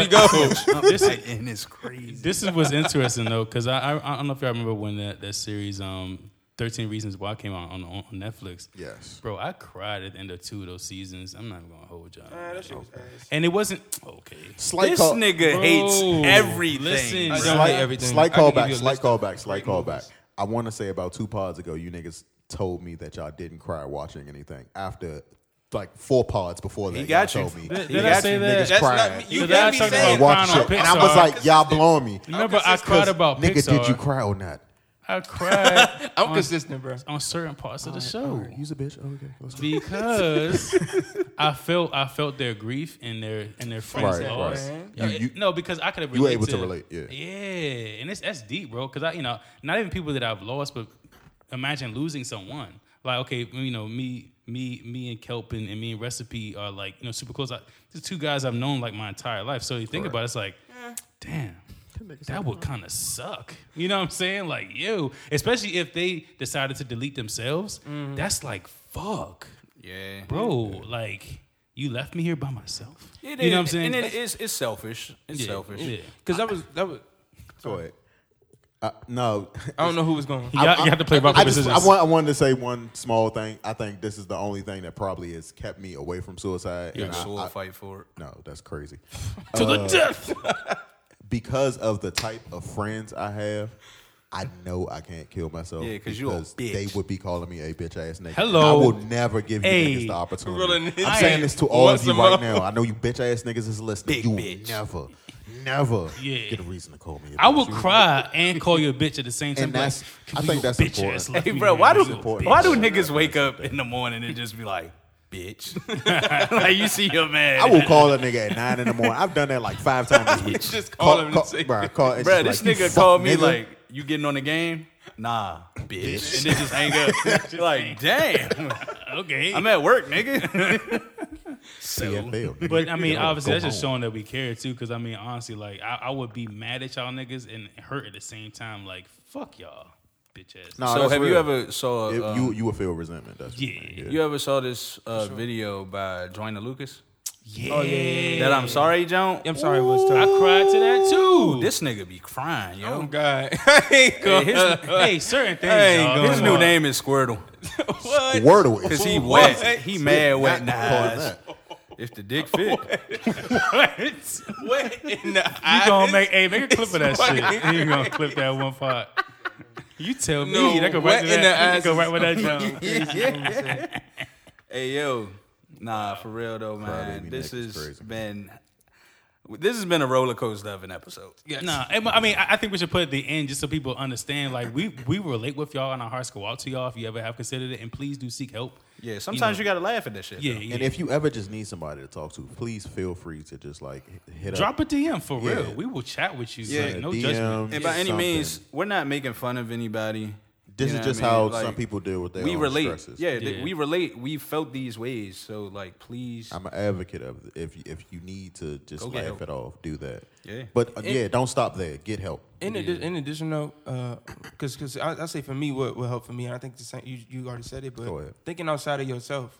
This this, end is crazy. this is what's interesting though, because I, I I don't know if y'all remember when that that series um. 13 Reasons Why came out on, on Netflix. Yes. Bro, I cried at the end of two of those seasons. I'm not even going to hold y'all. that shit was ass. And it wasn't. Okay. Slight This call- nigga hates Bro, everything, bro. Listen, bro. Slight Slight I can give callback, you a slight list of callback, slight callback. I want to say about two pods ago, you niggas told me that y'all didn't cry watching anything after. Like four pods before that, He y'all got you. told me. Did- you did I say that? Niggas That's cried. not me. You Did I hear me talk saying about Watch crying it. on and I was Pixar? like, y'all blowing me. Remember, I cried about nigga. Pixar. Did you cry or not? I cried. I'm on- consistent, bro. On certain parts of the show. Use a bitch. Oh, okay, let's go. because I felt I felt their grief and their and their friends Right, lost. right. No, You- you- it- no, because I could have you were able to relate, yeah. yeah, and it's that's deep, bro. Because I you know not even people that I've lost, but imagine losing someone. Like okay, you know me. Me, me, and Kelp and, and me and Recipe are like you know super close. I, these two guys I've known like my entire life. So you think about it, it's like, damn, that would kind of suck. You know what I'm saying? Like, yo, especially if they decided to delete themselves, that's like, fuck. Yeah. Bro, like, you left me here by myself. uh, It you know what I'm is, And saying? it is it's selfish. It's Yeah, selfish. yeah. Cause that was that was Go ahead. Uh, no, I don't know who was going. You got- you got to play rock I, paper, just, I, scissors. want, I wanted to say one small thing. I think this is the only thing that probably has kept me away from suicide. Your and I- soul I- fight for it. No, that's crazy. Uh, To the death. because of the type of friends I have, I know I can't kill myself. Yeah, 'cause you a because They would be calling me a bitch ass nigga. Hello. I will never give you Hey. niggas the Real opportunity. nigga. I'm saying this to all Once of you a right month. now. I know you bitch ass niggas is listening. you will never, never Yeah. get a reason to call me. a bitch. I would cry and call you a bitch at the same time. And Be like, that's- I "You think that's bitch ass important. left Hey, me bro, here, why you do little bitch." why do niggas wake up in the morning and just be like, bitch? like you see your man. I will call a nigga at nine in the morning. I've done that like five times this week. Just Call- call him. call- and say, bruh, call- it's Bruh, just this like, you nigga called fuck me nigga. like, you getting on the game? Nah, bitch. And then just hang up. like, damn. Okay. I'm at work, nigga. CFL, nigga. But I mean, Go obviously, that's home. just showing that we care too. Because I mean, honestly, like I, I would be mad at y'all niggas and hurt at the same time. Like fuck y'all, bitch ass. No, So that's have you real. ever saw, If um, you you would feel resentment? That's Yeah. You ever saw this uh, video by Joyner Lucas? Yeah. Oh, yeah, yeah, That I'm sorry, Joan. I'm sorry, it was tough. I cried to that too. This nigga be crying, yo. Oh God, I ain't Hey, going. his, hey, certain things. Hey, dog. his new name is Squirtle. what? Wordle Cause is he What? wet. He mad wet in the Call it eyes. that. If the dick fit. What in the You eyes? gonna make hey make a clip of that It's shit. fucking You gonna clip that one part. You tell me No, that go what right to in that. the that go ass right is- with that jump. Hey yo, nah, for real though, man. Crybaby This Nick is has crazy. been this has been a roller coaster of an episode. Nah, I I mean, I I think we should put it at the end just so people understand. Like we we relate with y'all, and our hearts go out to y'all if you ever have considered it. And please do seek help. Yeah, sometimes you, know. gotta laugh at that shit. Yeah, though. yeah. And if you ever just need somebody to talk to, please feel free to just like hit up. drop a DM for Yeah. real, we will chat with you. Yeah. like, no DM. judgment. And by any Something. means, we're not making fun of anybody. This is You know just what I how mean? Like, some people deal with their we own relate. stresses. Yeah, th- Yeah. we relate. We felt these ways, so like, please. I'm an advocate of it. if if you need to just Go get laugh help. it off, do that. Yeah. But uh, yeah, don't stop there. Get help. In, addi- in addition, though, because because I, I say for me, what will help for me, and I think the same, you you already said it, but Go ahead. thinking outside of yourself.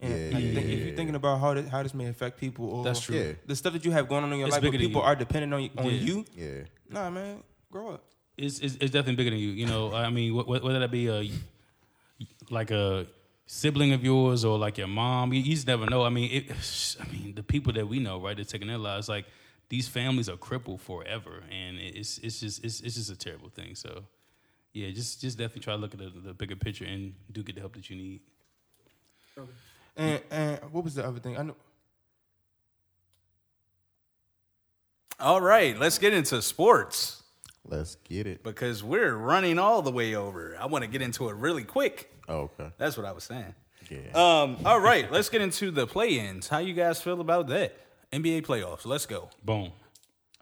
And Yeah, like, yeah, think- yeah, if yeah. you're thinking about how this, how this may affect people, or That's true. Yeah. The stuff that you have going on in your It's life, where bigger than people you. are dependent on on Yeah. you. Yeah. Nah, man, grow up. It's, it's, it's definitely bigger than you. You know, I mean, wh- wh- whether that be a like a sibling of yours or like your mom, you, you just never know. I mean, it, I mean, the people that we know, right? They're taking their lives. Like these families are crippled forever, and it's it's just it's, it's just a terrible thing. So, yeah, just just definitely try to look at the, the bigger picture and do get the help that you need. And and what was the other thing? I know. All right, let's get into sports Let's get it. because we're running all the way over. I want to get into it really quick. Oh, okay. That's what I was saying. Yeah. Um, all right, let's get into the play-ins. How you guys feel about that? NBA playoffs. Let's go. Boom.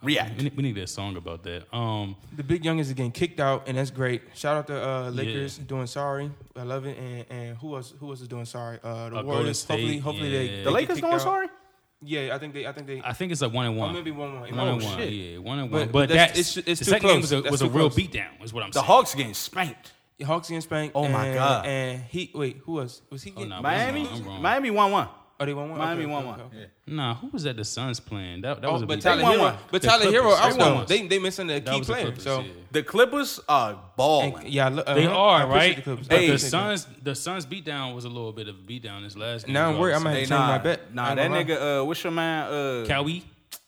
react. We need, we need that song about that. Um, the big young is getting kicked out, and that's great. Shout out to uh, Lakers doing sorry. I love it. And, and who else? Who else is doing sorry? Uh, the Uh, Golden Warriors. Hopefully, State, hopefully yeah. they. The they get Lakers kicked doing out. sorry? Yeah, I think they. I think they. I think it's a one and Oh, one. maybe one and one. One and Oh, one. shit. Yeah, one and But- one. But, but that's- that's, it's- it's the too second game was a, close. was That's a too real close. beatdown. Is what I'm The saying. Hawks getting spanked. The Hawks getting spanked. Oh, my and- God. And he wait, who was was he? Getting, Oh, nah, Miami, I'm wrong. I'm wrong. Miami one one. Oh, they won one. Miami Okay, won okay, one. okay. Nah, who was that? The Suns playing. That that Oh, was a but beatdown. Tyler They won Hero- one. but The Tyler Hero Clippers, out they though. won one. They- they missing a That key was the player, Clippers, so- yeah. The Clippers are balling. yeah, I lo- uh, they I are appreciate right. the Clippers. I but uh-huh. the appreciate Suns, the Suns beatdown was a little bit of a beatdown this last. game. Now I'm worried. I might have Hey, to change nah, my bet. I Nah, ain't that gonna lie. nigga, uh, what's your man? Uh, Kawhi?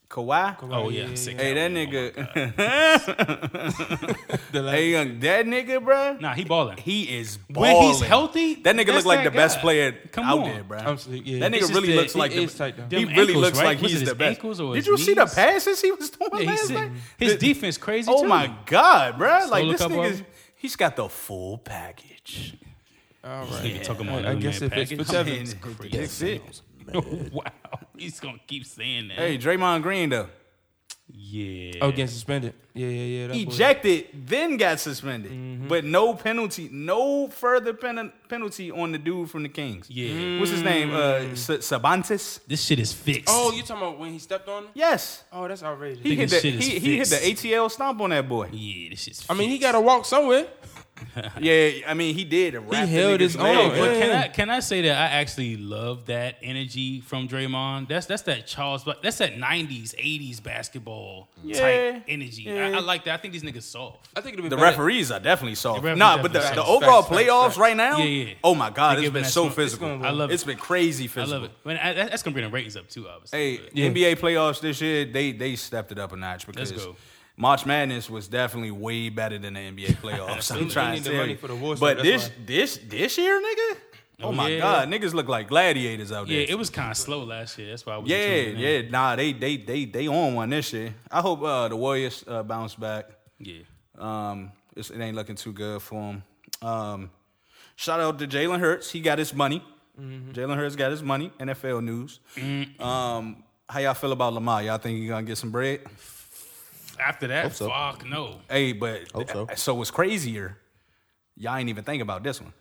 Kawhi? Oh, yeah, yeah, sick Oh, Hey, that nigga. hey, young, that nigga, bruh. Nah, he balling. He is balling. When he's healthy, that nigga that's look like that the best guy. player Come out on. there, bruh. I'm sleep- yeah. That It's nigga just really that looks he like the, is tight, though. he Them really ankles, looks right? like Was it he's his the best. ankles or Did his you see the knees? passes he was doing Yeah, he's last sick. night? His The- defense crazy Oh too. my god, bruh! Stole Like a this couple nigga, of- he's got the full package. All This right. nigga talking about I, I little guess man if it's package. Fitz I mean, Evans. it's crazy. That's it. oh. wow, he's gonna keep saying that. Hey, Draymond Green though. yeah. Oh, getting suspended. Yeah, yeah, yeah. that boy- ejected, then got suspended, Mm-hmm. but no penalty, no further pen- penalty on the dude from the Kings. Yeah. Mm. what's his name? Uh, S- Sabantis. This shit is fixed. Oh, you talking about when he stepped on? him? Yes, Oh, that's outrageous. he hit Nigga, the shit is he, he hit the fixed. ATL stomp on that boy. yeah, this shit's. I mean, he got fixed. to walk somewhere. Yeah, I mean he did. He held his Oh, own. but can Yeah. I can I say that I actually love that energy from Draymond? That's that's that Charles, but that's that '90s, '80s basketball Yeah. type energy. I, Yeah. I like that. I think these niggas soft. I think it'll be The better. referees are definitely soft. referees Nah, but the, definitely the soft. overall Facts, facts, playoffs facts. right now, Yeah, yeah. oh my They god, it's giving been that so smoke. It's physical. gonna I love It's it. been crazy I physical. love it. When I, that- that's gonna bring the ratings up too, obviously. Hey, but- NBA playoffs this year, they they stepped it up a notch because go. March Madness was definitely way better than the NBA playoffs. They- I'm they trying need to the tell money you. for the war, so but that's this why. this this year, nigga, oh, Oh, my yeah. god, niggas look like gladiators out yeah, there. it was kind of slow last year. That's why I was yeah, yeah, nah, they they they they on one this year. I hope uh, the Warriors uh, bounce back. yeah. Um, it's, it ain't looking too good for him. Um, shout out to Jalen Hurts. He got his money. Mm-hmm. Jalen Hurts got his money. NFL news. Um, how y'all feel about Lamar? Y'all think he gonna get some bread? After that, so. fuck no. Hey, but Hope so. so what's crazier? Y'all ain't even think about this one.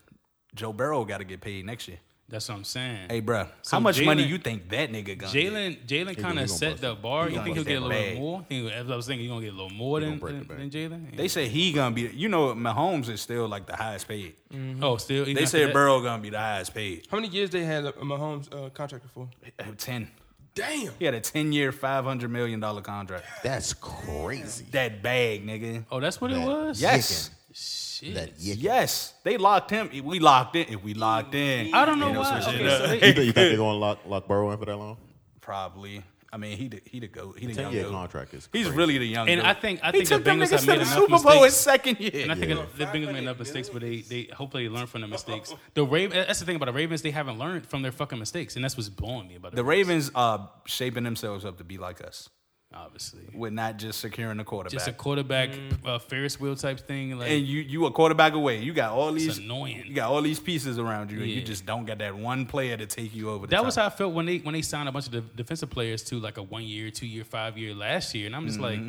Joe Burrow got to get paid next year. That's what I'm saying. Hey, bruh, So how much money Jalen- you think that nigga gonna? get? Jalen Jalen kind gonna of set bust the bar. You gonna think he'll bust that get a little bit bag. more? Think, as I was thinking, you gonna get a little more than break the than, than Jalen. They say he gonna be. You know, Mahomes is still like the highest paid. oh, still even They after said that? Burrow gonna be the highest paid. How many years they had uh, Mahomes uh, contracted for? Ten. Damn. He had a ten-year, five hundred million dollar contract. That's crazy. that bag, nigga. Oh, that's what it was. Yes. Shit. That yick. Yes. They locked him. If we locked in, if we locked in. I don't know they done why. switched Okay, it up. so they- You think, you think they're going to lock, lock Burrow in for that long? Probably. I mean, he the, he the goat. He the young Ten-year goat. contract is He's crazy. really the young And goat. I think I he think the took them Bengals niggas have to made the enough Super Bowl his mistakes. second year. And I think the Bengals made enough mistakes, but they they hopefully they learn from the mistakes. The Raven that's the thing about the Ravens, they haven't learned from their fucking mistakes, and that's what's blowing me about the Ravens are shaping themselves up to be like us. Obviously, With not just securing the quarterback. Mm-hmm. just a quarterback uh, Ferris wheel type thing. Like and you you a quarterback away. You got all these annoying. You got all these pieces around you, and you Yeah. just don't get that one player to take you over. The That top. was how I felt when they when they signed a bunch of de- defensive players to like a one year, two year, five year last year, and I'm just like,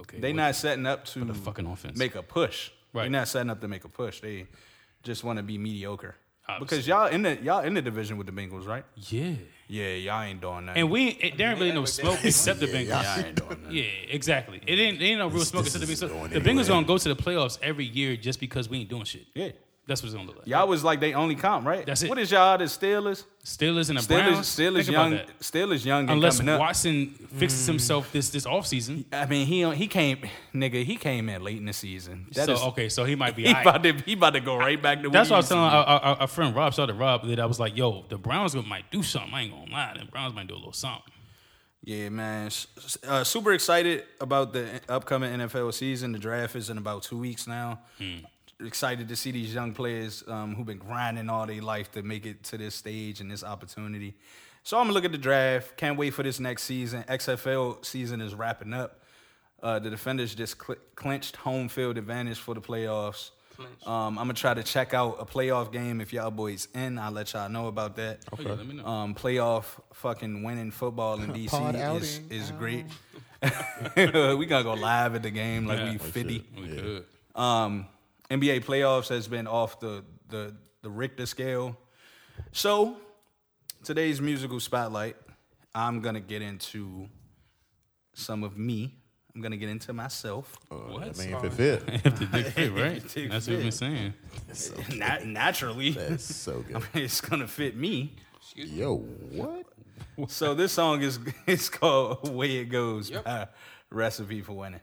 okay, They what not setting up to the fucking offense? make a push. They're Right. not setting up to make a push. They just want to be mediocre. Obviously. Because y'all in the y'all in the division with the Bengals, right? yeah, Yeah, y'all ain't doing that. and we it, there ain't really no smoke except the Bengals. y'all ain't doing that. Yeah, exactly. It ain't, it ain't no real smoke except the Bengals. So the Bengals gonna go to the playoffs every year just because we ain't doing shit. Yeah. That's what it's gonna look like. Y'all was like they only comp, right? That's it. What is y'all the Steelers? Steelers and the Steelers, Browns. Steelers think about young, that. Steelers young, and Unless coming up. Mm. Watson fixes himself this this offseason. I mean, he he came, nigga. He came in late in the season. Mm. That So is- okay, so he might be. He aight. about to he about to go right back to. That's what what I was telling uh, our, our, our- our friend Rob. Shout out to Rob that I was like, "Yo, the Browns might do something. I ain't gonna lie. The Browns might do a little something." Yeah, man. S- s- Uh, super excited about the upcoming NFL season. The draft is in about two weeks now. Hmm. Excited to see these young players um, who've been grinding all their life to make it to this stage and this opportunity. So I'm gonna look at the draft. Can't wait for this next season. XFL season is wrapping up. Uh, the defenders just cl- clinched home field advantage for the playoffs. Um, I'm gonna try to check out a playoff game if y'all boys in. I'll let y'all know about that. Okay. Oh, let me know. Um, playoff fucking winning football in DC Pod is, outing. is great. we gonna go live at the game like Oh, we fifty. Um, NBA playoffs has been off the the the Richter scale. So today's musical spotlight, I'm gonna get into some of me. I'm gonna get into myself. What? I mean, if it fit. If the dick fit, right? If the dick That's what we're fit. saying. Nat- naturally, that's so good. I mean, it's gonna fit me. Yo, what? So this song is it's called "Way It Goes" by Recipe for Winning.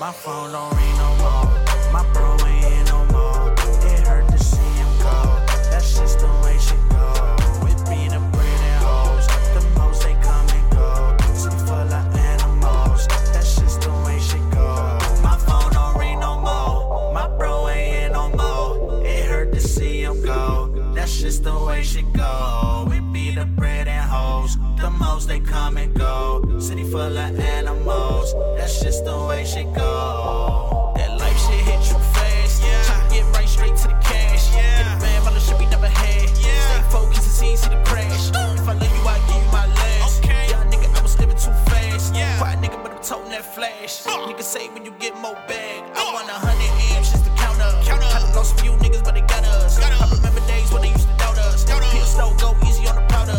My phone don't ring no more. My bro ain't no more. It hurt to see him go. That's just the way she go. With being a pretty hoes, the most they come and go. Some full of animals. That's just the way she go. My phone don't ring no more. My bro ain't no more. It hurt to see him go. That's just the way she go. We be the bread and hoes. The most they come and go. City full of animals. That's just the way she go. That life shit hit you fast. Yeah. Try to get right straight to the cash. Yeah. Get a man, but the shit we never had. Yeah. Stay focused and see you see the crash. If I love you, I give you my last. Okay. Y'all nigga, I was living too fast. Yeah. Quiet nigga, but I'm toting that flash. Nigga say when you get more bag. I want a hundred M's just to count up. Count up. Kinda lost a few niggas, but they got us. I remember days when they used to doubt us. Doubt us. Snow go easy on the powder.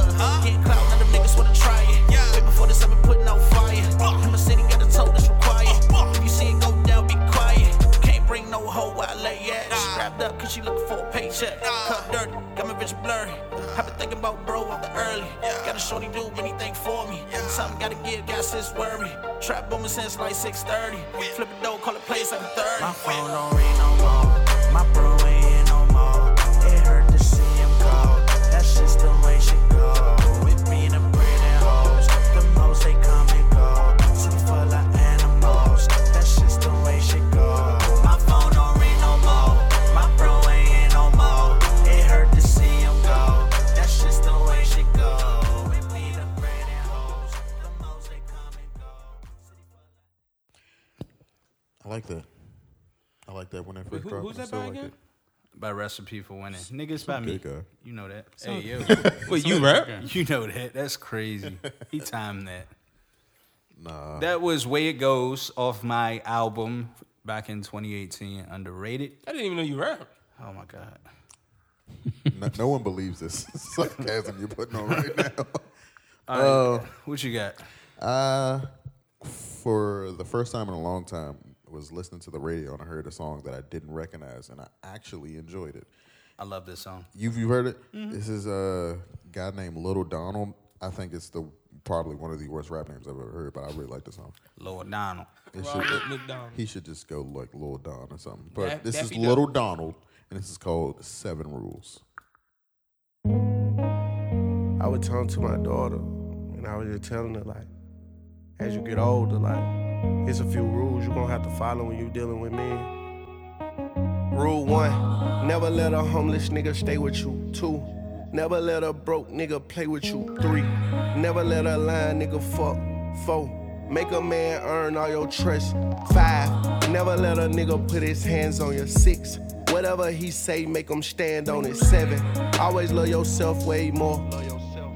Get clout, none of them niggas wanna try it. Yeah. Way before this, I've been putting out fire. Uh. In my city, got a toe that's required. If you see it go down, be quiet. Can't bring no hoe while I lay at. Strapped up, cause she looking for a paycheck. Cup dirty, got my bitch blurry. I've been thinking about bro out the early. Got a shorty do anything for me. Something gotta give, got sis worry. Trap booming since like 6.30. Flip a dough, call it play 7.30. My phone don't ring no more. My bro ain't no more. It hurt to see him go. That's just the way she go. With being a pretty hoes, the most they come and go. City full of animals. That's just the way she go. My phone don't ring no more. My bro ain't no more. It hurt to see him go. That's just the way she go. With being a pretty hoes, the most they come and go. I like that. I like that when I first who- dropped. who's it. I that still by like again? it. By Recipe for Winning. Niggas by Some me. good guy. You know that. Some- hey, yo. Wait, you rap? You know that. That's crazy. he timed that. Nah. That was Way It Goes off my album back in 2018, Underrated. I didn't even know you rap. Oh my God. no, no one believes this sarcasm you're putting on right Oh, now. All right, what you got? Uh, for the first time in a long time, was listening to the radio and I heard a song that I didn't recognize, and I actually enjoyed it. I love this song. You've you heard it? Mm-hmm. Mhm. This is a guy named Little Donald. I think it's the probably one of the worst rap names I've ever heard, but I really like the song. Lord Donald. It Ronald should- McDonald. He should just go like Little Don or something. But Dap- this Daffy is Duck. Little Donald, and this is called Seven Rules. I would talk to my daughter, and I was just telling her like, as you get older, like, it's a few rules you're gonna have to follow when you dealing with men. Rule one: never let a homeless nigga stay with you. Two: never let a broke nigga play with you. Three: never let a lying nigga fuck. Four: make a man earn all your trust. Five: never let a nigga put his hands on your six. Whatever he say, make him stand on it. Seven: always love yourself way more.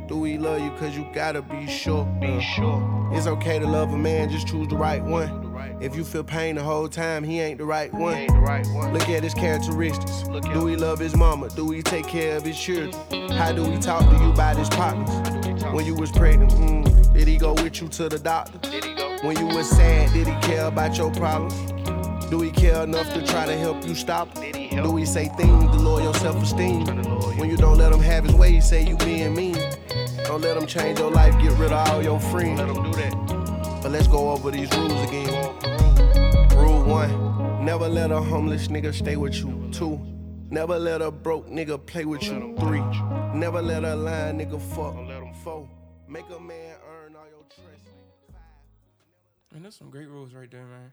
Do we love you? Cause you gotta be sure. Be sure. It's okay to love a man, just choose the right one. If you feel pain the whole time, he ain't the right one. Look at his characteristics. Do we love his mama? Do we take care of his children? How do we talk to you about his partners? When you was pregnant, mm, did he go with you to the doctor? When you was sad, did he care about your problems? Do he care enough to try to help you stop? it? Do he say things to lower your self-esteem? When you don't let him have his way, he say you being mean. Don't let him change your life, get rid of all your friends. Let him do that. But let's go over these rules again. Rule one, never let a homeless nigga stay with you. Two, never let a broke nigga play with you. Three, never let a lying nigga fuck. Four, make a man earn all your trust. And that's some great rules right there, man.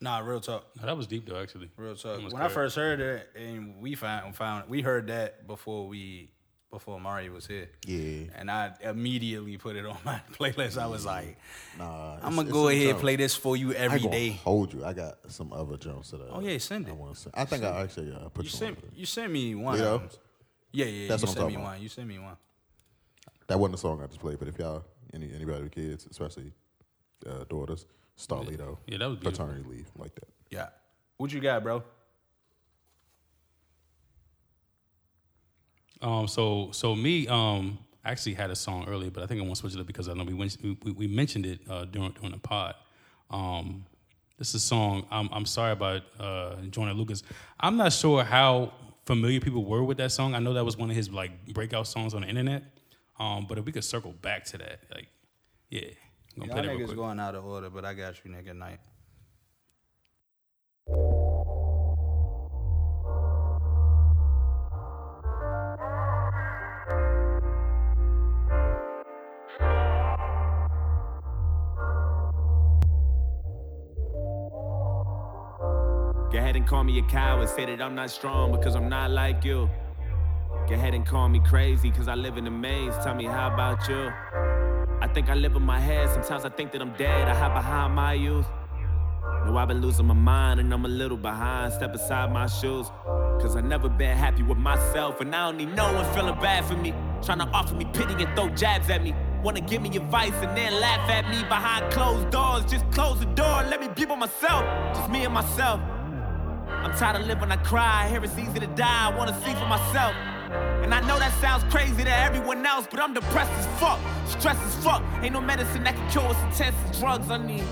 Nah, real talk. that was deep though, actually. Real talk. That When was I good. first heard it, and we found found we heard that before we before Mari was here. Yeah. And I immediately put it on my playlist. I was like, I'm Nah, it's- gonna it's go some ahead and jokes. play this for you I every ain't gonna day. Hold you. I got some other jokes that. uh, Oh yeah, send it. I, wanna send- I think I actually uh, put you some sent you sent me one. Yeah. album. Yeah, yeah, yeah. That's you what I'm sent me talking about. one. You sent me one. That wasn't a song I just played, but if y'all any anybody with kids, especially uh, daughters, Starlito, Yeah, that was beautiful. paternity leave like that. Yeah. What you got, bro? Um, so so me, um, I actually had a song earlier, but I think I want to switch it up because I know we went- we, we- we mentioned it uh, during during the pod. Um, this is a song. I'm I'm sorry about uh, Joyner Lucas. I'm not sure how familiar people were with that song. I know that was one of his like breakout songs on the internet. Um, but if we could circle back to that, like, yeah, I'm Y'all gonna play that real niggas quick. going out of order, but I got you, nigga. Night. Go ahead and call me a coward. Say that I'm not strong because I'm not like you. Go ahead and call me crazy because I live in a maze. Tell me, how about you? I think I live in my head. Sometimes I think that I'm dead. I hide behind my youth. No, I've been losing my mind and I'm a little behind. Step aside my shoes. Cause I never been happy with myself. And I don't need no one feeling bad for me. Trying to offer me pity and throw jabs at me. Wanna give me advice and then laugh at me behind closed doors. Just close the door and let me be by myself. Just me and myself. I'm tired of living, I cry. I hear it's easy to die. I wanna see for myself. And I know that sounds crazy to everyone else, but I'm depressed as fuck, stressed as fuck. Ain't no medicine that can cure what's intense as drugs I need.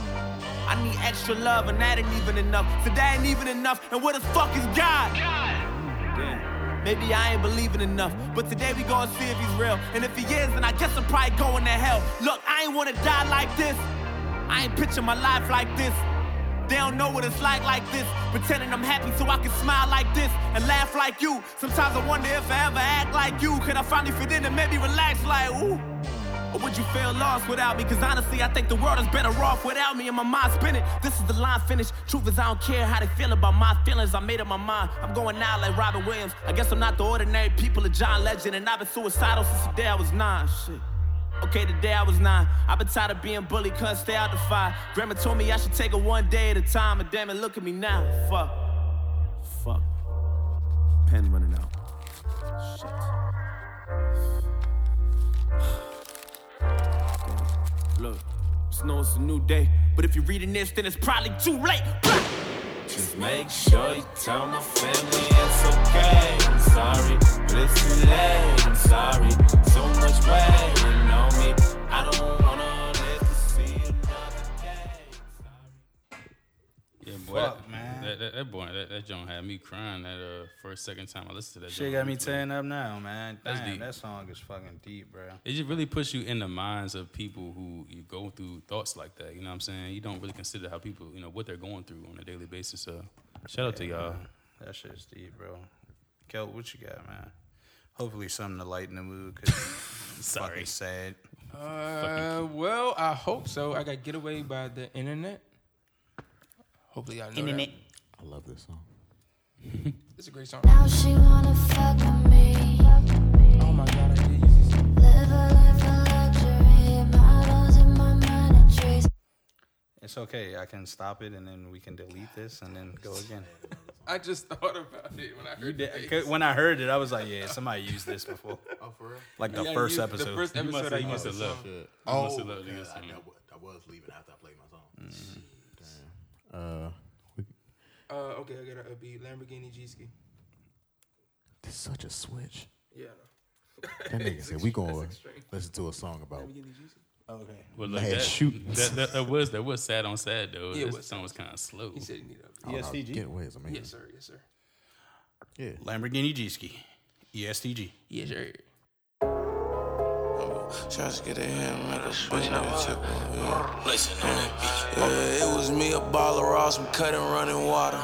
I need extra love, and that ain't even enough. So that ain't even enough. And where the fuck is God? Damn. Maybe I ain't believing enough, but today we gonna see if he's real. And if he is, then I guess I'm probably going to hell. Look, I ain't wanna die like this. I ain't picture my life like this. They don't know what it's like like this. Pretending I'm happy so I can smile like this and laugh like you. Sometimes I wonder if I ever act like you. Could I finally fit in and maybe relax like ooh? Or would you feel lost without me? Cause honestly, I think the world is better off without me and my mind spinning. This is the line finish. Truth is, I don't care how they feel about my feelings. I made up my mind. I'm going out like Robin Williams. I guess I'm not the ordinary people of John Legend. And I've been suicidal since the day I was nine. Shit. Okay, today I was nine. I've been tired of being bullied, couldn't stay out the fire. Grandma told me I should take it one day at a time, and damn it, look at me now. Fuck. Fuck. Pen running out. Shit. Damn. Look, just know it's a new day, but if you're reading this, then it's probably too late. Just make sure you tell my family it's okay. I'm sorry, but it's too late. I'm sorry, so much weighing on me. I don't wanna live to see another day. Yeah, boy, Fuck, that, man. That, that, that boy, that, that joint had me crying that uh, first second time I listened to that. Shit joint. got me tearing up now, man. That's Damn, deep. that song is fucking deep, bro. It just really puts you in the minds of people who you go through thoughts like that. You know what I'm saying? You don't really consider how people, you know, what they're going through on a daily basis. So, shout out to Yeah, y'all. man. That shit's deep, bro. Kel, what you got, man? Hopefully something to lighten the mood. Cause Sorry. Fucking sad. Uh, well, I hope so. I got Getaway by the Internet. Hopefully, I know Internet. Internet. I love this song. It's a great song. Now she wanna fuck with me. Oh my god, I did use Live a life of luxury. Models in my mind are trees. It's okay. I can stop it and then we can delete this and then go again. I just thought about it when I You heard did, the bass. 'cause when I heard it, I was like, yeah, somebody used this before. Oh, for real? Like the Yeah, I first used- the episode. first You must- episode I you used must have this left. song. Shit. You must have Oh, God, loved it, yes, I, man. that wa- I was leaving after I played my song. Mm. Damn. Uh, Uh, okay, I got a beat. Lamborghini G Ski. this is such a switch. Yeah. That nigga said we gonna listen to a song about Okay. But like Mad that, shootings. That, that, that was that was sad on sad Yeah, though. it Yeah, that was song was kind of slow. He said he needed a Oh, no, ESTG? Getaway is amazing. Yes, sir. Yes, sir. yeah. Lamborghini G Ski. E ESTG. Yes, sir. Shots get in hand, make a switch on your tip. Yeah. Yeah, it was me, a baller Ross, we cutting running water.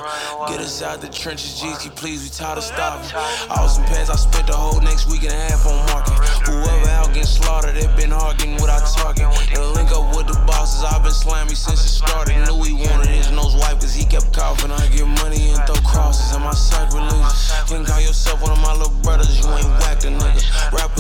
Get us out the trenches, GT, please, we tired of stopping. All some pants, I spent the whole next week and a half on market. Whoever out getting slaughtered, it been hard getting what I target. And link up with the bosses, I've been slimy since it started. Knew he wanted his nose wiped, cause he kept coughing. I get money and throw crosses, and my side religious. Think call yourself one of my little brothers, you ain't whack a nigga. Rap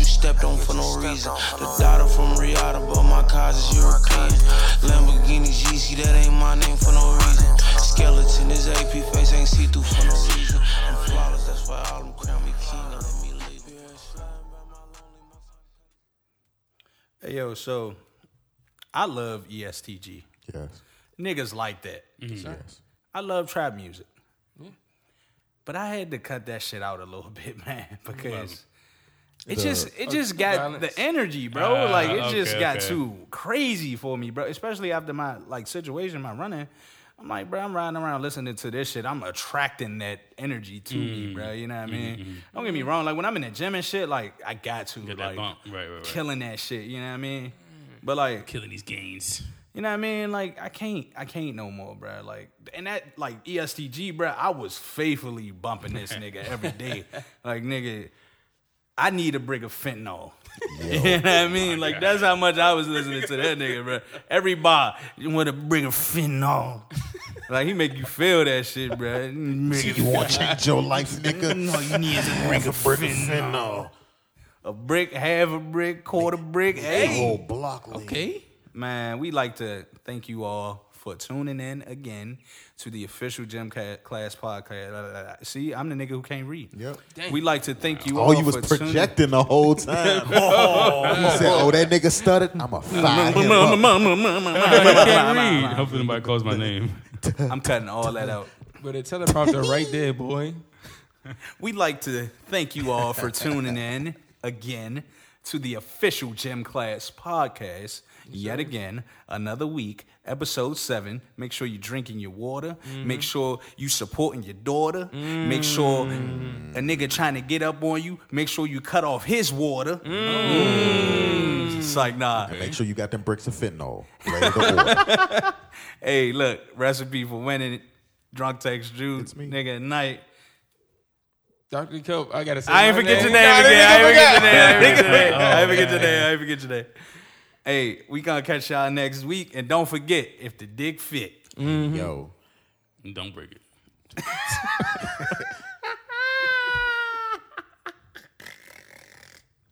reason. The daughter from Riata, but my cars is European. Lamborghini GC, that ain't my name for no reason. Skeleton, this AP face ain't see through for no reason. I'm flawless, that's why all them crown me king. and let me live. Hey yo, so I love E ESTG. Yes. Niggas like that. Mhm. Yes. I love trap music. Mm-hmm. Yeah. But I had to cut that shit out a little bit, man, because it. it The- just it Oh, just the got balance. the energy, bro. Ah, like it just okay, got okay. too crazy for me, bro. Especially after my like situation, my running. I'm like, bro, I'm riding around listening to this shit. I'm attracting that energy to me, Mm. bro. You know what I Mhm, mean? mhm. Don't get me wrong. Like when I'm in the gym and shit, like I got to Get that like bump. Right, right, right. killing that shit. You know what I mean? But like killing these gains. You know what I mean? Like I can't, I can't no more, bruh. Like and that, like E ESTG, bruh, I was faithfully bumping this nigga every day. like nigga, I need a brick of fentanyl. you know what I mean? Like that's how much I was listening to that nigga, bruh. Every bar, you want a brick of fentanyl. like he make you feel that shit, bruh. Nigga, You want to change your life, nigga? No, you need a brick of fentanyl. A brick, half a brick, quarter brick, A hey. whole block. Lee. Okay. Man, we like to thank you all for tuning in again to the official Gym Ca- Class podcast. Blah, blah, blah. See, I'm the nigga who can't read. Yep. We like to thank you all. Oh, you was for tuning- projecting the whole time. You said, "Oh, that nigga stuttered. I'm a fire him can't read. I'm Hopefully nobody calls my name. cutting all that out. But the teleprompter right there, boy. We'd like to thank you all for tuning in again to the official Gym Class podcast. Yet again, another week, episode seven. Make sure you're drinking your water. Make sure you supporting your daughter. Make sure a nigga trying to get up on you. Make sure you cut off his water. Mm. It's like nah. And make sure you got them bricks of fentanyl. hey, look, recipe for winning. Drunk text Drew, nigga, at night. Dr. Kelp, I gotta say. I ain't my forget name. your name Nah, again. I ain't forget your name. I ain't nigga forget your name. I ain't forget your forgot. name. I ain't forget your name. Hey, we gonna catch y'all next week, and don't forget if the dick fit, yo, don't break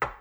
it.